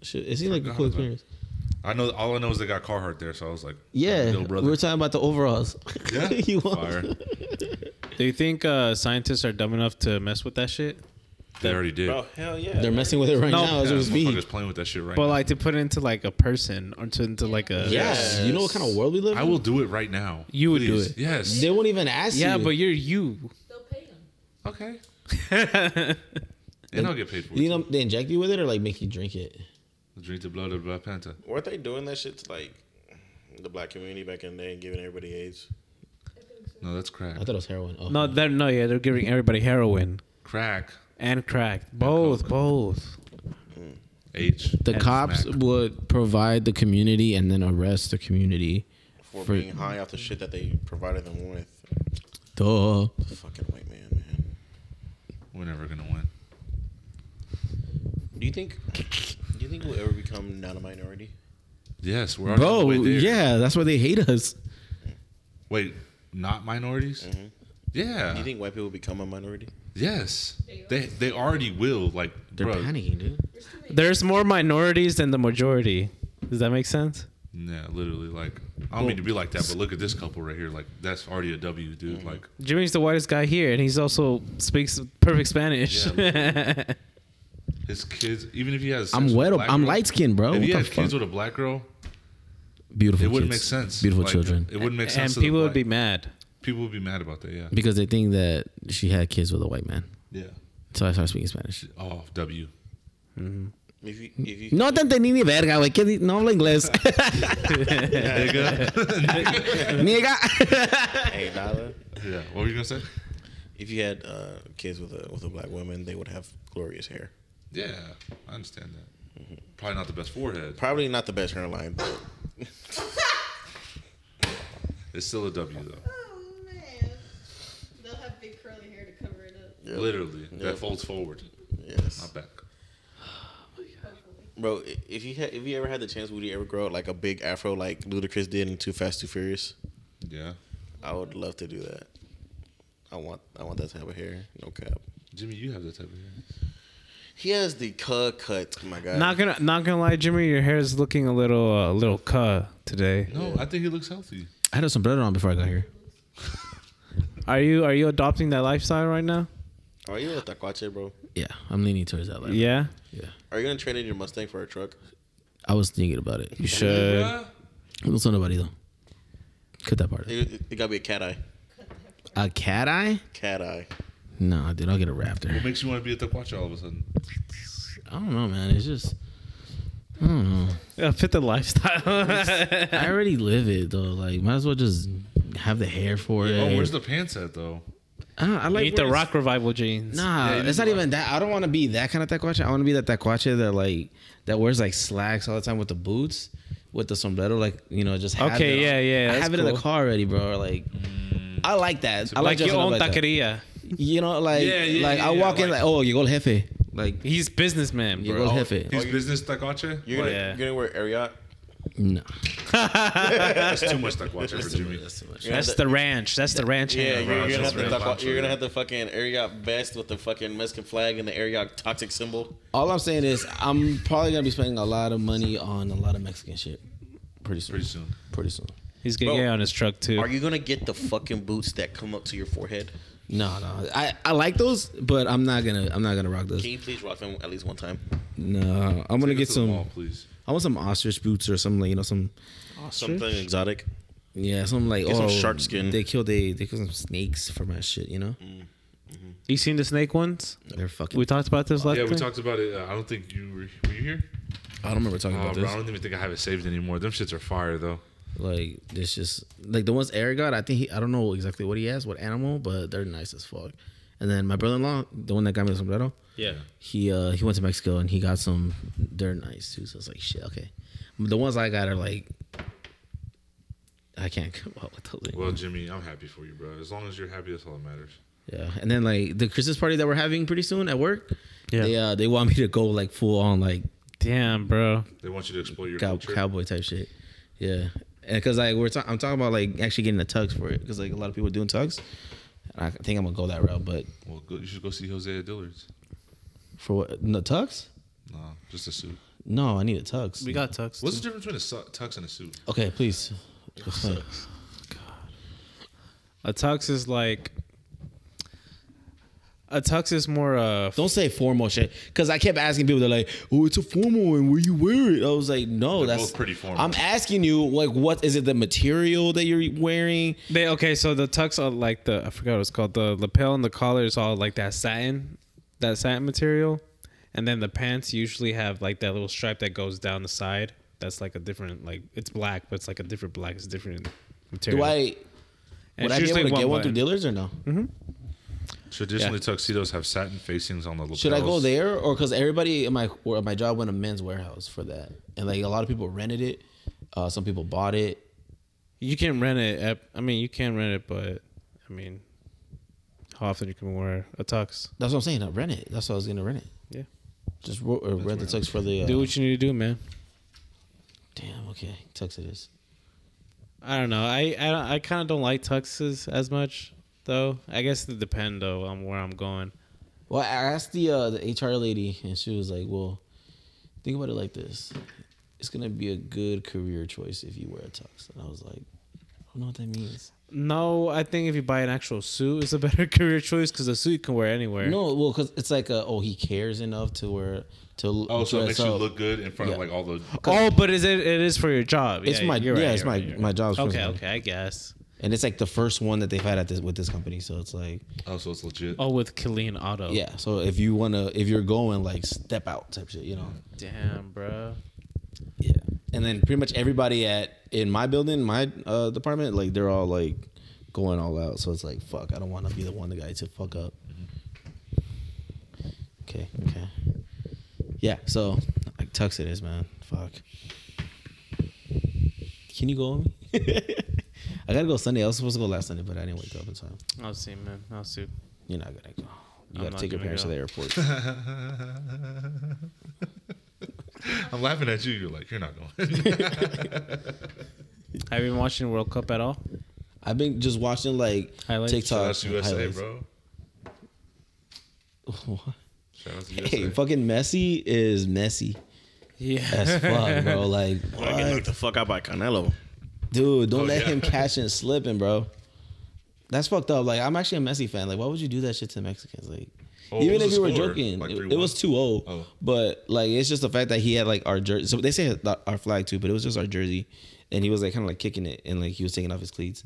Speaker 2: Shit, it seemed like a
Speaker 1: Forgot
Speaker 2: cool
Speaker 1: about-
Speaker 2: experience.
Speaker 1: I know all I know is they got Carhartt there, so I was like,
Speaker 2: Yeah,
Speaker 1: little
Speaker 2: we
Speaker 1: brother.
Speaker 2: were talking about the overalls.
Speaker 1: Yeah,
Speaker 2: you want?
Speaker 1: fire.
Speaker 4: Do you think uh, scientists are dumb enough to mess with that shit?
Speaker 1: They already did.
Speaker 3: Bro, hell yeah.
Speaker 2: They're messing with it right
Speaker 4: No.
Speaker 2: now as
Speaker 1: yeah,
Speaker 2: we speak.
Speaker 1: motherfuckers playing with that shit right
Speaker 4: But
Speaker 1: now.
Speaker 4: like to put it into like a person or to into like a
Speaker 2: Yes. you know what kind of world we live in.
Speaker 1: I will do it right now.
Speaker 4: You would do
Speaker 1: Please.
Speaker 4: it.
Speaker 1: Yes.
Speaker 2: They won't even ask
Speaker 4: yeah,
Speaker 2: you.
Speaker 4: but you're you.
Speaker 5: They'll pay them.
Speaker 1: Okay. and I'll get paid for it.
Speaker 2: you know they inject you with it or like make you drink it.
Speaker 1: Drink the blood of the Black Panther.
Speaker 3: Weren't they doing that shit to like the black community back in the day and giving everybody AIDS?
Speaker 1: No, that's crack.
Speaker 2: I thought it was heroin. Oh,
Speaker 4: No, they're no, yeah, they're giving everybody heroin
Speaker 1: Crack.
Speaker 4: and crack. Both,
Speaker 1: coke.
Speaker 4: both.
Speaker 1: H.
Speaker 2: the
Speaker 1: and
Speaker 2: cops
Speaker 1: smack.
Speaker 2: would provide the community and then arrest the community.
Speaker 3: For,
Speaker 2: For-
Speaker 3: being high off the shit that they provided them with.
Speaker 2: Duh.
Speaker 3: Fucking white man, man.
Speaker 1: We're never gonna win.
Speaker 3: Do you think do you think we'll ever become not a minority?
Speaker 1: Yes, we're already on the
Speaker 2: Bro,
Speaker 1: way there.
Speaker 2: yeah, that's why they hate us.
Speaker 1: Wait, not minorities? Yeah.
Speaker 3: Do Mm-hmm. you think white people become a minority?
Speaker 1: yes. They they already will. Like,
Speaker 2: They're
Speaker 1: bro.
Speaker 2: panicking, dude.
Speaker 5: There's too many.
Speaker 4: There's more minorities than the majority. Does that make sense?
Speaker 1: Yeah, literally. Like, I don't mean to be like that, but look at this couple right here. Like, that's already a W, dude.
Speaker 3: Mm-hmm.
Speaker 1: Like,
Speaker 4: Jimmy's the whitest guy here, and he's also speaks perfect Spanish.
Speaker 1: his kids. Even if he has, sex with
Speaker 2: I'm
Speaker 1: a
Speaker 2: wet.
Speaker 1: black
Speaker 2: I'm
Speaker 1: girl-
Speaker 2: light skinned, bro.
Speaker 1: If
Speaker 2: What
Speaker 1: he
Speaker 2: the
Speaker 1: had kids
Speaker 2: fuck?
Speaker 1: with a black girl,
Speaker 2: Beautiful.
Speaker 1: it wouldn't make
Speaker 2: kids.
Speaker 1: sense.
Speaker 2: Beautiful
Speaker 1: Like,
Speaker 2: children.
Speaker 1: It wouldn't make sense.
Speaker 4: and
Speaker 1: to the
Speaker 4: people
Speaker 1: black-
Speaker 4: would be mad.
Speaker 1: people would be mad about that. Yeah.
Speaker 2: because they think that she had kids with a white man.
Speaker 1: Yeah.
Speaker 2: So I started speaking Spanish.
Speaker 1: Oh, W.
Speaker 3: If you if you
Speaker 2: No te entendí ni verga, güey. ¿Qué di- No habla inglés. Niega.
Speaker 3: hey, Lala,
Speaker 1: Yeah. What were you gonna say?
Speaker 3: if you had uh, kids with a with a black woman, they would have glorious hair.
Speaker 1: Yeah, I understand that. Probably not the best forehead.
Speaker 3: Probably not the best hairline, but
Speaker 1: It's still a W though.
Speaker 5: Oh man. They'll have big curly hair to cover it up.
Speaker 1: Literally,
Speaker 3: Yeah.
Speaker 1: that folds forward,
Speaker 3: yes,
Speaker 1: not back. Oh,
Speaker 5: Hopefully.
Speaker 3: bro. i- If you had if you ever had the chance, would you ever grow out like a big afro like Ludacris did in Too Fast Too Furious?
Speaker 1: Yeah.
Speaker 3: I would love to do that. I want I want that type of hair. No cap.
Speaker 1: Jimmy, you have that type of hair.
Speaker 3: He has the cut cut. Oh my god.
Speaker 4: Not gonna, not gonna lie, Jimmy, your hair is looking a little, a little cut today.
Speaker 1: No, I think he looks healthy.
Speaker 2: I had some blood on before I got here.
Speaker 4: Are you, are you adopting that lifestyle right now?
Speaker 3: Are you a taquache, bro?
Speaker 2: Yeah, I'm leaning towards that. Life.
Speaker 4: Yeah,
Speaker 3: Are you gonna trade in your Mustang for a truck?
Speaker 2: I was thinking about it.
Speaker 4: you should.
Speaker 2: Don't tell nobody though. Cut that part.
Speaker 3: It, it gotta be a cat eye.
Speaker 2: A cat eye?
Speaker 3: Cat eye.
Speaker 2: Nah, dude, I'll get a raptor.
Speaker 1: What makes you want to be a Taquacha all of a sudden?
Speaker 2: I don't know, man. It's just. I don't know.
Speaker 4: Yeah, fit the lifestyle.
Speaker 2: I already live it though. Like, might as well just have the hair for it.
Speaker 1: Oh, where's the pants at though?
Speaker 2: I, don't- I like
Speaker 4: Eat the
Speaker 2: where it's-
Speaker 4: rock revival jeans.
Speaker 2: Nah,
Speaker 1: Yeah, you
Speaker 2: it's
Speaker 1: need
Speaker 2: not
Speaker 1: to
Speaker 2: even that. I don't want to be that kind of taquache. I want to be that taquache that like that wears like slacks all the time with the boots, with the sombrero, like you know, just have
Speaker 4: Okay,
Speaker 2: it
Speaker 4: yeah,
Speaker 2: on.
Speaker 4: yeah,
Speaker 2: I
Speaker 4: that's
Speaker 2: have it in the
Speaker 4: cool. Mm.
Speaker 2: car already, bro. Like, I like that. I
Speaker 4: like
Speaker 2: like,
Speaker 4: your own
Speaker 2: like that.
Speaker 4: taqueria.
Speaker 2: You know, like
Speaker 1: Yeah, yeah,
Speaker 2: like
Speaker 1: yeah,
Speaker 2: I
Speaker 1: yeah,
Speaker 2: walk in
Speaker 1: like-
Speaker 2: like, oh, you go jefe, like
Speaker 4: He's businessman,
Speaker 2: you
Speaker 4: bro.
Speaker 2: go jefe.
Speaker 1: He's
Speaker 3: you-
Speaker 1: business Taquacha?
Speaker 3: You're gonna,
Speaker 4: Yeah.
Speaker 3: you're gonna wear Ariat.
Speaker 2: No,
Speaker 1: That's too much Taquacha for Jimmy.
Speaker 4: That's the ranch. That's the ranch.
Speaker 3: Yeah,
Speaker 4: hair,
Speaker 3: you're,
Speaker 4: bro.
Speaker 3: you're gonna have
Speaker 1: That's
Speaker 3: the
Speaker 1: right.
Speaker 3: taco- you're gonna have the fucking Ariat vest with the fucking Mexican flag and the Ariat toxic symbol.
Speaker 2: all I'm saying is I'm probably gonna be spending a lot of money on a lot of Mexican shit. Pretty soon.
Speaker 1: Pretty soon.
Speaker 2: Pretty soon.
Speaker 4: He's gonna
Speaker 3: Bro,
Speaker 4: get on his truck too.
Speaker 3: Are you gonna get the fucking boots that come up to your forehead?
Speaker 2: No, no. I, I like those, but I'm not gonna I'm not gonna rock those.
Speaker 3: Can you please rock them at least one time?
Speaker 2: No, I'm gonna
Speaker 1: Take us to the
Speaker 2: get some.
Speaker 1: mall, please.
Speaker 2: I want some ostrich boots or something like you know some
Speaker 3: Something exotic.
Speaker 2: yeah something like
Speaker 3: Get some
Speaker 2: oh
Speaker 3: shark skin.
Speaker 2: They killed they they killed some snakes for my shit. You know
Speaker 4: You seen the snake ones?
Speaker 2: they're fucking.
Speaker 4: We talked about this last
Speaker 1: Yeah,
Speaker 4: time.
Speaker 1: we talked about it. Uh, I don't think you were, were you here.
Speaker 2: I don't remember talking
Speaker 1: Uh,
Speaker 2: about
Speaker 1: bro, I
Speaker 2: this.
Speaker 1: don't even think I have it saved anymore. Them shits are fire though.
Speaker 2: Like it's just like the ones Eric got. I think he I don't know exactly what he has, what animal, but they're nice as fuck. And then my brother-in-law, the one that got me the sombrero,
Speaker 4: yeah.
Speaker 2: he uh he went to Mexico and he got some. They're nice too. So it's like shit. Okay, the ones I got are like. I can't come up with those.
Speaker 1: Well, Jimmy, I'm happy for you, bro. As long as you're happy, that's all that matters.
Speaker 2: Yeah, and then like the Christmas party that we're having pretty soon at work,
Speaker 4: Yeah.
Speaker 2: they uh, they want me to go like full on like
Speaker 4: Damn, bro.
Speaker 1: They want you to exploit your
Speaker 2: cow-
Speaker 1: culture.
Speaker 2: cowboy type shit. Yeah, and because like we're ta- I'm talking about like actually getting a tux for it because like a lot of people doing tux. And I think I'm gonna go that route, but
Speaker 1: Well, go, you should go see Jose at Dillard's.
Speaker 2: for what no tux?
Speaker 1: No, just a suit.
Speaker 2: No, I need a tux.
Speaker 4: We got tucks.
Speaker 1: What's the difference between a su- tux and a suit?
Speaker 2: okay, please. Explain.
Speaker 4: A tux is like a tux is more uh
Speaker 2: Don't say formal shit because I kept asking people. They're like, "Oh, it's a formal, and where you wear it?" I was like, "No,
Speaker 1: They're
Speaker 2: that's
Speaker 1: both pretty formal.
Speaker 2: I'm asking you like, what is it? The material that you're wearing?
Speaker 4: they okay, so the tux are like the I forgot what it's called. The lapel and the collar is all like that satin that satin material. And then the pants usually have like that little stripe that goes down the side. That's like a different like it's black, but it's like a different black, it's different material.
Speaker 2: Do I Would
Speaker 4: And it's
Speaker 2: I be able
Speaker 4: usually
Speaker 2: to get one through
Speaker 4: button.
Speaker 2: dealers or no?
Speaker 1: Mm-hmm. Traditionally, tuxedos have satin facings on the lapels.
Speaker 2: Should I go there or because everybody in my or my job went to men's warehouse for that, and like a lot of people rented it, uh, some people bought it.
Speaker 4: You can rent it. At, I mean, you can rent it, but I mean, how often you can wear a tux?
Speaker 2: That's what I'm saying. I rent it. That's what I was gonna rent it.
Speaker 4: Yeah.
Speaker 2: Just ro- or rent the tux for the. Uh,
Speaker 4: Do what you need to do, man.
Speaker 2: damn. Okay, tux it is.
Speaker 4: I don't know. I I, don't- I kind of don't like tuxes as much though. I guess it depends though on where I'm going.
Speaker 2: Well, I asked the uh, the HR lady, and she was like, "Well, think about it like this. It's gonna be a good career choice if you wear a tux." And I was like, "I don't know what that means."
Speaker 4: No, I think if you buy an actual suit, it's a better career choice because a suit you can wear anywhere.
Speaker 2: No, well, because it's like, a, oh, he cares enough to wear to.
Speaker 1: Oh, so it
Speaker 2: dress
Speaker 1: makes you
Speaker 2: up.
Speaker 1: look good in front of
Speaker 2: Yeah.
Speaker 1: like all the.
Speaker 4: Oh, but is it? It is for your job.
Speaker 2: It's my-
Speaker 4: you're
Speaker 2: yeah, it's
Speaker 4: you're
Speaker 2: my-
Speaker 4: you're
Speaker 2: my job's
Speaker 4: Okay,
Speaker 2: principal.
Speaker 4: okay, I guess.
Speaker 2: and it's like the first one that they've had at this with this company. So it's like,
Speaker 1: Oh, so it's legit.
Speaker 4: Oh, with Killeen Auto.
Speaker 2: yeah. So if you wanna, if you're going, like step out type shit, you know.
Speaker 4: Damn, bro.
Speaker 2: Yeah. And then pretty much everybody at in my building, my uh, department, like they're all like going all out. So it's like, fuck, I don't want to be the one guy to fuck up. Okay. Okay. Yeah. So like tux it is, man. Fuck. Can you go on me? I gotta go Sunday. I was supposed to go last Sunday, but I didn't wake up in time.
Speaker 4: I'll see, man. I'll see.
Speaker 2: You're not gonna go. You
Speaker 4: I'm
Speaker 2: gotta
Speaker 4: not
Speaker 2: take your
Speaker 4: gonna
Speaker 2: parents
Speaker 4: go.
Speaker 2: to the airport.
Speaker 1: I'm laughing at you. You're like, you're not going.
Speaker 4: Have you been watching World Cup at all?
Speaker 2: I've been just watching like
Speaker 4: Highlights?
Speaker 2: TikTok
Speaker 1: That's USA, bro. Shout out to
Speaker 2: Hey,
Speaker 1: yesterday.
Speaker 2: fucking Messi is Messi as
Speaker 4: Yeah.
Speaker 2: fuck, bro. Like,
Speaker 3: Wanna get
Speaker 2: what?
Speaker 3: knocked the fuck out by Canelo.
Speaker 2: dude, don't
Speaker 1: Oh,
Speaker 2: let
Speaker 1: yeah.
Speaker 2: him catch and slipping, bro. That's fucked up. Like, I'm actually a Messi fan. Like, why would you do that shit to Mexicans? Like,
Speaker 1: Oh,
Speaker 2: even
Speaker 1: what
Speaker 2: if
Speaker 1: was
Speaker 2: you
Speaker 1: the
Speaker 2: were
Speaker 1: score?
Speaker 2: joking,
Speaker 1: Like
Speaker 2: it- it,
Speaker 1: 3-1?
Speaker 2: was 2 0.
Speaker 1: Oh.
Speaker 2: But, like, it's just the fact that he had, like, our jersey. So they say that our flag, too, but it was just our jersey. And he was, like, kind of, like, kicking it. And, like, he was taking off his cleats.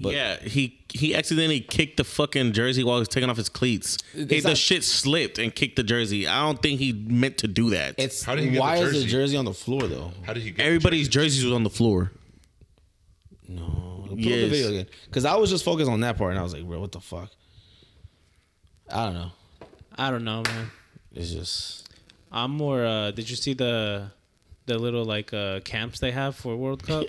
Speaker 2: But-
Speaker 3: yeah, he he accidentally kicked the fucking jersey while he was taking off his cleats. He,
Speaker 2: It's
Speaker 3: the
Speaker 2: not-
Speaker 3: shit slipped and kicked the jersey. I don't think he meant to do that.
Speaker 2: It's
Speaker 1: How did he get the
Speaker 2: why is the
Speaker 1: jersey?
Speaker 2: jersey on the floor, though?
Speaker 1: How did he get
Speaker 3: Everybody's jerseys was on the floor.
Speaker 2: No. Pull up the
Speaker 3: Yes.
Speaker 2: video again. Because I was just focused on that part and I was like, bro, what the fuck? I don't know.
Speaker 4: I don't know, man.
Speaker 2: It's just.
Speaker 4: I'm more. Uh, did you see the the little like uh, camps they have for World Cup?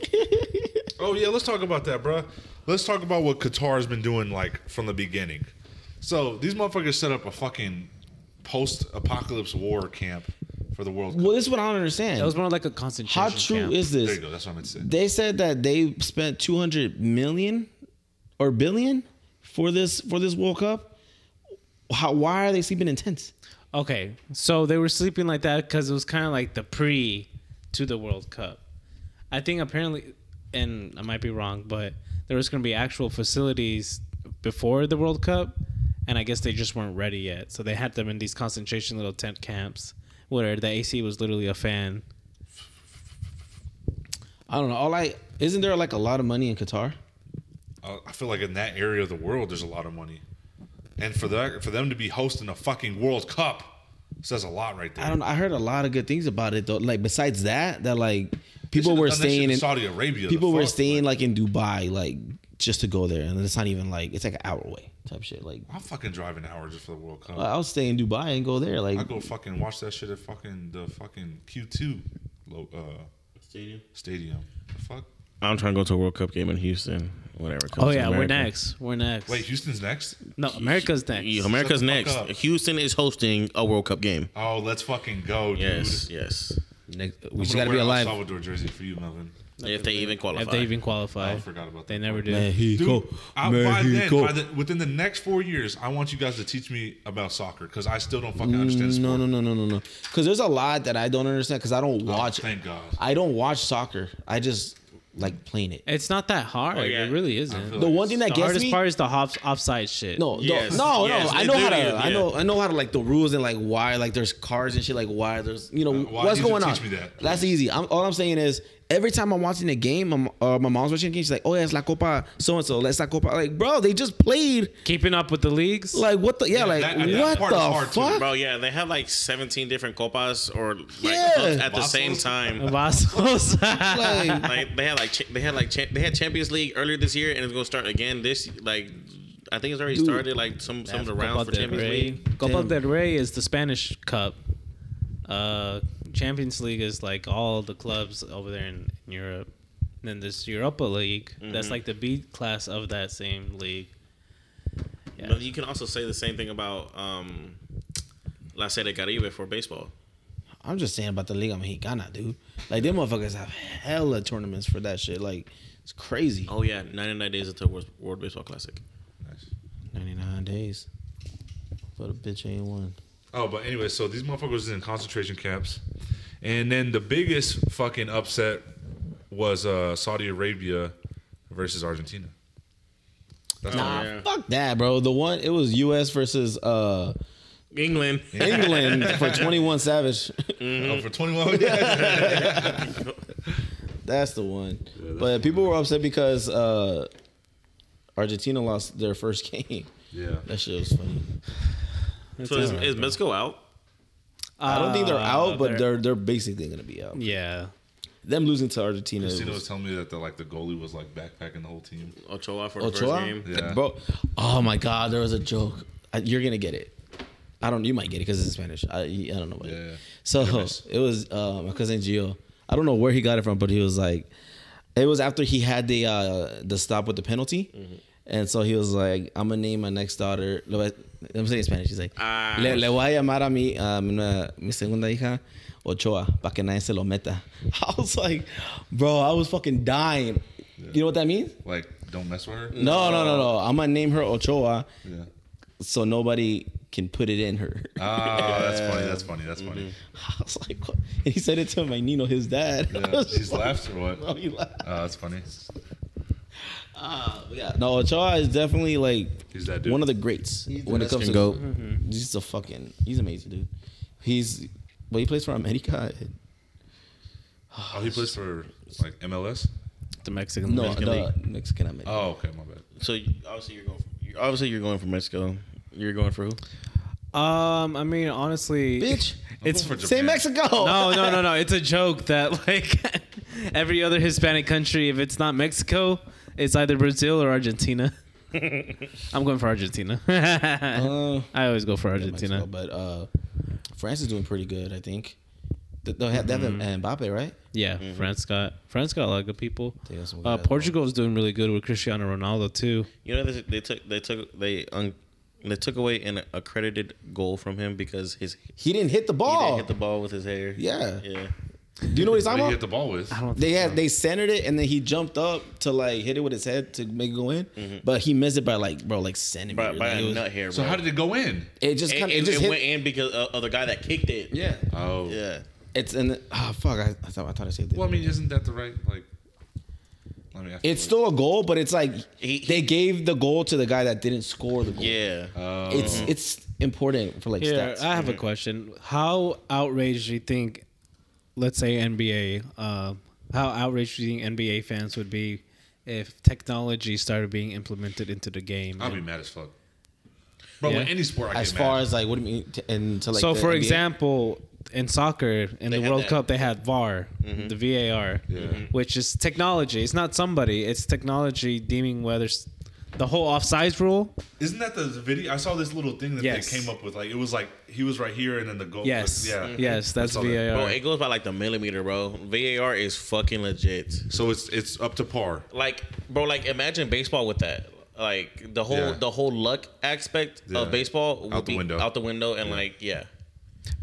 Speaker 1: Oh yeah, let's talk about that, bro. Let's talk about what Qatar's been doing like from the beginning. So these motherfuckers set up a fucking post-apocalypse war camp for the World Cup.
Speaker 2: Well, this is what I don't understand.
Speaker 4: that was more like a concentration
Speaker 2: How true
Speaker 4: camp.
Speaker 2: is
Speaker 1: There
Speaker 2: this?
Speaker 1: you go. That's what I meant to say.
Speaker 2: They said that they spent 200 million or billion for this for this World Cup. How, why are they sleeping in tents?
Speaker 4: Okay, so they were sleeping like that because it was kind of like the pre to the World Cup. I think apparently, and I might be wrong, but there was going to be actual facilities before the World Cup, and I guess they just weren't ready yet. So they had them in these concentration little tent camps where the AC was literally a fan.
Speaker 2: I don't know. All I isn't there like a lot of money in Qatar?
Speaker 1: Uh, I feel like in that area of the world, there's a lot of money, and for that, for them to be hosting a fucking World Cup says a lot right there.
Speaker 2: I don't. know. I heard a lot of good things about it though. Like besides that, that like
Speaker 1: They
Speaker 2: people
Speaker 1: should've
Speaker 2: were
Speaker 1: done that shit
Speaker 2: staying
Speaker 1: in
Speaker 2: in
Speaker 1: Saudi Arabia.
Speaker 2: people
Speaker 1: the
Speaker 2: were
Speaker 1: fuck,
Speaker 2: staying like in Dubai, like just to go there, and it's not even like it's like an hour away type shit. Like
Speaker 1: I'm fucking driving an hour just for the World Cup.
Speaker 2: I'll stay in Dubai and go there. Like
Speaker 1: I go fucking watch that shit at fucking the fucking Q2 lo- uh, stadium. The fuck.
Speaker 3: I'm trying to go to a World Cup game in Houston. Whatever.
Speaker 4: Oh yeah, we're next. We're next.
Speaker 1: Wait, Houston's next.
Speaker 4: no, America's next.
Speaker 3: Yeah, America's
Speaker 1: Shut the
Speaker 3: next.
Speaker 1: fuck up.
Speaker 3: Houston is hosting a World Cup game.
Speaker 1: Oh, let's fucking go, dude.
Speaker 3: Yes, yes.
Speaker 2: next, we
Speaker 1: I'm
Speaker 2: just
Speaker 1: gonna wear
Speaker 2: gotta be
Speaker 1: an El
Speaker 2: alive.
Speaker 1: Salvador jersey for you, Melvin.
Speaker 3: If they even qualify.
Speaker 4: if they even qualify,
Speaker 1: I forgot about that.
Speaker 4: they never do.
Speaker 1: Dude,
Speaker 2: Mexico,
Speaker 1: I, by then,
Speaker 2: Mexico.
Speaker 1: by the, within the next four years, I want you guys to teach me about soccer because I still don't fucking understand. the
Speaker 2: No,
Speaker 1: sport.
Speaker 2: no, no, no, no, no. Because there's a lot that I don't understand. Because I don't
Speaker 1: Oh,
Speaker 2: watch.
Speaker 1: thank God.
Speaker 2: I don't watch soccer. I just like playing it.
Speaker 4: It's not that hard.
Speaker 3: yeah.
Speaker 4: It really isn't.
Speaker 1: Oh, feel
Speaker 4: The,
Speaker 2: The one thing that gets
Speaker 4: hardest
Speaker 2: me.
Speaker 4: part is the hops, offside shit.
Speaker 2: no, no,
Speaker 3: Yes,
Speaker 2: no,
Speaker 3: yes,
Speaker 2: no. I
Speaker 3: it
Speaker 2: know how to.
Speaker 3: literally is,
Speaker 2: I
Speaker 3: yeah.
Speaker 2: know. I know how to like the rules and like why like there's cars and shit. Like why there's you know
Speaker 1: Uh, why
Speaker 2: what's
Speaker 1: did you
Speaker 2: going on.
Speaker 1: teach me that?
Speaker 2: That's easy. I'm, all I'm saying is every time I'm watching a game, I'm, uh, my mom's watching a game. She's like, "Oh yeah, it's La Copa so and so. Let's La Copa." Like, bro, they just played.
Speaker 4: Keeping up with the leagues.
Speaker 2: Like what the yeah? like
Speaker 1: that- that
Speaker 2: what
Speaker 1: part is hard,
Speaker 2: the
Speaker 1: too,
Speaker 2: fuck?
Speaker 3: Bro, yeah, they have like 17 different copas or like
Speaker 2: Yeah.
Speaker 3: at the same
Speaker 1: Vasos.
Speaker 3: time.
Speaker 4: Vasos.
Speaker 2: Like,
Speaker 3: Like they had like cha- they had like cha- they had Champions League earlier this year, and it's gonna start again this like I think it's already
Speaker 2: Dude.
Speaker 3: started like some some of the rounds for Champions League.
Speaker 4: Copa
Speaker 2: Damn.
Speaker 4: del Rey is the Spanish Cup. Uh, Champions League is like all the clubs over there in, in Europe. And then there's Europa League. That's
Speaker 2: Mm-hmm.
Speaker 4: like the B class of that same league. Yeah.
Speaker 3: But you can also say the same thing about um, La Serie Caribe for baseball.
Speaker 2: I'm just saying about the Liga Mexicana, dude. Like them motherfuckers have hella tournaments for that shit. Like it's crazy.
Speaker 3: Oh yeah, 99 days until World, World Baseball Classic.
Speaker 1: Nice.
Speaker 2: 99 days, but a bitch ain't one.
Speaker 1: Oh, but anyway, so these motherfuckers is in concentration camps, and then the biggest fucking upset was uh, Saudi Arabia versus Argentina. That's
Speaker 2: Nah,
Speaker 1: not-
Speaker 3: yeah.
Speaker 2: fuck that, bro. The one it was U.S. versus uh
Speaker 3: England.
Speaker 2: England for 21 Savage.
Speaker 1: oh, for twenty one. Yeah.
Speaker 2: that's the one. but people were upset because uh Argentina lost their first game.
Speaker 1: yeah.
Speaker 2: That shit was funny.
Speaker 3: so is, is Mexico out?
Speaker 2: I don't think they're
Speaker 4: Uh,
Speaker 2: out, but they're they're basically gonna be out.
Speaker 4: yeah.
Speaker 2: Them losing to Argentina. was-
Speaker 1: Christina was telling me that the like the goalie was like backpacking the whole team.
Speaker 3: Ochoa for the
Speaker 2: Ochoa?
Speaker 3: first game.
Speaker 1: Yeah.
Speaker 2: Bro, oh my God, there was a joke. I, you're gonna get it. I don't. You might get it because it's in Spanish. I, I don't know. What
Speaker 1: Yeah, yeah.
Speaker 2: So
Speaker 1: Goodness.
Speaker 2: it was uh, my cousin Gio. I don't know where he got it from, but he was like, it was after he had the uh, the stop with the penalty,
Speaker 3: Mm-hmm.
Speaker 2: and so he was like, I'm gonna name my next daughter. le voy- I'm saying in Spanish. He's like,
Speaker 3: Ah.
Speaker 2: le, le voy a llamar a mi, uh, mi, nue- mi segunda hija Ochoa para que nadie se lo meta. I was like, bro, I was fucking dying. You know what that means?
Speaker 1: Like, don't mess with her.
Speaker 2: No, no, no, no. I'm gonna name her Ochoa
Speaker 1: Yeah.
Speaker 2: so nobody can put it in her.
Speaker 1: Oh, that's funny. That's funny. That's funny.
Speaker 2: I was like, what? And he said it to my Nino, his dad.
Speaker 4: Mm-hmm.
Speaker 2: I
Speaker 1: Yeah.
Speaker 2: was
Speaker 1: She's
Speaker 2: just like,
Speaker 1: left or what?
Speaker 2: oh,
Speaker 1: Oh,
Speaker 2: he laughed.
Speaker 1: that's funny.
Speaker 2: Ah, but yeah. No, Ochoa is definitely like
Speaker 1: He's that dude.
Speaker 2: one of the greats when it comes to Mm-hmm.
Speaker 3: goat.
Speaker 2: He's a fucking. He's amazing, dude. He's well, he plays for America.
Speaker 1: Oh, he plays for like MLS.
Speaker 4: The Mexican.
Speaker 2: No,
Speaker 3: Mexican
Speaker 2: no Mexican America.
Speaker 1: Oh, okay, my bad.
Speaker 3: So you, obviously you're going. For, you obviously you're going for Mexico. You're going for who?
Speaker 4: Um, I mean, honestly,
Speaker 2: Bitch,
Speaker 4: it's
Speaker 1: going for
Speaker 2: say
Speaker 1: Japan.
Speaker 2: Mexico.
Speaker 4: no, no, no, no. It's a joke that like every other Hispanic country, if it's not Mexico, it's either Brazil or Argentina. I'm going for Argentina.
Speaker 2: Uh,
Speaker 4: I always go for
Speaker 2: yeah, Mexico,
Speaker 4: Argentina.
Speaker 2: but uh, France is doing pretty good, I think. Th- They have, they have Mbappe, right?
Speaker 4: Yeah, France got France got a lot of good people.
Speaker 2: Mm-hmm. They got some good
Speaker 4: Uh,
Speaker 2: ass
Speaker 4: Portugal is doing really good with Cristiano Ronaldo too.
Speaker 3: You know they, they took they took they un, they took away an accredited goal from him because his
Speaker 2: He didn't hit the
Speaker 3: he
Speaker 2: ball.
Speaker 3: didn't hit the ball with his hair.
Speaker 2: Oh. Yeah.
Speaker 3: Yeah.
Speaker 2: Do you know what he's
Speaker 1: What did he
Speaker 2: talking about?
Speaker 1: hit the ball with?
Speaker 4: I don't
Speaker 2: They had they centered it and then he jumped up to like hit it with his head to make it go in, but he missed it by like bro like
Speaker 3: By,
Speaker 2: centimeters.
Speaker 3: Mm-hmm. by
Speaker 2: Like, it,
Speaker 3: a
Speaker 2: was-
Speaker 3: nut hair.
Speaker 1: So
Speaker 3: bro.
Speaker 1: how did it go in?
Speaker 2: it just
Speaker 3: it,
Speaker 2: kind of
Speaker 3: it-
Speaker 2: it, just
Speaker 3: it
Speaker 2: hit.
Speaker 3: went in because of, of the guy that kicked it?
Speaker 2: Yeah,
Speaker 1: Oh,
Speaker 3: Yeah.
Speaker 2: it's and oh fuck, I, I thought I thought I said that.
Speaker 1: Well, I mean, isn't that the right like? Let me.
Speaker 2: It's still a goal, but it's like
Speaker 3: He-
Speaker 2: they gave the goal to the guy that didn't score the goal.
Speaker 3: Yeah. Mm-hmm.
Speaker 1: Uh,
Speaker 2: It's it's important for like
Speaker 4: Here,
Speaker 2: stats.
Speaker 4: I have a question. How outraged do you think, let's say NBA, uh, how outraged do you think NBA fans would be if technology started being implemented into the game?
Speaker 1: I'll be mad as fuck. Bro,
Speaker 4: Yeah.
Speaker 1: in any sport, I
Speaker 2: as
Speaker 1: get
Speaker 2: far
Speaker 1: mad.
Speaker 2: as like what do you mean to, and to like
Speaker 4: so,
Speaker 2: the
Speaker 4: for
Speaker 2: NBA?
Speaker 4: example, in soccer, in the
Speaker 3: had
Speaker 4: World
Speaker 3: that.
Speaker 4: Cup, they had VAR, the VAR, which is technology. It's not somebody, it's technology deeming whether s- the whole offsides rule.
Speaker 1: Isn't that the video? I saw this little thing that
Speaker 4: Yes.
Speaker 1: they came up with. Like it was like he was right here, and then the goal.
Speaker 4: Yes.
Speaker 1: yeah. Mm-hmm.
Speaker 4: Yes, that's
Speaker 1: saw
Speaker 4: VAR.
Speaker 1: that.
Speaker 3: Bro, it goes by like the millimeter, bro. VAR is fucking legit.
Speaker 1: So it's it's up to par.
Speaker 3: Like, bro, like imagine baseball with that. Like the whole
Speaker 1: Yeah.
Speaker 3: the whole luck aspect
Speaker 1: Yeah.
Speaker 3: of baseball would
Speaker 1: Out the
Speaker 3: be
Speaker 1: window.
Speaker 3: Out the window and like yeah.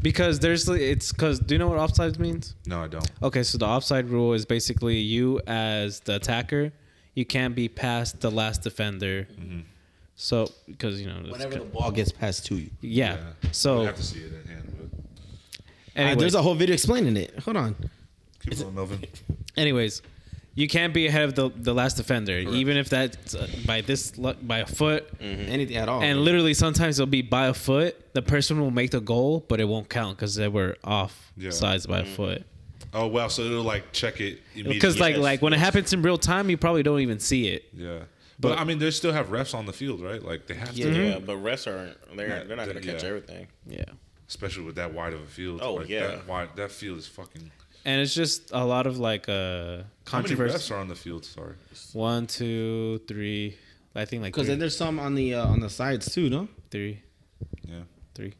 Speaker 4: because there's, it's because, do you know what offsides means?
Speaker 1: No, I don't.
Speaker 4: Okay, so the offside rule is basically you as the attacker, you can't be past the last defender. So because you know, it's
Speaker 2: whenever
Speaker 4: ki-
Speaker 2: the ball gets passed to you.
Speaker 4: yeah.
Speaker 1: I
Speaker 4: So
Speaker 1: have to see it in hand. But
Speaker 2: Uh,
Speaker 4: anyways,
Speaker 2: there's a whole video explaining it. Hold on.
Speaker 3: Mm-hmm.
Speaker 1: keep going, Melvin.
Speaker 4: anyways, you can't be ahead of the, the last defender, even if that's uh, by this lu- by a foot.
Speaker 1: Mm.
Speaker 2: Anything at all.
Speaker 4: And literally, sometimes it'll be by a foot. The person will make the goal, but it won't count because they were off
Speaker 1: Yeah.
Speaker 4: sides by a foot.
Speaker 1: Oh wow! So it'll like check it immediately.
Speaker 4: Because like like when it happens in real time, you probably don't even see it.
Speaker 1: yeah. But, I mean, they still have refs on the field, right? Like they have to,
Speaker 3: Yeah, but refs aren't they're
Speaker 1: Yeah,
Speaker 3: they're not gonna
Speaker 1: Hmm? yeah.
Speaker 3: catch everything.
Speaker 4: Yeah.
Speaker 1: especially with that wide of a field.
Speaker 3: Oh,
Speaker 1: Like,
Speaker 3: yeah.
Speaker 1: that wide that field is fucking.
Speaker 4: and it's just a lot of like uh
Speaker 1: How many refs
Speaker 4: controversy.
Speaker 1: are on the field? Sorry.
Speaker 4: One, two, three. I think like
Speaker 2: because
Speaker 4: three,
Speaker 2: then there's some on the uh, on the sides too, no?
Speaker 4: three,
Speaker 1: Yeah.
Speaker 4: three.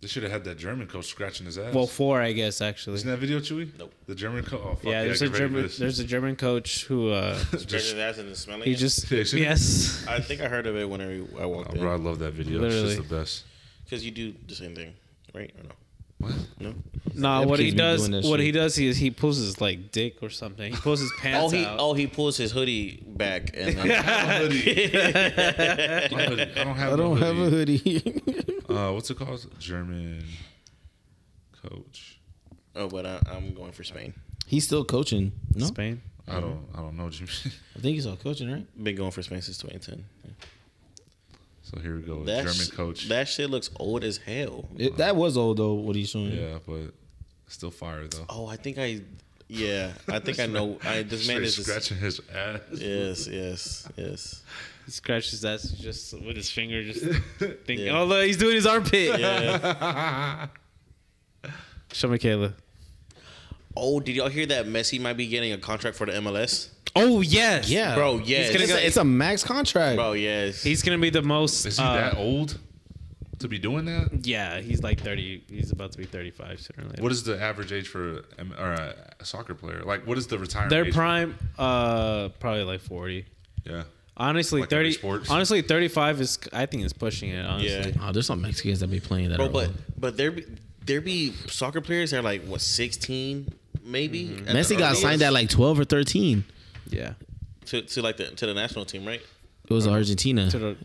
Speaker 1: They should have had that German coach scratching his ass.
Speaker 4: Well, four, I guess actually.
Speaker 1: Isn't that video Chewy?
Speaker 3: Nope.
Speaker 1: The German coach. Oh, fuck
Speaker 4: yeah, there's
Speaker 1: I
Speaker 4: a
Speaker 1: get ready for
Speaker 4: German.
Speaker 1: this.
Speaker 4: There's a German coach who uh
Speaker 3: Just, ass and smelling.
Speaker 4: he
Speaker 3: it.
Speaker 4: just
Speaker 1: Yeah, shouldn't-
Speaker 4: yes.
Speaker 3: I think I heard of it whenever I walked
Speaker 1: Oh, bro, I
Speaker 3: in
Speaker 1: love that video. It's
Speaker 4: Literally.
Speaker 1: just the best.
Speaker 3: because you do the same thing, right or no?
Speaker 1: What?
Speaker 3: No.
Speaker 4: Nah,
Speaker 2: That
Speaker 4: what he
Speaker 2: kid's been
Speaker 4: does,
Speaker 2: doing that
Speaker 4: what
Speaker 2: shit.
Speaker 4: he does, he he pulls his like dick or something. He pulls his
Speaker 3: Oh
Speaker 4: pants
Speaker 3: he
Speaker 4: out.
Speaker 3: oh he pulls his hoodie back and then,
Speaker 1: My hoodie. My hoodie. I don't have.
Speaker 2: I don't have a hoodie.
Speaker 1: Uh, what's it called? German coach.
Speaker 3: oh but I, I'm going for Spain.
Speaker 2: he's still coaching. No,
Speaker 4: Spain.
Speaker 3: Mm-hmm.
Speaker 1: I don't. I don't know, Jimmy.
Speaker 2: I think he's still coaching, right?
Speaker 3: Been going for Spain since 2010. Yeah.
Speaker 1: so here we go.
Speaker 3: That sh-
Speaker 1: German coach.
Speaker 3: That shit looks old as hell.
Speaker 2: It, that was old though. What he's showing.
Speaker 1: yeah, but still fire though.
Speaker 3: Oh, I think I. Yeah, I think I know. I this man
Speaker 1: Straight
Speaker 3: is. Just,
Speaker 1: scratching his ass.
Speaker 3: yes, yes, yes.
Speaker 4: He scratches that just with his finger, just thinking.
Speaker 3: Yeah.
Speaker 4: Oh look, he's doing his armpit.
Speaker 3: Yeah.
Speaker 4: Show Michaela.
Speaker 3: Oh, did y'all hear that Messi might be getting a contract for the MLS?
Speaker 4: Oh yes.
Speaker 2: yeah,
Speaker 3: Bro, yes.
Speaker 2: It's, a, it's a max contract.
Speaker 3: Bro, yes.
Speaker 4: He's gonna be the most.
Speaker 1: Is he
Speaker 4: uh,
Speaker 1: that old to be doing that?
Speaker 4: Yeah, he's like thirty. He's about to be thirty-five sooner or later.
Speaker 1: What is the average age for um, or a soccer player? Like, what is the retirement?
Speaker 4: Their
Speaker 1: age?
Speaker 4: prime, uh, probably like forty.
Speaker 1: Yeah.
Speaker 4: Honestly,
Speaker 1: Like every
Speaker 4: thirty.
Speaker 1: sport.
Speaker 4: Honestly, thirty-five is. I think is pushing it. Honestly.
Speaker 3: yeah,
Speaker 2: Oh, there's some Mexicans that be playing that.
Speaker 3: bro.
Speaker 2: are-
Speaker 3: But but there be there be soccer players that are like what 16 maybe. at the
Speaker 2: Messi got
Speaker 3: earliest
Speaker 2: signed at like 12 or 13.
Speaker 4: yeah.
Speaker 3: to, to like the to the national team, right?
Speaker 2: It was Argentina.
Speaker 4: To the,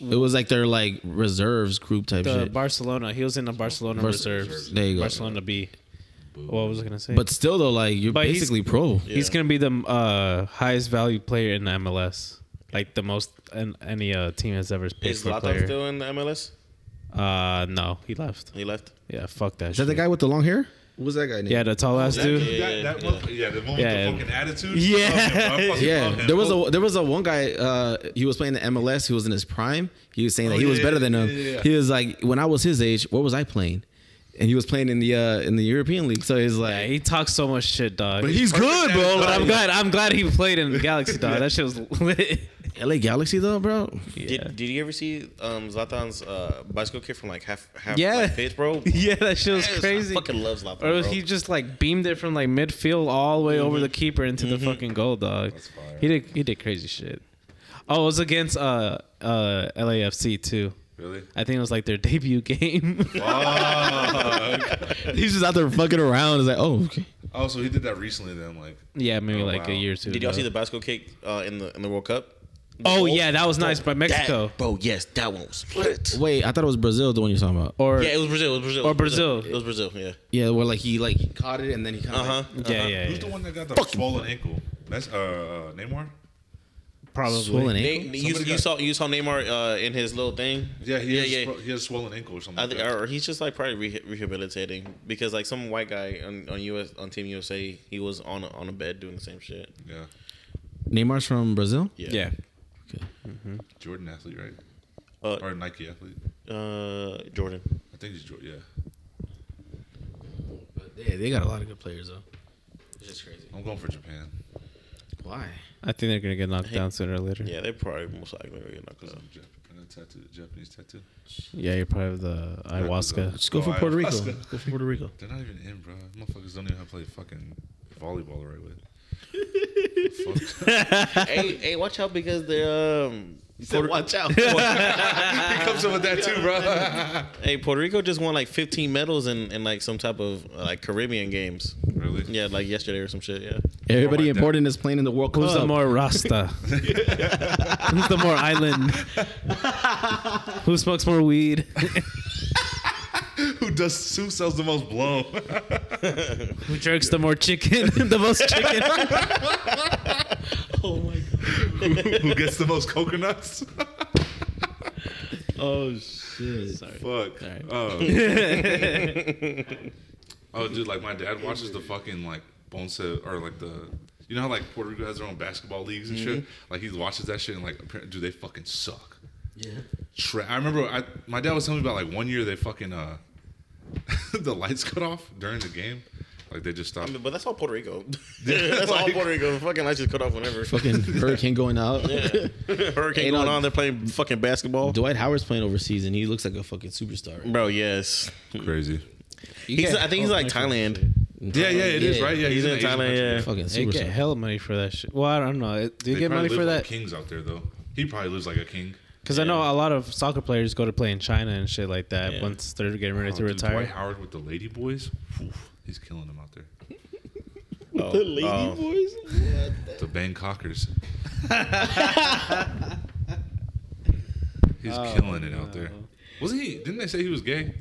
Speaker 2: It was like their like reserves group type
Speaker 4: The
Speaker 2: shit.
Speaker 4: Barcelona. He was in the Barcelona
Speaker 2: Vers-
Speaker 4: reserves.
Speaker 2: there you go.
Speaker 4: Barcelona B. What was I gonna say?
Speaker 2: but still though, like you're
Speaker 4: But he's-
Speaker 2: basically pro.
Speaker 4: he's gonna be the uh, highest value player in the MLS. Like the most an, any uh, team has ever paid
Speaker 3: Is
Speaker 4: for a
Speaker 3: Zlatan
Speaker 4: player.
Speaker 3: still in the MLS?
Speaker 4: uh, no, he left.
Speaker 3: He left.
Speaker 4: Yeah, fuck that.
Speaker 2: Is that
Speaker 4: shit.
Speaker 2: the guy with the long hair? What's that guy named?
Speaker 4: Yeah, the tall ass dude.
Speaker 3: Yeah,
Speaker 1: that, that
Speaker 3: yeah.
Speaker 1: one, yeah, the one
Speaker 4: Yeah.
Speaker 1: with the fucking attitude.
Speaker 4: Yeah.
Speaker 1: Fuck him, I fucking
Speaker 2: Yeah,
Speaker 1: love him.
Speaker 2: there was a there was a one guy. Uh, he was playing the MLS. He was in his prime. He was saying that
Speaker 1: Oh,
Speaker 2: he was
Speaker 1: yeah,
Speaker 2: better than
Speaker 1: yeah,
Speaker 2: him.
Speaker 1: yeah, yeah.
Speaker 2: He was like, when I was his age, what was I playing? And he was playing in the uh, in the European league. So he's
Speaker 4: Yeah,
Speaker 2: like,
Speaker 4: he talks so much shit, dog.
Speaker 1: But
Speaker 4: But,
Speaker 1: he's good, bro.
Speaker 4: I'm glad. I'm glad he played in the Galaxy, dog. That shit was lit.
Speaker 2: LA Galaxy though, bro.
Speaker 4: Yeah,
Speaker 3: Did, did you ever see um, Zlatan's uh, bicycle kick from like half half
Speaker 4: Yeah.
Speaker 3: like, pitch, bro?
Speaker 4: yeah, that shit was
Speaker 3: Yes,
Speaker 4: crazy.
Speaker 3: I fucking love Zlatan,
Speaker 4: Or
Speaker 3: bro.
Speaker 4: he just like beamed it from like midfield all the way over the keeper into the fucking goal, dog. He did he did crazy shit. Oh, it was against uh uh LAFC too.
Speaker 1: Really?
Speaker 4: I think it was like their debut game.
Speaker 2: He's just out there fucking around. It's like, oh, okay.
Speaker 1: Oh, so he did that recently. Then like,
Speaker 4: yeah, maybe
Speaker 1: Oh,
Speaker 4: like
Speaker 1: wow.
Speaker 4: a year or two.
Speaker 3: Did y'all
Speaker 4: ago.
Speaker 3: see the bicycle kick uh, in the in the World Cup?
Speaker 4: Oh yeah, that was nice by Mexico
Speaker 3: That- bro. Yes, that one was split.
Speaker 2: Wait, I thought it was Brazil the one you're talking about.
Speaker 4: or
Speaker 3: Yeah, it was Brazil. It was Brazil.
Speaker 4: Or
Speaker 3: it was
Speaker 4: Brazil.
Speaker 3: It was Brazil. Yeah.
Speaker 2: Yeah, where like he like he caught it and then he kind
Speaker 3: Uh
Speaker 2: of
Speaker 3: huh.
Speaker 4: yeah, yeah,
Speaker 1: who's
Speaker 3: Eh,
Speaker 4: yeah.
Speaker 1: the one that got the swollen ankle? That's uh, uh Neymar.
Speaker 4: probably.
Speaker 2: swollen
Speaker 3: They,
Speaker 2: ankle.
Speaker 3: you,
Speaker 1: Somebody
Speaker 3: you
Speaker 1: got-
Speaker 3: saw you saw Neymar uh, in his little thing.
Speaker 1: Yeah, he
Speaker 3: yeah,
Speaker 1: has,
Speaker 3: yeah.
Speaker 1: He has swollen ankle or something.
Speaker 3: I
Speaker 1: like
Speaker 3: think,
Speaker 1: that.
Speaker 3: or he's just like probably re- rehabilitating because like some white guy on, on US on Team USA, he was on a, on a bed doing the same shit.
Speaker 1: yeah,
Speaker 2: Neymar's from Brazil.
Speaker 3: Yeah.
Speaker 4: Yeah,
Speaker 1: Jordan athlete, right?
Speaker 3: Uh,
Speaker 1: Or Nike athlete?
Speaker 3: uh, Jordan.
Speaker 1: I think he's Jordan. Yeah.
Speaker 2: Yeah, they got a lot of good players though. It's just crazy.
Speaker 1: I'm going for Japan.
Speaker 2: Why?
Speaker 4: I think they're gonna get knocked down sooner or later.
Speaker 3: Yeah, they probably most likely gonna get knocked
Speaker 1: Cause
Speaker 3: out.
Speaker 1: I'm Jap- I got tattoo, Japanese tattoo.
Speaker 4: Yeah, you're probably the ayahuasca.
Speaker 2: Just go for
Speaker 1: Oh,
Speaker 2: Puerto Rico.
Speaker 1: ayahuasca.
Speaker 2: Go for Puerto Rico.
Speaker 1: They're not even in, bro. Motherfuckers don't even have to play fucking volleyball the right way. Fuck.
Speaker 3: hey, hey, watch out because they're um.
Speaker 2: watch out.
Speaker 1: he comes up with that too, bro.
Speaker 3: Hey, Puerto Rico just won like 15 medals in, in like some type of uh, like Caribbean games.
Speaker 1: really?
Speaker 3: Yeah, like yesterday or some shit. Yeah.
Speaker 1: Oh
Speaker 2: Everybody
Speaker 1: my
Speaker 2: important is playing in the World Cup.
Speaker 4: Who's the more Rasta? Who's the more island? Who smokes more weed?
Speaker 1: Who does? Who sells the most blow?
Speaker 4: Who jerks the more chicken? the most chicken?
Speaker 1: who, who gets the most coconuts?
Speaker 2: Oh shit.
Speaker 1: Fuck. Oh. oh, dude, like my dad watches the fucking like Bonse or like the. You know how like Puerto Rico has their own basketball leagues and shit.
Speaker 3: Mm-hmm.
Speaker 1: Like he watches that shit and like, apparent- dude, they fucking suck. Yeah. Tra- I remember I, my dad was telling me about like one year they fucking uh, the lights cut off during the game. Like they just
Speaker 3: I
Speaker 1: stopped.
Speaker 3: mean, but that's all Puerto Rico. that's all
Speaker 1: Like-
Speaker 3: Puerto Rico. Fucking lights just cut off whenever.
Speaker 2: Fucking hurricane going out.
Speaker 3: Hurricane
Speaker 2: Ain't
Speaker 3: going
Speaker 2: no-
Speaker 3: on. They're playing fucking basketball.
Speaker 2: Dwight Howard's playing overseas and he looks like a fucking superstar. right
Speaker 3: Bro, yes.
Speaker 1: Crazy.
Speaker 3: Oh, He's, I
Speaker 2: Oh,
Speaker 3: think he's like Thailand.
Speaker 1: Yeah, yeah, it is right. Yeah,
Speaker 3: He's in
Speaker 1: an Asian
Speaker 3: Thailand.
Speaker 1: country.
Speaker 3: Yeah.
Speaker 2: Fucking
Speaker 4: They get
Speaker 2: superstar.
Speaker 4: hell money for that shit. Well, I don't know. It- Do you
Speaker 1: They
Speaker 4: get
Speaker 1: probably
Speaker 4: money for
Speaker 1: live like
Speaker 4: that?
Speaker 1: Kings out there though. He probably lives like a king.
Speaker 4: Because I know a lot of soccer players go to play in China and shit like that
Speaker 3: Yeah.
Speaker 4: once they're getting ready
Speaker 1: Oh,
Speaker 4: to
Speaker 1: dude, Dwight
Speaker 4: retire.
Speaker 1: Howard with the Lady Boys. Oof, he's killing them out there.
Speaker 3: Oh, oh.
Speaker 1: The Bangkokers. He's
Speaker 4: Oh,
Speaker 1: killing it out there. Wasn't he? Didn't they say he was gay?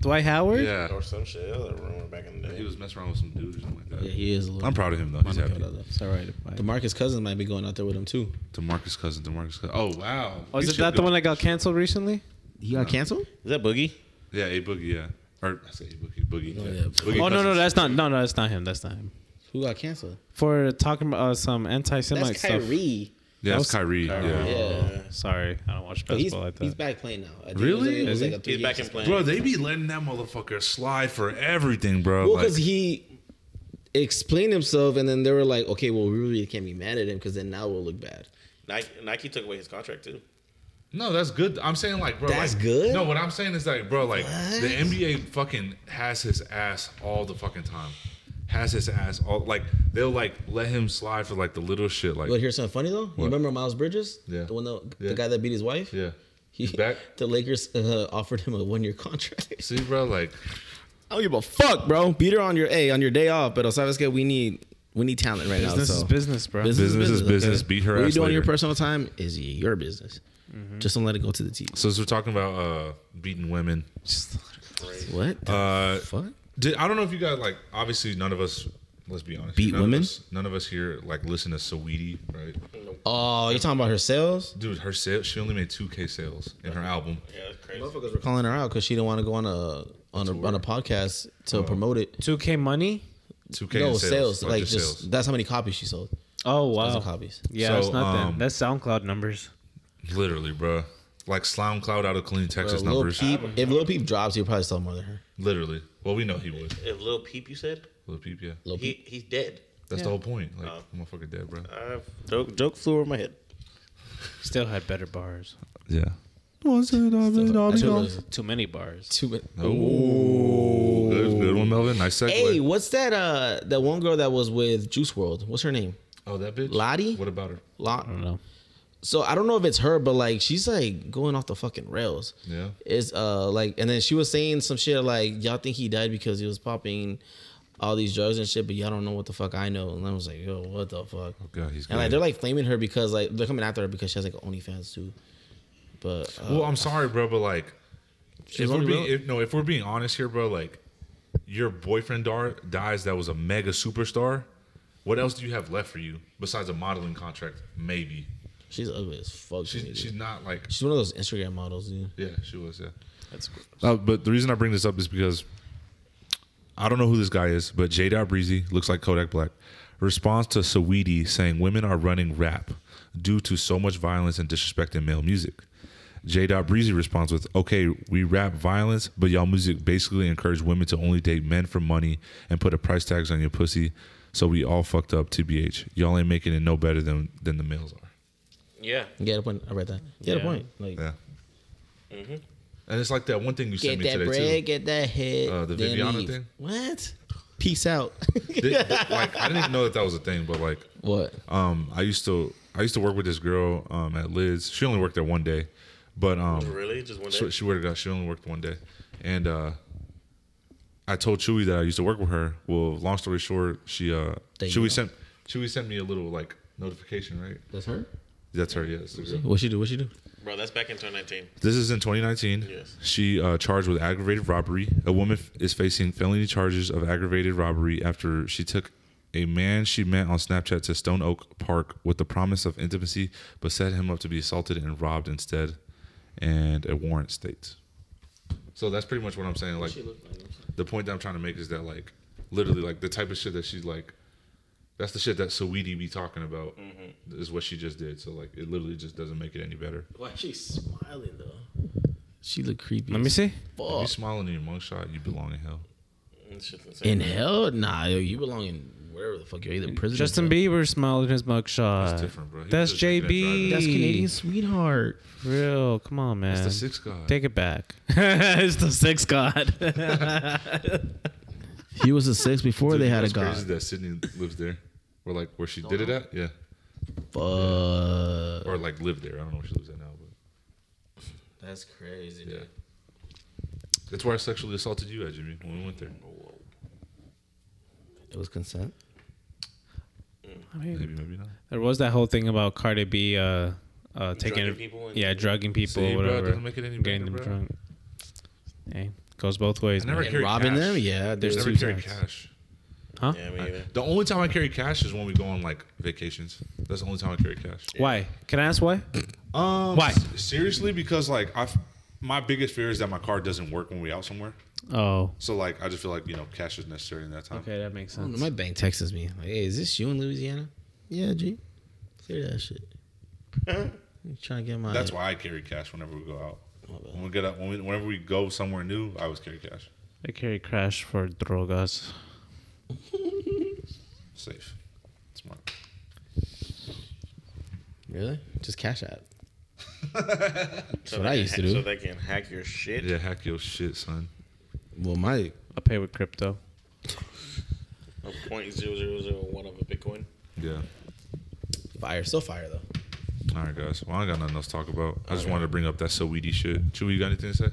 Speaker 4: Dwight Howard?
Speaker 1: Yeah.
Speaker 3: Or some shit. That was a rumor back in the
Speaker 1: He
Speaker 3: day.
Speaker 1: was messing around with some dude or something like that.
Speaker 2: Yeah, he is a little.
Speaker 1: I'm proud of him though. He's happy.
Speaker 4: It's all right.
Speaker 2: The Marcus Cousins might be going out there with him too.
Speaker 1: Demarcus Cousins. Demarcus Cousins. Oh wow.
Speaker 4: Oh,
Speaker 1: He
Speaker 4: is it
Speaker 1: should
Speaker 4: that the
Speaker 1: go-
Speaker 4: one that got canceled recently?
Speaker 2: He got canceled?
Speaker 3: Is that Boogie?
Speaker 1: Yeah, a boogie. Yeah. Or I say a boogie. Boogie.
Speaker 2: Oh,
Speaker 1: yeah.
Speaker 2: yeah.
Speaker 1: Boogie
Speaker 4: Oh, no, no,
Speaker 1: Cousins.
Speaker 4: that's not. No, no, that's not him. That's not him.
Speaker 2: Who got canceled?
Speaker 4: For talking about uh, some anti Semite stuff.
Speaker 1: Yeah, that's
Speaker 4: That's-
Speaker 1: Kyrie. Yeah.
Speaker 3: Oh,
Speaker 2: Yeah.
Speaker 4: Sorry. I don't watch
Speaker 2: But he's,
Speaker 4: basketball like
Speaker 2: he's
Speaker 4: that.
Speaker 2: back playing now. I think
Speaker 1: Really?
Speaker 2: It was like, it was like a
Speaker 3: He's
Speaker 2: three
Speaker 3: back in
Speaker 2: years-
Speaker 3: playing.
Speaker 1: Bro, they be letting that motherfucker slide for everything, bro.
Speaker 2: Well,
Speaker 1: Like,
Speaker 2: because he explained himself and then they were like, okay, well, we really can't be mad at him because then now we'll look bad.
Speaker 3: Nike, Nike took away his contract too.
Speaker 1: No, that's good. I'm saying like, bro,
Speaker 2: That's
Speaker 1: like-
Speaker 2: good?
Speaker 1: No, what I'm saying is like, bro, like the NBA fucking has his ass all the fucking time. Has his ass all like they'll like let him slide for like the little shit, like
Speaker 2: But here's something funny though. You remember Miles Bridges?
Speaker 1: Yeah.
Speaker 2: The one that,
Speaker 1: Yeah.
Speaker 2: the guy that beat his wife?
Speaker 1: yeah.
Speaker 2: He,
Speaker 1: He's back.
Speaker 2: The Lakers uh, offered him a one year contract.
Speaker 1: See, bro, like
Speaker 2: I don't give a fuck, bro. Beat her on your A on your day off, but Osava's get we need we need talent right
Speaker 4: Business
Speaker 2: now.
Speaker 4: is
Speaker 2: So.
Speaker 4: business, bro.
Speaker 1: Business is business. Beat her
Speaker 2: What you
Speaker 1: ass
Speaker 2: do on your
Speaker 1: later. Mm-hmm.
Speaker 2: personal time is your business. Just don't let it go to the TV.
Speaker 1: So as we're talking about uh, beating women,
Speaker 2: What? the
Speaker 1: uh,
Speaker 2: fuck?
Speaker 1: did, I don't know if you guys like. Obviously, none of us. Let's be honest.
Speaker 2: Beat
Speaker 1: none of
Speaker 2: women?
Speaker 1: us- none of us here like listen to Saweetie, right?
Speaker 2: Oh, you're talking about her sales?
Speaker 1: Dude, her sales. She only made two k sales in her album.
Speaker 3: Yeah, that's crazy.
Speaker 2: Motherfuckers were calling her out because she didn't want to go on a on a on a podcast to promote it.
Speaker 4: Two K money.
Speaker 1: Two k
Speaker 2: No
Speaker 1: in
Speaker 2: sales,
Speaker 1: sales,
Speaker 2: like just,
Speaker 1: sales.
Speaker 2: that's how many copies she sold.
Speaker 4: Oh wow.
Speaker 2: Thousand copies.
Speaker 4: Yeah,
Speaker 1: So,
Speaker 4: that's nothing.
Speaker 1: um,
Speaker 4: that's SoundCloud numbers.
Speaker 1: literally, bro. Like SoundCloud out of clean Texas
Speaker 2: Lil
Speaker 1: numbers,
Speaker 2: Peep, if Lil Peep drops, he'll probably sell more than her.
Speaker 1: literally. Well, we know he would.
Speaker 3: If Lil Peep, you said
Speaker 1: Lil Peep, yeah.
Speaker 2: Lil
Speaker 3: he
Speaker 2: Peep.
Speaker 3: he's dead.
Speaker 1: That's the whole point. Like,
Speaker 3: Oh.
Speaker 1: motherfucker dead, bro.
Speaker 3: Uh, joke, joke flew over my head.
Speaker 4: Still had better bars.
Speaker 1: Yeah.
Speaker 2: That's what it is.
Speaker 4: Too many bars.
Speaker 2: Too many-
Speaker 1: Oh, good, good one, Melvin. Nice segue.
Speaker 2: Hey, what's that? Uh, that one girl that was with Juice World. What's her name?
Speaker 1: oh, that bitch.
Speaker 2: Lottie?
Speaker 1: What about her?
Speaker 2: Lot.
Speaker 4: I don't know.
Speaker 2: So I don't know if it's her, but like she's like going off the fucking rails.
Speaker 1: Yeah.
Speaker 2: It's uh like, and then she was saying some shit like, y'all think he died because he was popping all these drugs and shit, but y'all don't know what the fuck I know. And I was like, yo, what the fuck?
Speaker 1: Oh, God, he's
Speaker 2: And like
Speaker 1: good.
Speaker 2: they're like flaming her because like they're coming after her because she has like OnlyFans too. But uh,
Speaker 1: Well, I'm sorry, bro, but like, if
Speaker 2: was
Speaker 1: we're
Speaker 2: on the
Speaker 1: being
Speaker 2: road.
Speaker 1: if, no, if we're being honest here, bro, like, your boyfriend dar- dies that was a mega superstar. What else do you have left for you besides a modeling contract? Maybe
Speaker 2: she's ugly as fuck. to me,
Speaker 1: she's
Speaker 2: dude.
Speaker 1: she's not like
Speaker 2: she's one of those Instagram models, dude.
Speaker 1: yeah, she was yeah.
Speaker 4: That's cool.
Speaker 1: Uh, but the reason I bring this up is because I don't know who this guy is, but J. Dot Breezy looks like Kodak Black. Response to Saweetie saying women are running rap due to so much violence and disrespect in male music. J. Dot Breezy responds with, "Okay, we rap violence, but y'all music basically encourage women to only date men for money and put a price tags on your pussy. So we all fucked up. Tbh, y'all ain't making it no better than than the males are."
Speaker 3: Yeah,
Speaker 2: You get a point. I read that. You get
Speaker 4: Yeah.
Speaker 2: a point. Like
Speaker 1: Yeah. And it's like that one thing you sent
Speaker 2: get
Speaker 1: me
Speaker 2: that
Speaker 1: today
Speaker 2: bread,
Speaker 1: too.
Speaker 2: get that hit.
Speaker 1: Uh, the
Speaker 2: then
Speaker 1: Viviana
Speaker 2: leave.
Speaker 1: thing?
Speaker 2: What? Peace out.
Speaker 1: Did- like I didn't even know that that was a thing, but like
Speaker 2: what?
Speaker 1: um, I used to I used to work with this girl um, at Lids. She only worked there one day, but um,
Speaker 3: really, just one day.
Speaker 1: she, she worked it out. She only worked one day, and uh, I told Chewy that I used to work with her. Well, long story short, she uh,
Speaker 2: There you
Speaker 1: Chewy
Speaker 2: go.
Speaker 1: sent Chewy sent me a little like notification, right?
Speaker 2: That's her.
Speaker 1: That's her. Yeah, that's the girl.
Speaker 2: What she do? What she do?
Speaker 3: Bro, that's back in 2019.
Speaker 1: This is in 2019.
Speaker 3: Yes.
Speaker 1: She uh, charged with aggravated robbery. A woman f- is facing felony charges of aggravated robbery after she took a man she met on Snapchat to Stone Oak Park with the promise of intimacy, but set him up to be assaulted and robbed instead. And a warrant states. So that's pretty much what I'm saying. Like, the point that I'm trying to make is that like, literally, like the type of shit that she's like. That's the shit that Saweetie be talking about is what she just did. So like, it literally just doesn't make it any better.
Speaker 2: Why she smiling though? She look creepy.
Speaker 4: Let me see.
Speaker 1: If you
Speaker 2: Fuck.
Speaker 1: smiling in your mugshot, you belong in hell.
Speaker 3: This shit's insane.
Speaker 2: In hell, nah, yo, you belong in wherever the fuck you're either prison.
Speaker 4: Justin Bieber smiled in his mugshot. That's,
Speaker 1: different, bro. He was just drinking and
Speaker 4: JB.
Speaker 1: driving.
Speaker 2: That's Canadian sweetheart.
Speaker 4: Real. Come on, man.
Speaker 1: It's the sixth god.
Speaker 4: Take it back. it's the sixth god.
Speaker 2: He was a six before
Speaker 1: Dude,
Speaker 2: they had a
Speaker 1: what's crazy is
Speaker 2: god.
Speaker 1: that Sydney lives there, or like where she did it at, yeah,
Speaker 2: Fuck.
Speaker 1: or like lived there. I don't know where she lives at now, but
Speaker 2: That's crazy.
Speaker 1: yeah, that's where I sexually assaulted you at, Jimmy, when we went there.
Speaker 2: It was consent.
Speaker 4: I mean,
Speaker 1: Maybe, maybe not.
Speaker 4: there was that whole thing about Cardi B uh, uh, taking
Speaker 3: Drugging people and-
Speaker 4: yeah, drugging people,
Speaker 1: See, bro,
Speaker 4: whatever,
Speaker 1: doesn't make it any
Speaker 4: getting
Speaker 1: better,
Speaker 4: them
Speaker 1: bro.
Speaker 4: drunk. Hey, goes both ways.
Speaker 1: I never
Speaker 4: man.
Speaker 1: carry
Speaker 2: robbing
Speaker 1: cash.
Speaker 2: them? Yeah,
Speaker 1: I
Speaker 2: there's
Speaker 1: never
Speaker 2: two
Speaker 1: carry
Speaker 2: times.
Speaker 1: cash.
Speaker 4: Huh?
Speaker 3: Yeah, me either.
Speaker 1: The only time I carry cash is when we go on like vacations. That's the only time I carry cash.
Speaker 4: Why? Can I ask why?
Speaker 1: Um,
Speaker 4: Why?
Speaker 1: s- Seriously, because like I, my biggest fear is that my car doesn't work when we out somewhere.
Speaker 4: Oh,
Speaker 1: So like I just feel like you know cash is necessary in that time.
Speaker 4: okay, that makes sense.
Speaker 2: My bank texts me like, "Hey, is this you in Louisiana?" Yeah, G. Hear that shit. I'm trying to get my.
Speaker 1: That's why I carry cash whenever we go out.
Speaker 2: My bad.
Speaker 1: When we get up, when we, whenever we go somewhere new, I always carry cash.
Speaker 4: I carry crash for drogas.
Speaker 1: Safe, smart.
Speaker 2: Really? Just cash app.
Speaker 3: So
Speaker 2: what
Speaker 3: they
Speaker 2: I
Speaker 3: can
Speaker 2: used to
Speaker 3: ha-
Speaker 2: do.
Speaker 3: So they can hack your shit.
Speaker 1: Yeah, hack your shit, son.
Speaker 2: Well, my
Speaker 4: I pay with crypto.
Speaker 3: A point zero zero zero one of a Bitcoin.
Speaker 1: Yeah.
Speaker 2: fire, still fire though.
Speaker 1: All right, guys. Well, I ain't got nothing else to talk about. I just wanted to bring up that so weedy shit. Chewy, you got anything to say?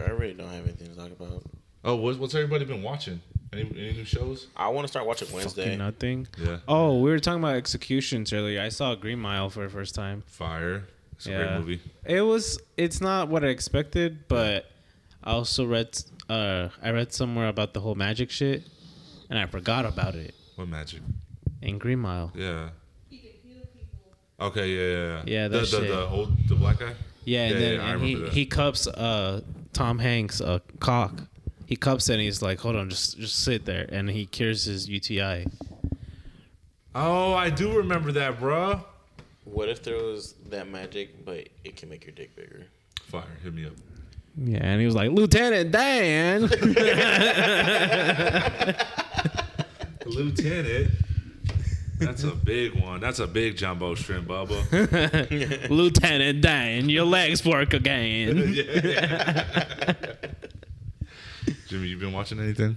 Speaker 3: I, I really don't have anything to talk about.
Speaker 1: Oh, what's, what's everybody been watching? Any, any new shows?
Speaker 3: I want to start watching Wednesday.
Speaker 4: Fucking nothing.
Speaker 1: Yeah.
Speaker 4: Oh, we were talking about executions earlier. I saw Green Mile for the first time.
Speaker 1: Fire. It's a
Speaker 4: Yeah.
Speaker 1: great movie.
Speaker 4: It was. It's not what I expected, but I also read. Uh, I read somewhere about the whole magic shit, and I forgot about it
Speaker 1: What magic?
Speaker 4: in Green Mile.
Speaker 1: Yeah.
Speaker 5: He could heal people.
Speaker 1: Okay. Yeah. Yeah.
Speaker 4: Yeah,
Speaker 1: The,
Speaker 4: that
Speaker 1: the,
Speaker 4: shit.
Speaker 1: the old the black guy.
Speaker 4: Yeah, and
Speaker 1: Yeah,
Speaker 4: then
Speaker 1: yeah, I
Speaker 4: and he,
Speaker 1: remember that.
Speaker 4: he cups uh Tom Hanks uh, cock. He cups it and he's like, "Hold on, just just sit there," and he cures his UTI.
Speaker 1: Oh, I do remember that, bro.
Speaker 3: What if there was that magic, but it can make your dick bigger?
Speaker 1: Fire. Hit me up.
Speaker 4: Yeah, and he was like, "Lieutenant Dan."
Speaker 1: Lieutenant. That's a big one. That's a big jumbo shrimp, Bubba.
Speaker 4: Lieutenant Dan, your legs work again.
Speaker 1: Jimmy, you been watching anything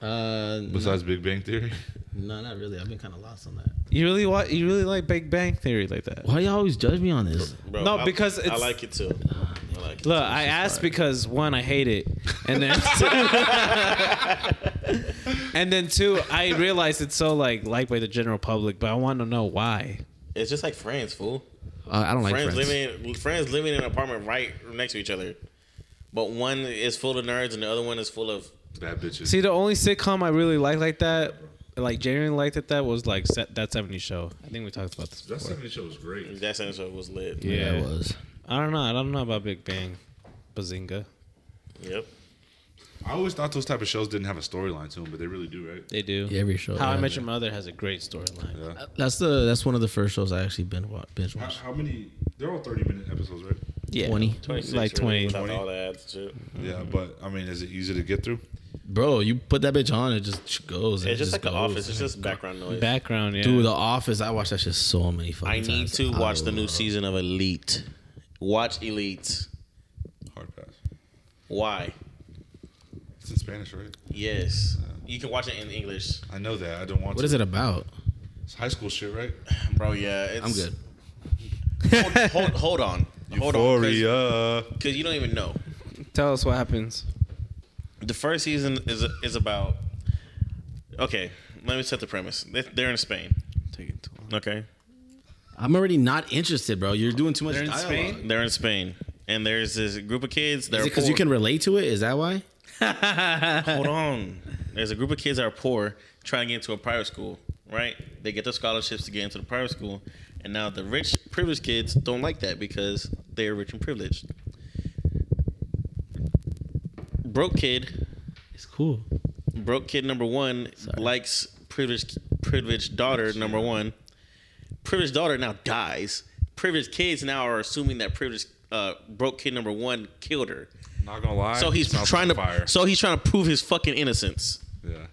Speaker 2: Uh, no,
Speaker 1: besides Big Bang Theory?
Speaker 2: no, not really. I've been kind of lost on that.
Speaker 4: You really want? You really like Big Bang Theory like that?
Speaker 2: Why do y'all always judge me on this?
Speaker 3: Bro,
Speaker 4: No,
Speaker 3: I-
Speaker 4: because
Speaker 3: I
Speaker 4: it's-
Speaker 3: like it too. I like it.
Speaker 4: Look, I asked because one, I hate it, and then and then two, I realize it's so like liked by the general public, but I want to know why.
Speaker 3: It's just like Friends, fool.
Speaker 2: Uh, I don't like
Speaker 3: friends,
Speaker 2: friends.
Speaker 3: living friends living in an apartment right next to each other, but one is full of nerds and the other one is full of
Speaker 1: Bad bitches.
Speaker 4: See, the only sitcom I really liked like that, like genuinely liked it, that was like set, that '70s show. I think we talked about this.
Speaker 1: that 70 show was great.
Speaker 3: that same show was lit.
Speaker 2: Yeah, it was.
Speaker 4: I don't know. I don't know about Big Bang, Bazinga.
Speaker 3: Yep.
Speaker 1: I always thought those type of shows didn't have a storyline to them, but they really do, right?
Speaker 4: They do.
Speaker 2: Yeah, every show.
Speaker 4: How I
Speaker 2: yeah.
Speaker 4: Met Your Mother has a great storyline.
Speaker 1: Yeah.
Speaker 2: That's the that's one of the first shows I actually been wa- binge
Speaker 1: How,
Speaker 2: watched.
Speaker 1: how many? They're all 30 minute episodes, right?
Speaker 4: Yeah,
Speaker 2: 20.
Speaker 3: 26
Speaker 4: like
Speaker 3: really,
Speaker 4: twenty.
Speaker 3: without all the ads and shit.
Speaker 1: Yeah, but I mean, is it easy to get through?
Speaker 2: Bro, you put that bitch on, it just goes.
Speaker 3: It's just like The
Speaker 2: goes.
Speaker 3: Office. It's just background noise.
Speaker 4: Background, yeah.
Speaker 2: Dude, The Office. I watched that shit so many fucking
Speaker 3: I need
Speaker 2: times.
Speaker 3: to watch the new
Speaker 2: love-
Speaker 3: season of Elite. Watch Elite.
Speaker 1: Hard pass.
Speaker 3: Why?
Speaker 1: It's in Spanish, right?
Speaker 3: Yes. You can watch it in English,
Speaker 1: I know that. I don't want
Speaker 2: What
Speaker 1: to.
Speaker 2: is it about?
Speaker 1: It's high school shit, right?
Speaker 3: bro. Yeah, it's,
Speaker 2: I'm good.
Speaker 3: Hold, hold, hold on, hold on,
Speaker 1: Euphoria.
Speaker 3: because you don't even know.
Speaker 4: Tell us what happens.
Speaker 3: The first season is is about. Okay, let me set the premise. They- They're in Spain.
Speaker 4: Taking too long.
Speaker 3: Okay,
Speaker 2: I'm already not interested, bro. You're doing too much
Speaker 4: They're in
Speaker 2: dialogue.
Speaker 4: Spain?
Speaker 3: they're in Spain, and there's this group of kids. That
Speaker 2: Is
Speaker 3: are
Speaker 2: it because
Speaker 3: poor.
Speaker 2: you can relate to it? Is that why?
Speaker 3: hold on. There's a group of kids that are poor trying to get into a private school, right? They get their scholarships to get into the private school, and now the rich, privileged kids don't like that because they are rich and privileged. Broke kid,
Speaker 2: It's cool.
Speaker 3: broke kid number one likes privileged privileged daughter number one. Privileged daughter now dies. Privileged kids now are assuming that privileged uh, broke kid number one killed her.
Speaker 1: Not gonna lie.
Speaker 3: So he's
Speaker 1: it sounds
Speaker 3: trying to
Speaker 1: like fire.
Speaker 3: so he's trying to prove his fucking innocence.
Speaker 1: yeah.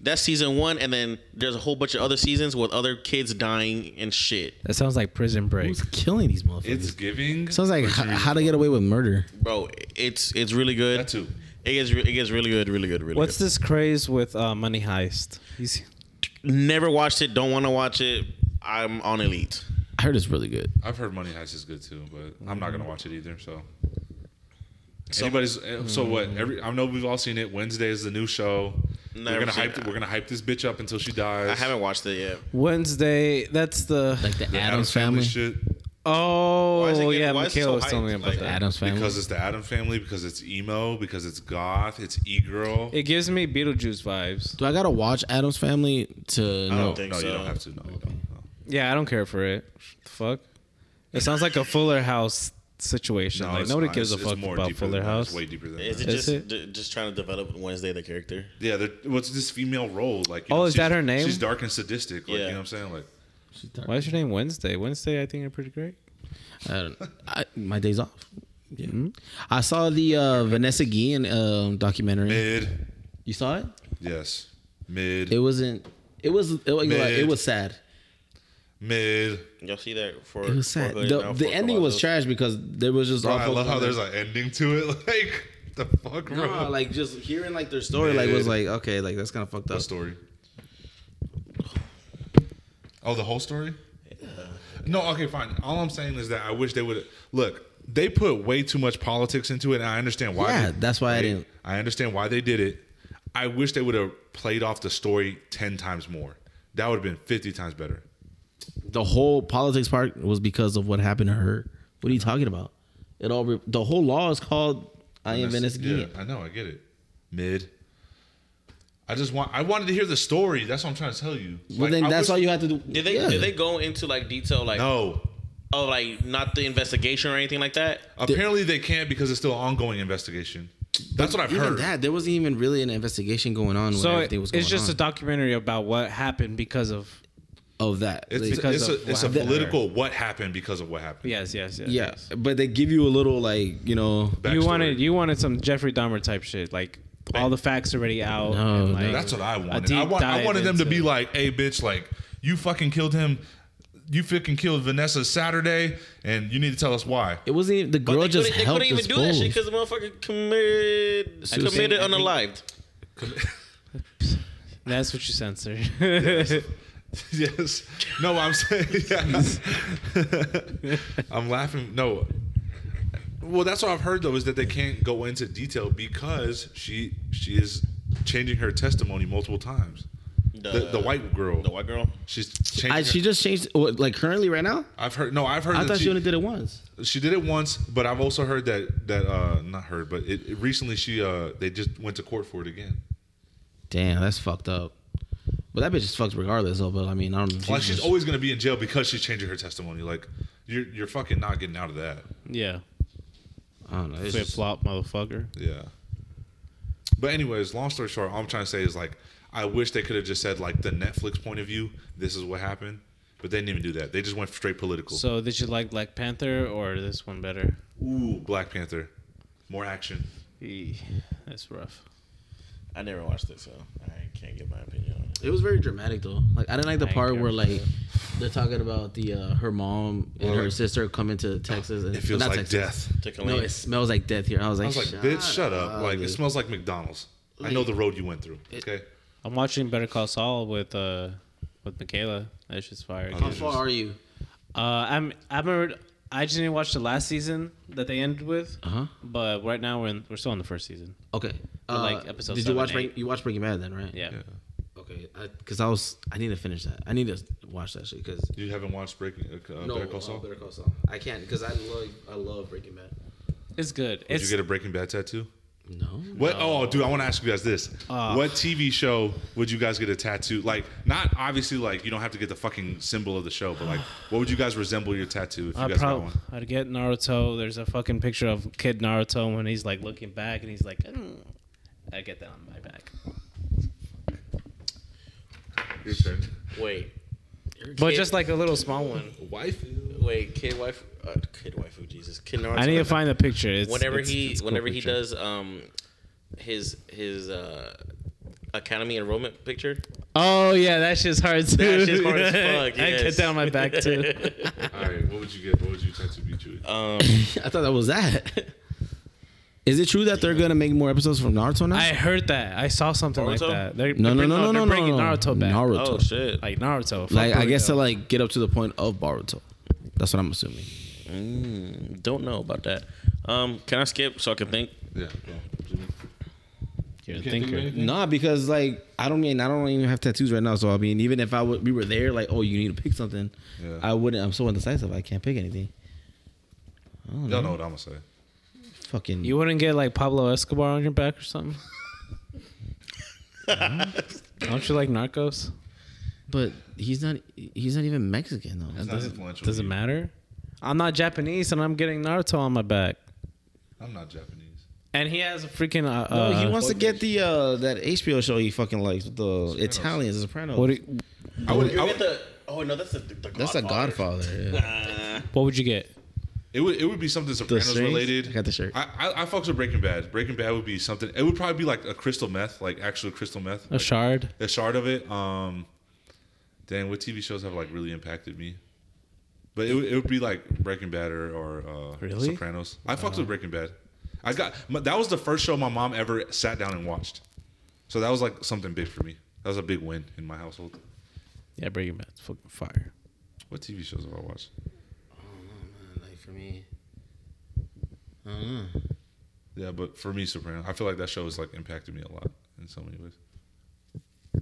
Speaker 3: That's season one, and then there's a whole bunch of other seasons with other kids dying and shit,
Speaker 4: That sounds like Prison Break.
Speaker 2: Who's killing these motherfuckers?
Speaker 1: It's giving.
Speaker 2: Sounds like how, how to get away with murder.
Speaker 3: bro. It's it's really good.
Speaker 1: That too.
Speaker 3: It gets re- it gets really good, really good, really
Speaker 4: What's
Speaker 3: good.
Speaker 4: this craze with uh, Money Heist? You see-
Speaker 3: Never watched it. Don't want to watch it. I'm on elite.
Speaker 2: I heard it's really good.
Speaker 1: I've heard Money Heist is good too, but I'm not gonna watch it either. So. Anybody's uh,
Speaker 4: Mm.
Speaker 1: so what? Every I know we've all seen it. Wednesday is the new show.
Speaker 3: Never
Speaker 1: we're gonna
Speaker 3: seen
Speaker 1: hype.
Speaker 3: it.
Speaker 1: We're gonna hype this bitch up until she dies.
Speaker 3: I haven't watched it yet.
Speaker 4: Wednesday. That's the.
Speaker 2: Like the,
Speaker 1: The
Speaker 2: Adams, family.
Speaker 1: shit
Speaker 3: Why is it
Speaker 4: oh
Speaker 3: getting-
Speaker 4: yeah,
Speaker 3: why is it
Speaker 4: Mikhail
Speaker 3: so
Speaker 4: was telling me
Speaker 3: hyped?
Speaker 4: about
Speaker 3: Like,
Speaker 4: that.
Speaker 2: Adams family.
Speaker 1: because it's the Adam family because it's emo because it's goth it's e girl.
Speaker 4: It gives me Beetlejuice vibes.
Speaker 2: Do I gotta watch Adams Family to
Speaker 3: I
Speaker 2: know?
Speaker 3: don't think
Speaker 1: no,
Speaker 3: so.
Speaker 1: you don't have to. No, you don't. No.
Speaker 4: Yeah, I don't care for it. The fuck. It sounds like a Fuller House situation.
Speaker 1: No,
Speaker 4: like
Speaker 1: it's
Speaker 4: nobody
Speaker 1: not.
Speaker 4: gives
Speaker 1: It's-
Speaker 4: a
Speaker 1: it's
Speaker 4: fuck
Speaker 1: more
Speaker 4: about
Speaker 1: deeper than
Speaker 4: Fuller
Speaker 1: that.
Speaker 4: House.
Speaker 1: It's way deeper than
Speaker 3: Is
Speaker 1: that.
Speaker 3: it
Speaker 4: Is
Speaker 3: just
Speaker 4: it?
Speaker 3: d- just trying to develop Wednesday the character?
Speaker 1: Yeah, they're- what's this female role like? you
Speaker 4: Oh, is
Speaker 1: she's-
Speaker 4: that her name?
Speaker 1: She's dark and sadistic. Like,
Speaker 3: Yeah.
Speaker 1: you know what I'm saying? Like,
Speaker 4: Why is your name Wednesday? Wednesday, I think you're pretty great.
Speaker 2: I don't, I, my days off. Yeah. I saw the uh, Vanessa Guillen um, documentary.
Speaker 1: mid.
Speaker 2: You saw it?
Speaker 1: Yes, mid,
Speaker 2: It wasn't. It was. It, was- it
Speaker 1: Mid.
Speaker 2: was sad.
Speaker 1: mid.
Speaker 3: Y'all see that for
Speaker 2: It was sad.
Speaker 3: for Hood
Speaker 2: The,
Speaker 3: now,
Speaker 2: the
Speaker 3: for
Speaker 2: ending was
Speaker 3: Colossus?
Speaker 2: trash because there was just.
Speaker 1: Bro,
Speaker 2: all
Speaker 1: I
Speaker 2: folks
Speaker 1: love how
Speaker 2: on
Speaker 1: there's
Speaker 2: there.
Speaker 1: an ending to it. Like, the fuck, bro.
Speaker 2: No, like just hearing like their story, like was like okay, like that's kind of fucked up.
Speaker 1: the story. Oh, the whole story? No, okay, fine. All I'm saying is that I wish they would look. They put way too much politics into it, and I understand why.
Speaker 2: Yeah,
Speaker 1: they-
Speaker 2: that's why I
Speaker 1: they-
Speaker 2: didn't-
Speaker 1: I understand why they did it. I wish they would have played off the story ten times more. That would have been fifty times better.
Speaker 2: the whole politics part was because of what happened to her. What are you talking about? It all re- the whole law is called I am Venice
Speaker 1: yeah,
Speaker 2: Guillen.
Speaker 1: I know, I get it. Mid. I just want. I wanted to hear the story. That's what I'm trying to tell you.
Speaker 2: Well, then that's all
Speaker 1: all
Speaker 2: you have to do.
Speaker 3: Did they
Speaker 2: Yeah.
Speaker 3: did they go into like detail like
Speaker 1: No.
Speaker 3: oh like not the investigation or anything like that?
Speaker 1: Apparently they can't because it's still an ongoing investigation. That's what I've
Speaker 2: Even
Speaker 1: heard.
Speaker 2: that there wasn't even really an investigation going on.
Speaker 4: So
Speaker 2: when
Speaker 4: it,
Speaker 2: everything was going
Speaker 4: it's just a
Speaker 2: on
Speaker 4: documentary about what happened because of
Speaker 2: of that.
Speaker 1: it's
Speaker 2: Like-
Speaker 4: because
Speaker 1: it's
Speaker 4: of
Speaker 1: a, it's a
Speaker 4: what happened.
Speaker 1: political what happened because of what happened.
Speaker 4: yes, yes, yes.
Speaker 2: yeah, but they give you a little like you know.
Speaker 1: Backstory.
Speaker 4: You wanted you wanted some Jeffrey Dahmer type shit, like all the facts already out.
Speaker 2: No,
Speaker 4: and,
Speaker 2: no.
Speaker 4: like,
Speaker 1: That's what I
Speaker 4: a
Speaker 1: wanted.
Speaker 4: deep
Speaker 1: I, want, I
Speaker 4: dive
Speaker 1: wanted them to be
Speaker 4: into-
Speaker 1: like, hey, bitch, like, you fucking killed him. You fucking killed Vanessa Saturday, and you need to tell us why.
Speaker 2: It wasn't even the girl
Speaker 3: they
Speaker 2: just
Speaker 3: couldn't, they
Speaker 2: helped
Speaker 3: couldn't even
Speaker 2: this
Speaker 3: do that shit
Speaker 2: bull.
Speaker 3: because the motherfucker committed
Speaker 2: Suicide.
Speaker 3: committed unalived.
Speaker 4: That's what you censor.
Speaker 1: yes. No, I'm saying. yeah. I'm laughing. No. Well, that's what I've heard though is that they can't go into detail because she she is changing her testimony multiple times. The, the white girl.
Speaker 3: the white girl.
Speaker 1: She's changing.
Speaker 2: Uh, I,
Speaker 1: her-
Speaker 2: she just changed what, like currently right now.
Speaker 1: I've heard. No, I've heard.
Speaker 2: I
Speaker 1: that
Speaker 2: thought
Speaker 1: she,
Speaker 2: she only did it once.
Speaker 1: she did it once, but I've also heard that that uh not heard, but it, it- recently she uh they just went to court for it again.
Speaker 2: Damn, that's fucked up. But that bitch is fucked regardless. Though, but I mean, I don't.
Speaker 1: Like she's
Speaker 2: just-
Speaker 1: always gonna be in jail because she's changing her testimony. Like you're you're fucking not getting out of that.
Speaker 4: yeah,
Speaker 2: I don't know. It's
Speaker 4: flip
Speaker 2: just,
Speaker 4: flop, motherfucker.
Speaker 1: Yeah. But anyways, long story short, all I'm trying to say is like I wish they could have just said like the Netflix point of view. This is what happened, but they didn't even do that. They just went straight political.
Speaker 4: So did you like Black Panther or this one better?
Speaker 1: Ooh, Black Panther, more action.
Speaker 4: Eeh, That's rough.
Speaker 3: I never watched it, so I can't give my opinion on it.
Speaker 2: it was very dramatic though. Like I didn't like the
Speaker 4: I ain't
Speaker 2: part
Speaker 4: care
Speaker 2: where
Speaker 4: for
Speaker 2: like they're talking about the uh, her mom and
Speaker 1: Well,
Speaker 2: her
Speaker 1: like-
Speaker 2: sister coming to Texas. And,
Speaker 1: It feels
Speaker 2: not
Speaker 1: like
Speaker 2: Texas.
Speaker 1: death.
Speaker 3: Took a
Speaker 2: No,
Speaker 3: lane.
Speaker 2: it smells like death here. I was
Speaker 1: I
Speaker 2: like,
Speaker 1: was like,
Speaker 2: shut
Speaker 1: bitch, shut up. Like it
Speaker 2: dude.
Speaker 1: smells like McDonald's. I know the road you went through. Okay.
Speaker 4: I'm watching Better Call Saul with uh with Michaela. That's just fire.
Speaker 1: Oh,
Speaker 2: How
Speaker 1: yeah.
Speaker 2: far are you?
Speaker 4: Uh, I'm I'm already, I just didn't watch the last season that they ended with,
Speaker 1: Uh-huh.
Speaker 2: Uh huh.
Speaker 4: but right now we're in, we're still on the first season.
Speaker 2: Okay.
Speaker 4: But,
Speaker 2: Uh,
Speaker 4: like, episode
Speaker 2: Did you
Speaker 4: seven,
Speaker 2: watch
Speaker 4: eight.
Speaker 2: Breaking, you watched Breaking Bad then, right?
Speaker 4: Yeah.
Speaker 2: Okay. Because I, was I need to finish that. I need to watch that shit because
Speaker 1: You haven't watched Breaking uh,
Speaker 2: no,
Speaker 1: Better Call Saul?
Speaker 2: Uh, Better Call Saul. I can't because I love I love Breaking Bad.
Speaker 4: it's good.
Speaker 1: Did
Speaker 4: it's
Speaker 1: you get a Breaking Bad tattoo?
Speaker 2: No. Uh.
Speaker 1: What? Oh, dude, I want to ask you guys this.
Speaker 4: Ah.
Speaker 1: what TV show would you guys get a tattoo? Like, not obviously, like you don't have to get the fucking symbol of the show, but like, what would you guys resemble your tattoo if you
Speaker 4: I
Speaker 1: guys got
Speaker 4: probably
Speaker 1: one?
Speaker 4: I'd get Naruto. There's a fucking picture of kid Naruto when he's like looking back and he's like, "Mm." I get that on my back.
Speaker 1: Your turn.
Speaker 3: Wait,
Speaker 4: But just like a little small one.
Speaker 1: Wife.
Speaker 3: wait, kid wife, uh, kid waifu, Jesus, kid Naruto.
Speaker 4: I need to find the picture. It's,
Speaker 3: whenever
Speaker 4: it's-
Speaker 3: he
Speaker 4: it's a cool
Speaker 3: whenever he
Speaker 4: picture.
Speaker 3: does um his his uh academy enrollment picture.
Speaker 4: Oh yeah, that shit's hard too.
Speaker 3: That shit's hard as fuck,
Speaker 4: I get
Speaker 3: yes. Oh,
Speaker 4: that on my back too.
Speaker 1: All right, what would you get? What would you tattoo be to?
Speaker 3: Um,
Speaker 2: I thought that was that. Is it true that they're gonna make more episodes from Naruto now?
Speaker 4: I heard that. I saw something like
Speaker 3: Naruto?
Speaker 4: that. They're,
Speaker 2: no, no,
Speaker 4: they're,
Speaker 2: no, no,
Speaker 4: they're
Speaker 2: no, no,
Speaker 4: bringing
Speaker 2: no.
Speaker 4: Naruto back.
Speaker 2: oh, Naruto.
Speaker 3: oh shit!
Speaker 4: Like Naruto. fuck
Speaker 2: like I
Speaker 4: Boruto.
Speaker 2: guess to like get up to the point of Boruto. That's what I'm assuming.
Speaker 3: Mm, don't know about that. Um, can I skip so I can think?
Speaker 1: Yeah.
Speaker 4: You're a
Speaker 1: can't do
Speaker 4: thinker.
Speaker 1: anything?
Speaker 2: Nah, because like I don't mean I don't even have tattoos right now. So I mean, even if I would, we were there, like oh, you need to pick something.
Speaker 1: Yeah.
Speaker 2: I wouldn't. I'm so indecisive. I can't pick anything. I don't know.
Speaker 1: Y'all know what I'm gonna say.
Speaker 2: Fucking.
Speaker 4: You wouldn't get like Pablo Escobar on your back or something? Don't you like Narcos?
Speaker 2: but he's not. He's not even Mexican though.
Speaker 1: It's not influential.
Speaker 4: Does it
Speaker 1: to you.
Speaker 4: matter? I'm not Japanese and I'm getting Naruto on my back.
Speaker 1: I'm not Japanese.
Speaker 4: And he has a freaking. Uh,
Speaker 2: No, he
Speaker 4: uh,
Speaker 2: wants to get the uh that HBO show he fucking likes with the Italians, the Sopranos.
Speaker 4: What, do you-
Speaker 1: I would. I would
Speaker 3: the, oh no, that's the, the
Speaker 2: That's a Godfather. yeah.
Speaker 4: what would you get?
Speaker 1: It would it would be something Sopranos
Speaker 2: strings?
Speaker 1: related.
Speaker 2: I got the shirt.
Speaker 1: I, I I fucks with Breaking Bad. Breaking Bad would be something. It would probably be like a crystal meth, like actual crystal meth,
Speaker 4: A shard?
Speaker 1: a shard of it. Um, dang, what TV shows have like really impacted me? But it, would- it would be like Breaking Bad or, or uh,
Speaker 4: Really?
Speaker 1: Sopranos. I fucked with Breaking Bad. I got my, that was the first show my mom ever sat down and watched. So that was like something big for me. That was a big win in my household.
Speaker 4: Yeah, Breaking Bad's fucking fire.
Speaker 1: What TV shows have I watched?
Speaker 2: Like for me, I don't know.
Speaker 1: Yeah, but for me, Sopranos. I feel like that show has like impacted me a lot. in so many ways.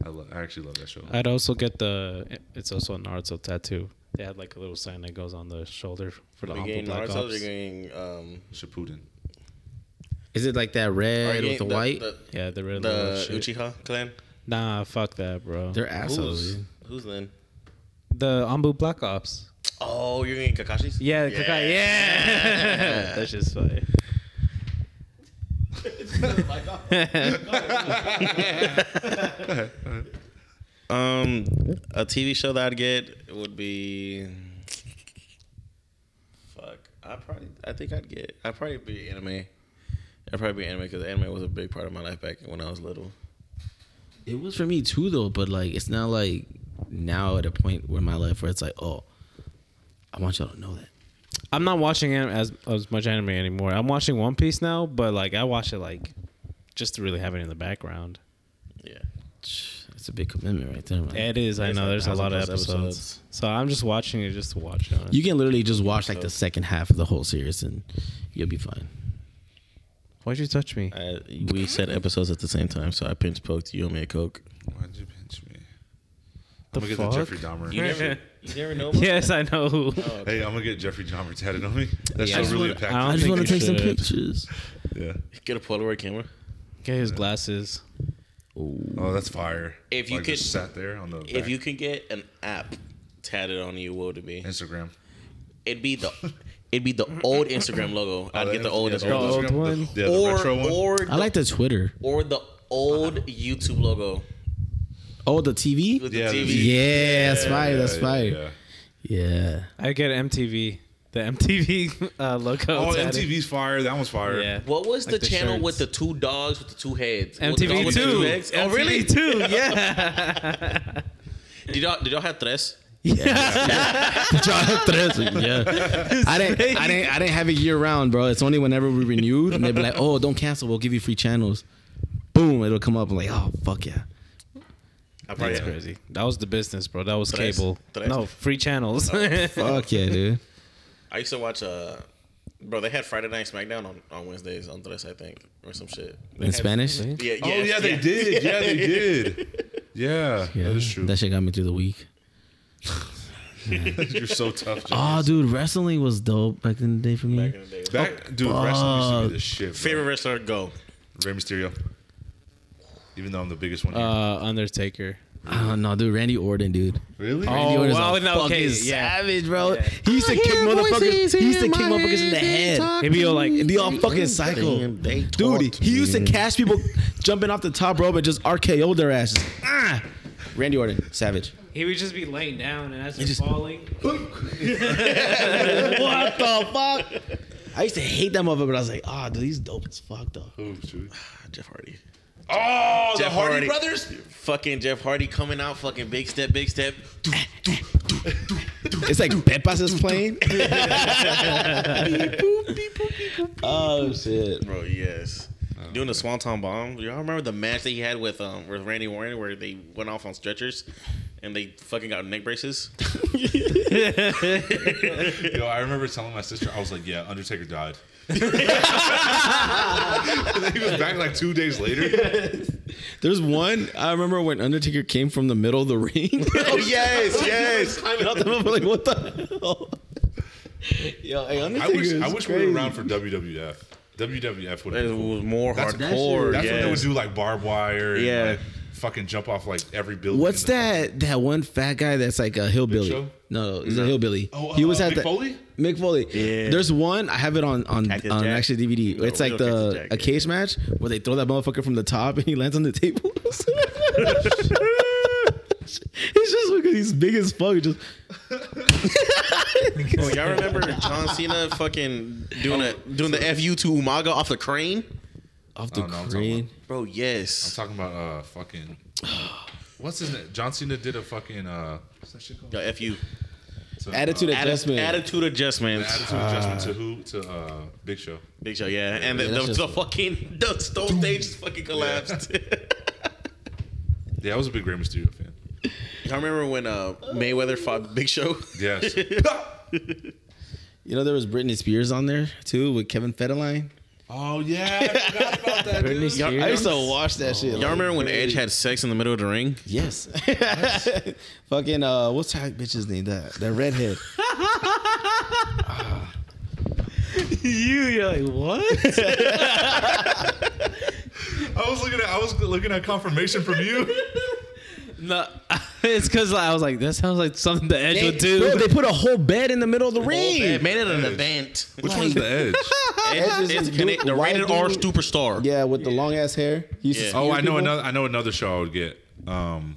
Speaker 1: I, lo- I actually love that show.
Speaker 4: I'd also get the. It's also a Naruto tattoo. They had like a little sign that goes on the shoulder for the
Speaker 3: They're
Speaker 4: Humble
Speaker 3: getting
Speaker 4: Black
Speaker 3: Naruto,
Speaker 4: Ops.
Speaker 3: they're getting um,
Speaker 1: Shippuden.
Speaker 2: Is it like that
Speaker 3: they're
Speaker 2: red
Speaker 3: getting
Speaker 2: with the, white?
Speaker 3: the,
Speaker 4: Yeah, the
Speaker 3: the,
Speaker 4: red little
Speaker 3: the
Speaker 4: Oh, shit.
Speaker 3: Uchiha clan.
Speaker 4: Nah, fuck that, bro.
Speaker 2: They're assholes.
Speaker 3: Who's who's then?
Speaker 4: the Ambu Black Ops.
Speaker 3: Oh, you're getting Kakashi's.
Speaker 4: Yeah, yeah. Kaka, yeah. That's just funny.
Speaker 3: Um, a TV show that I'd get would be. Fuck, I probably I think I'd get I'd probably be anime. I'd probably be anime because anime was a big part of my life back when I was little.
Speaker 2: It was for me too, though. But like, it's not like now at a point where my life where it's like, oh, I want y'all to know that.
Speaker 4: I'm not watching anim- as as much anime anymore. I'm watching One Piece now, but like I watch it like just to really have it in the background.
Speaker 3: Yeah,
Speaker 2: It's a big commitment right there. Man.
Speaker 4: It is. I
Speaker 3: It's
Speaker 4: know
Speaker 3: like
Speaker 4: there's a lot of
Speaker 3: 1,000 plus
Speaker 4: episodes.
Speaker 3: episodes.
Speaker 4: so I'm just watching it just to watch it.
Speaker 2: You can literally just watch like the second half of the whole series and you'll be fine.
Speaker 4: Why'd you touch me?
Speaker 3: I, we said episodes at the same time, so I pinch poked you on me a coke.
Speaker 1: Why'd you pinch me?
Speaker 4: The
Speaker 1: I'm gonna
Speaker 4: fuck?
Speaker 1: get the Jeffrey Oh. Dahmer.
Speaker 3: You never know.
Speaker 4: yes, I know. who.
Speaker 1: Hey, I'm gonna get Jeffrey Dahmer tatted on me. That
Speaker 4: Yeah. I
Speaker 1: show
Speaker 4: just
Speaker 1: really
Speaker 4: wanna- I
Speaker 2: I
Speaker 1: impacted
Speaker 2: just
Speaker 4: think
Speaker 2: want to
Speaker 4: you
Speaker 2: take some
Speaker 4: should.
Speaker 2: pictures.
Speaker 1: me. Yeah.
Speaker 3: Get a Polaroid camera.
Speaker 4: Get his glasses.
Speaker 1: Oh, that's fire.
Speaker 3: If you
Speaker 1: Like, just
Speaker 3: could-
Speaker 1: sat there on the
Speaker 3: If you could get an app tatted on you, what would it be?
Speaker 1: Instagram.
Speaker 3: It'd be the it'd be the old Instagram logo. I'd
Speaker 1: Oh,
Speaker 3: get the
Speaker 1: that-
Speaker 3: old
Speaker 1: yeah,
Speaker 3: Instagram
Speaker 4: old
Speaker 3: logo.
Speaker 4: one.
Speaker 1: The, yeah, the
Speaker 3: Or
Speaker 1: retro one.
Speaker 3: or
Speaker 2: I like the Twitter.
Speaker 3: or the old YouTube logo
Speaker 2: Oh, the TV.
Speaker 3: with
Speaker 1: Yeah,
Speaker 3: the
Speaker 1: the
Speaker 3: TV.
Speaker 2: Yeah, that's fire. That's
Speaker 1: Yeah,
Speaker 2: fire.
Speaker 1: yeah.
Speaker 2: Yeah.
Speaker 4: I get MTV. The MTV uh, logo.
Speaker 1: Oh,
Speaker 4: tatted.
Speaker 1: MTV's fire. That one's fire.
Speaker 4: Yeah.
Speaker 3: What was
Speaker 4: Like
Speaker 3: the,
Speaker 4: the
Speaker 3: channel
Speaker 4: shirts.
Speaker 3: with the two dogs with the two heads? Well, the dog
Speaker 4: MTV
Speaker 3: with the
Speaker 4: two.
Speaker 3: legs? Oh, really?
Speaker 4: MTV two. Yeah.
Speaker 3: Did y'all did y'all have tres?
Speaker 2: yeah. I didn't. I didn't. I didn't have it year round, bro. It's only whenever we renewed, and they'd be like, "Oh, don't cancel. We'll give you free channels." Boom, it'll come up. I'm like, "Oh, fuck yeah."
Speaker 3: I probably
Speaker 4: That's crazy. That was the business, bro. That was
Speaker 3: Tres.
Speaker 4: cable.
Speaker 3: Tres.
Speaker 4: No, free channels.
Speaker 1: Oh,
Speaker 2: Fuck yeah, dude.
Speaker 3: I used to watch uh bro, they had Friday Night SmackDown on, on Wednesdays on tres, I think. Or some shit. They
Speaker 2: In
Speaker 3: had-
Speaker 2: Spanish.
Speaker 3: Yeah,
Speaker 1: Oh yeah, they did. Yeah, they did. Yeah, that is true.
Speaker 2: That shit got me through the week.
Speaker 1: You're so tough. Jack.
Speaker 2: Oh, dude, wrestling was dope back in the day for me.
Speaker 3: Back in the day.
Speaker 1: Back, dude, wrestling used to be the shit. Bro.
Speaker 3: Favorite wrestler, go.
Speaker 1: Rey Mysterio. Even though I'm the biggest one.
Speaker 4: uh,
Speaker 1: Here.
Speaker 4: Undertaker.
Speaker 2: I don't know, dude. Randy Orton, dude.
Speaker 1: really?
Speaker 4: Oh,
Speaker 2: Randy Orton's
Speaker 4: well,
Speaker 2: a
Speaker 4: no,
Speaker 2: fucking
Speaker 4: okay, yeah.
Speaker 2: savage, bro.
Speaker 4: Yeah.
Speaker 2: He used to kick motherfuckers. He used to kick motherfuckers in the head.
Speaker 4: Maybe you'll like.
Speaker 2: And be all fucking psycho. Dude, he used to catch people jumping off the top rope and just RKO their asses. Ah! Randy Orton, savage.
Speaker 4: He would just be laying down, and as he's falling,
Speaker 2: what the fuck? I used to hate that motherfucker, but I was like, ah, dude, he's dope as fuck, though. Ah,
Speaker 1: Oh, shoot.
Speaker 3: Jeff Hardy.
Speaker 1: Oh, the
Speaker 3: Jeff
Speaker 1: Hardy,
Speaker 3: Hardy.
Speaker 1: brothers.
Speaker 3: Fucking Jeff Hardy coming out, fucking big step, big step.
Speaker 2: It's like Pepas is playing. Oh, shit.
Speaker 3: Bro, yes.
Speaker 2: Oh,
Speaker 3: Doing the Swanton bomb. Y'all remember the match that he had with um with Randy Warren where they went off on stretchers and they fucking got neck braces?
Speaker 1: Yo, I remember telling my sister, I was like, "Yeah, Undertaker died." and then he was back like two days later.
Speaker 2: There's one I remember when Undertaker came from the middle of the ring.
Speaker 1: Oh yes, yes.
Speaker 2: climbing out the middle, like what the hell? Yo, hey,
Speaker 1: I
Speaker 2: Undertaker
Speaker 1: wish
Speaker 2: is
Speaker 1: I wish we were
Speaker 2: crazy.
Speaker 1: around for WWF. WWF would
Speaker 3: It
Speaker 1: have.
Speaker 3: was more
Speaker 1: That's-
Speaker 3: hardcore.
Speaker 1: That's when they would
Speaker 3: yes.
Speaker 1: do like barbed wire. And,
Speaker 3: Yeah.
Speaker 1: like, fucking jump off like every building.
Speaker 2: What's
Speaker 1: in the-
Speaker 2: that? That one fat guy that's like a hillbilly.
Speaker 1: Show?
Speaker 2: No, no, he's a hillbilly.
Speaker 1: Oh,
Speaker 2: he was
Speaker 1: uh,
Speaker 2: at
Speaker 1: Mick
Speaker 2: the
Speaker 1: Foley?
Speaker 2: Mick Foley.
Speaker 3: Yeah.
Speaker 2: There's one I have it on on,
Speaker 3: Cactus
Speaker 2: on
Speaker 3: Jack?
Speaker 2: actually DVD.
Speaker 3: No,
Speaker 2: it's
Speaker 3: real
Speaker 2: like
Speaker 3: Cactus
Speaker 2: the
Speaker 3: Jack,
Speaker 2: a
Speaker 3: yeah.
Speaker 2: cage match where they throw that motherfucker from the top and he lands on the table. it's just because he's big as fuck. Just
Speaker 3: Oh, y'all remember John Cena fucking doing a doing the FU to Umaga off the crane?
Speaker 2: off the
Speaker 1: Oh, no, I'm talking
Speaker 2: crane.
Speaker 3: Bro,
Speaker 1: I'm
Speaker 3: yes.
Speaker 1: talking about uh fucking. What's his name? John Cena did a fucking uh. What's that shit called?
Speaker 3: Yo, FU.
Speaker 1: It's a,
Speaker 2: Attitude
Speaker 3: Atti-
Speaker 2: adjustment.
Speaker 3: Attitude
Speaker 1: uh,
Speaker 3: adjustment.
Speaker 1: attitude adjustment to who to uh Big Show.
Speaker 3: Big show, yeah. And the,
Speaker 2: Yeah, that's
Speaker 3: the,
Speaker 2: just-
Speaker 3: the fucking the stone stage just fucking collapsed.
Speaker 1: Yeah, I was a big Rey Mysterio fan.
Speaker 3: y'all remember when uh, Mayweather fought Big Show?
Speaker 1: Yes.
Speaker 2: You know there was Britney Spears on there too with Kevin Federline.
Speaker 1: Oh yeah, I forgot about that.
Speaker 4: Britney
Speaker 1: dude.
Speaker 4: Spears.
Speaker 2: I used to watch that shit.
Speaker 3: Y'all
Speaker 2: like-
Speaker 3: remember when Edge had sex in the middle of the ring?
Speaker 2: Yes. Fucking uh, what's that bitch's name? That that redhead.
Speaker 4: you, you're like, what?
Speaker 1: I was looking at I was looking at confirmation from you.
Speaker 4: no, it's because I was like, that sounds like something the Edge would do.
Speaker 7: Bro, they put a whole bed in the middle of the ring.
Speaker 3: made it an event.
Speaker 1: Which one's the Edge?
Speaker 3: Edge
Speaker 2: is
Speaker 3: is
Speaker 2: a
Speaker 3: connect-
Speaker 2: dude-
Speaker 3: the
Speaker 2: white
Speaker 3: rated R
Speaker 2: dude.
Speaker 3: superstar.
Speaker 2: Yeah, with the long ass hair. He used to
Speaker 3: Yeah.
Speaker 2: skewer
Speaker 1: Oh, I know
Speaker 2: people.
Speaker 1: another. I know another show I would get. Um,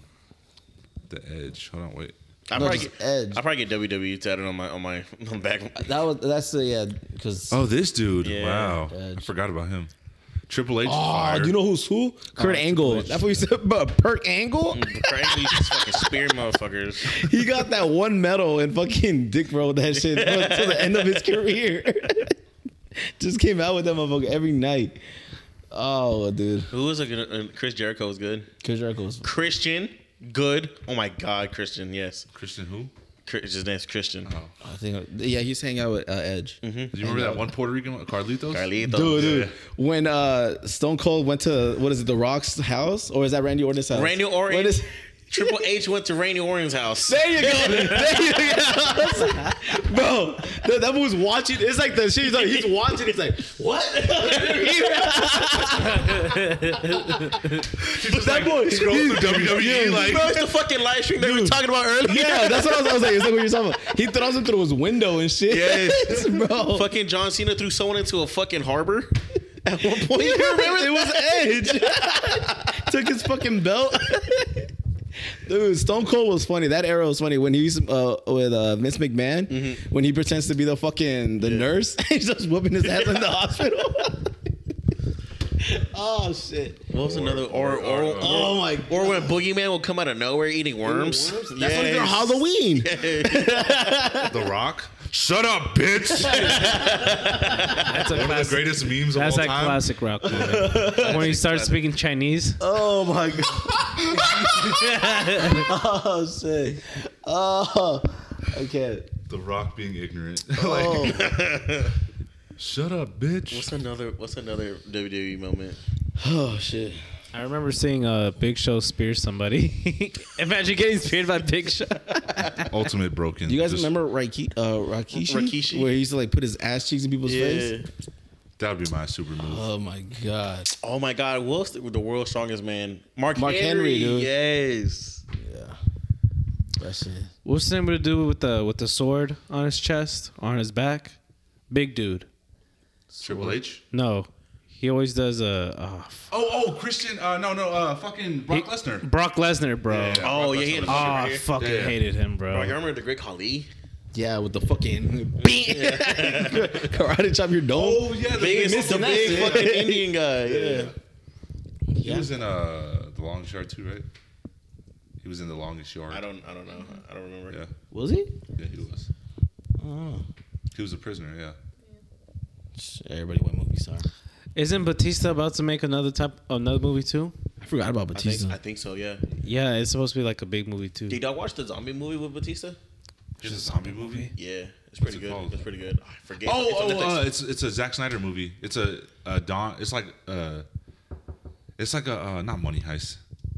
Speaker 1: the Edge. Hold on, wait.
Speaker 3: I
Speaker 2: No,
Speaker 3: probably
Speaker 2: just
Speaker 3: get,
Speaker 2: Edge.
Speaker 3: I probably get WWE tatted on my on my on back.
Speaker 2: That was that's the yeah because
Speaker 1: Oh, this dude.
Speaker 3: Yeah,
Speaker 1: wow, I
Speaker 2: Edge.
Speaker 1: forgot about him. Triple H. is
Speaker 7: Oh,
Speaker 1: fire.
Speaker 7: you know who's who? Kurt Angle. That's what you said, but Perk Angle.
Speaker 2: Mm.
Speaker 3: Frankly, just fucking spear motherfuckers.
Speaker 7: He got that one medal and fucking dick rolled that shit until the end of his career.
Speaker 2: just came out with that motherfucker every night. Oh, dude,
Speaker 3: Who was a good? Uh, Chris Jericho was good.
Speaker 2: Chris Jericho was
Speaker 3: Christian, good. Oh my God, Christian, yes.
Speaker 1: Christian who?
Speaker 3: Chris, his name's Christian.
Speaker 2: I think yeah he's hanging out with uh, Edge.
Speaker 7: Mm-hmm.
Speaker 1: Do you remember that one Puerto Rican one? Carlitos?
Speaker 3: Carlito.
Speaker 2: Dude, dude, when uh, Stone Cold went to what is it, The Rock's house or is that Randy Orton's house?
Speaker 3: Randy Orton.
Speaker 2: What is-
Speaker 3: Triple H went to Randy Orton's house.
Speaker 2: There you go. There you go. Bro, that, that was watching. It's like the shit. He's like, he's watching. He's like, what?
Speaker 1: She's just like, scroll through WWE E, like
Speaker 3: Bro, it's the fucking live stream that we were talking about earlier.
Speaker 2: yeah, that's what I was, I was like. It's like what you're talking about. He throws him through his window and shit.
Speaker 3: Yes.
Speaker 2: Bro.
Speaker 3: Fucking John Cena threw someone into a fucking harbor.
Speaker 2: At one point, you remember it was Edge. Took his fucking belt. Dude, Stone Cold was funny. That era was funny when he used uh, with uh, Vince McMahon when he pretends to be the fucking the nurse. He's just whooping his ass in the hospital. oh shit!
Speaker 3: What was another? Or or or, or,
Speaker 2: Oh my god!
Speaker 3: when Boogeyman will come out of nowhere eating worms.
Speaker 2: That's like their Halloween.
Speaker 1: The Rock. Shut up, bitch! One
Speaker 4: that's a
Speaker 1: of the
Speaker 4: classic.
Speaker 1: greatest memes of
Speaker 4: That's
Speaker 1: all
Speaker 4: that
Speaker 1: time.
Speaker 4: classic rock movie. when he starts speaking Chinese.
Speaker 2: Oh my god. oh shit. Oh, I can't.
Speaker 1: The Rock being ignorant. like, shut up, bitch!
Speaker 3: What's another? What's another WWE moment?
Speaker 2: Oh shit.
Speaker 4: I remember seeing a uh, Big Show spear somebody. Imagine getting speared by Big Show.
Speaker 1: Ultimate broken.
Speaker 2: You guys
Speaker 1: Just-
Speaker 2: remember Raiki, uh, Rakishi?
Speaker 3: Rakishi?
Speaker 2: Where he used to like put his ass cheeks in people's face?
Speaker 1: That would be my super move.
Speaker 2: Oh my god.
Speaker 3: Oh my God! What's the, the world's strongest man? Mark,
Speaker 2: Mark Henry, dude.
Speaker 3: Yes.
Speaker 2: That shit.
Speaker 4: What's the name of the dude with the with the sword on his chest or on his back? Big dude.
Speaker 1: Triple H.
Speaker 4: No, he always does a. Oh, f-
Speaker 1: Oh, oh, Christian. Uh, no, no, uh, fucking Brock Lesnar.
Speaker 4: Brock Lesnar, bro.
Speaker 1: Yeah, yeah.
Speaker 3: Oh
Speaker 1: Brock
Speaker 3: yeah, he had a
Speaker 1: Lesnar.
Speaker 4: Oh,
Speaker 3: picture right
Speaker 4: I
Speaker 3: here.
Speaker 4: fucking
Speaker 1: Yeah, yeah.
Speaker 4: hated him, bro.
Speaker 3: Bro, you remember the Great Khali?
Speaker 2: Yeah, with the fucking karate chop your dome.
Speaker 1: Oh yeah, the
Speaker 3: Biggest, the
Speaker 1: big,
Speaker 3: big fucking Indian guy. Yeah.
Speaker 1: He was in uh the longest yard too, right? He was in the longest yard.
Speaker 3: I don't. I don't know. I don't remember. Oh.
Speaker 1: Yeah,
Speaker 2: Was he?
Speaker 1: yeah, he was. He was a prisoner. Yeah.
Speaker 2: Everybody went movie star.
Speaker 4: Isn't Batista about to make another type another movie too?
Speaker 2: I forgot about
Speaker 3: I think.
Speaker 2: Batista.
Speaker 3: I think so. Yeah.
Speaker 4: Yeah, it's supposed to be like a big movie too.
Speaker 3: Did y'all watch the zombie movie with Batista?
Speaker 1: There's a zombie movie.
Speaker 3: Yeah, it's pretty
Speaker 1: it
Speaker 3: good.
Speaker 1: called?
Speaker 3: It's pretty good. I forget.
Speaker 1: Oh,
Speaker 3: It's on
Speaker 1: oh,
Speaker 3: Netflix.
Speaker 1: uh, it's it's a Zack Snyder movie. It's a, a Don. It's like uh, it's like a uh, not money heist.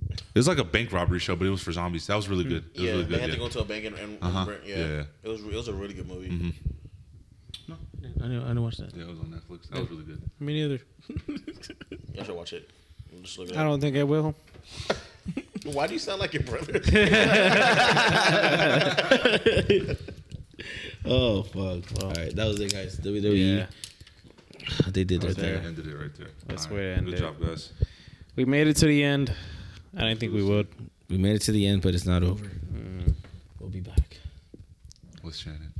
Speaker 1: It was like a bank robbery show, but it was for zombies. That was really good. It was
Speaker 3: Hmm. yeah,
Speaker 1: really
Speaker 3: they
Speaker 1: good.
Speaker 3: had
Speaker 1: yeah.
Speaker 3: to go to a bank and, and
Speaker 1: Uh-huh.
Speaker 3: yeah.
Speaker 1: Yeah, Mm-hmm. yeah.
Speaker 3: it was it was a really good movie.
Speaker 4: I didn't, I didn't watch that.
Speaker 1: yeah, it was on Netflix. That was really good.
Speaker 4: Me neither.
Speaker 3: Y'all should watch it. Just look it
Speaker 4: I
Speaker 3: up.
Speaker 4: don't think I will.
Speaker 3: Why do you sound like your brother?
Speaker 2: oh fuck. All right, that was it, guys. WWE. They did right
Speaker 1: There,
Speaker 2: there.
Speaker 1: ended it right there.
Speaker 4: That's
Speaker 1: All
Speaker 4: where it ended.
Speaker 1: Good job, guys.
Speaker 4: We made it to the end. I didn't think we would.
Speaker 2: We made it to the end, but it's not over.
Speaker 3: Mm.
Speaker 2: We'll be back.
Speaker 1: What's Shannon?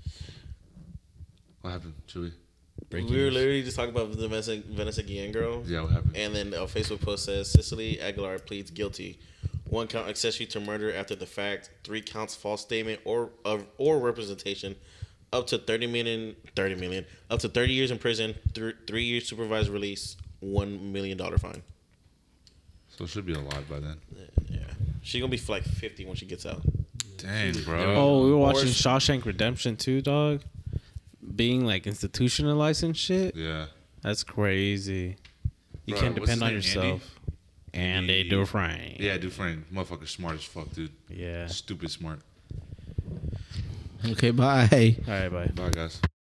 Speaker 1: What happened, Chewy?
Speaker 2: Breaking
Speaker 3: we were
Speaker 2: news.
Speaker 3: literally just talking about the Vanessa, Vanessa Guillen girl.
Speaker 1: Yeah, what happened?
Speaker 3: And then a Facebook post says Cicely Aguilar pleads guilty. One count accessory to murder after the fact. Three counts false statement or of or representation. Up to 30 million, 30 million, up to 30 years in prison, th- three years supervised release, $1 million fine.
Speaker 1: so it should be alive by then.
Speaker 3: Yeah. She gonna be like 50 when she gets out.
Speaker 1: Dang, bro.
Speaker 4: Oh, we were watching
Speaker 3: Boris-
Speaker 4: Shawshank Redemption too, dog. Being like institutionalized and shit.
Speaker 1: Yeah.
Speaker 4: That's crazy. You
Speaker 1: Bruh,
Speaker 4: can't
Speaker 1: what's his
Speaker 4: depend on
Speaker 1: name, Andy?
Speaker 4: yourself. And
Speaker 1: Andy-
Speaker 4: they do Frank.
Speaker 1: Yeah, Dufresne, motherfucker, smart as fuck, dude.
Speaker 4: Yeah.
Speaker 1: Stupid smart.
Speaker 2: Okay, bye.
Speaker 4: All right, bye.
Speaker 1: Bye, guys.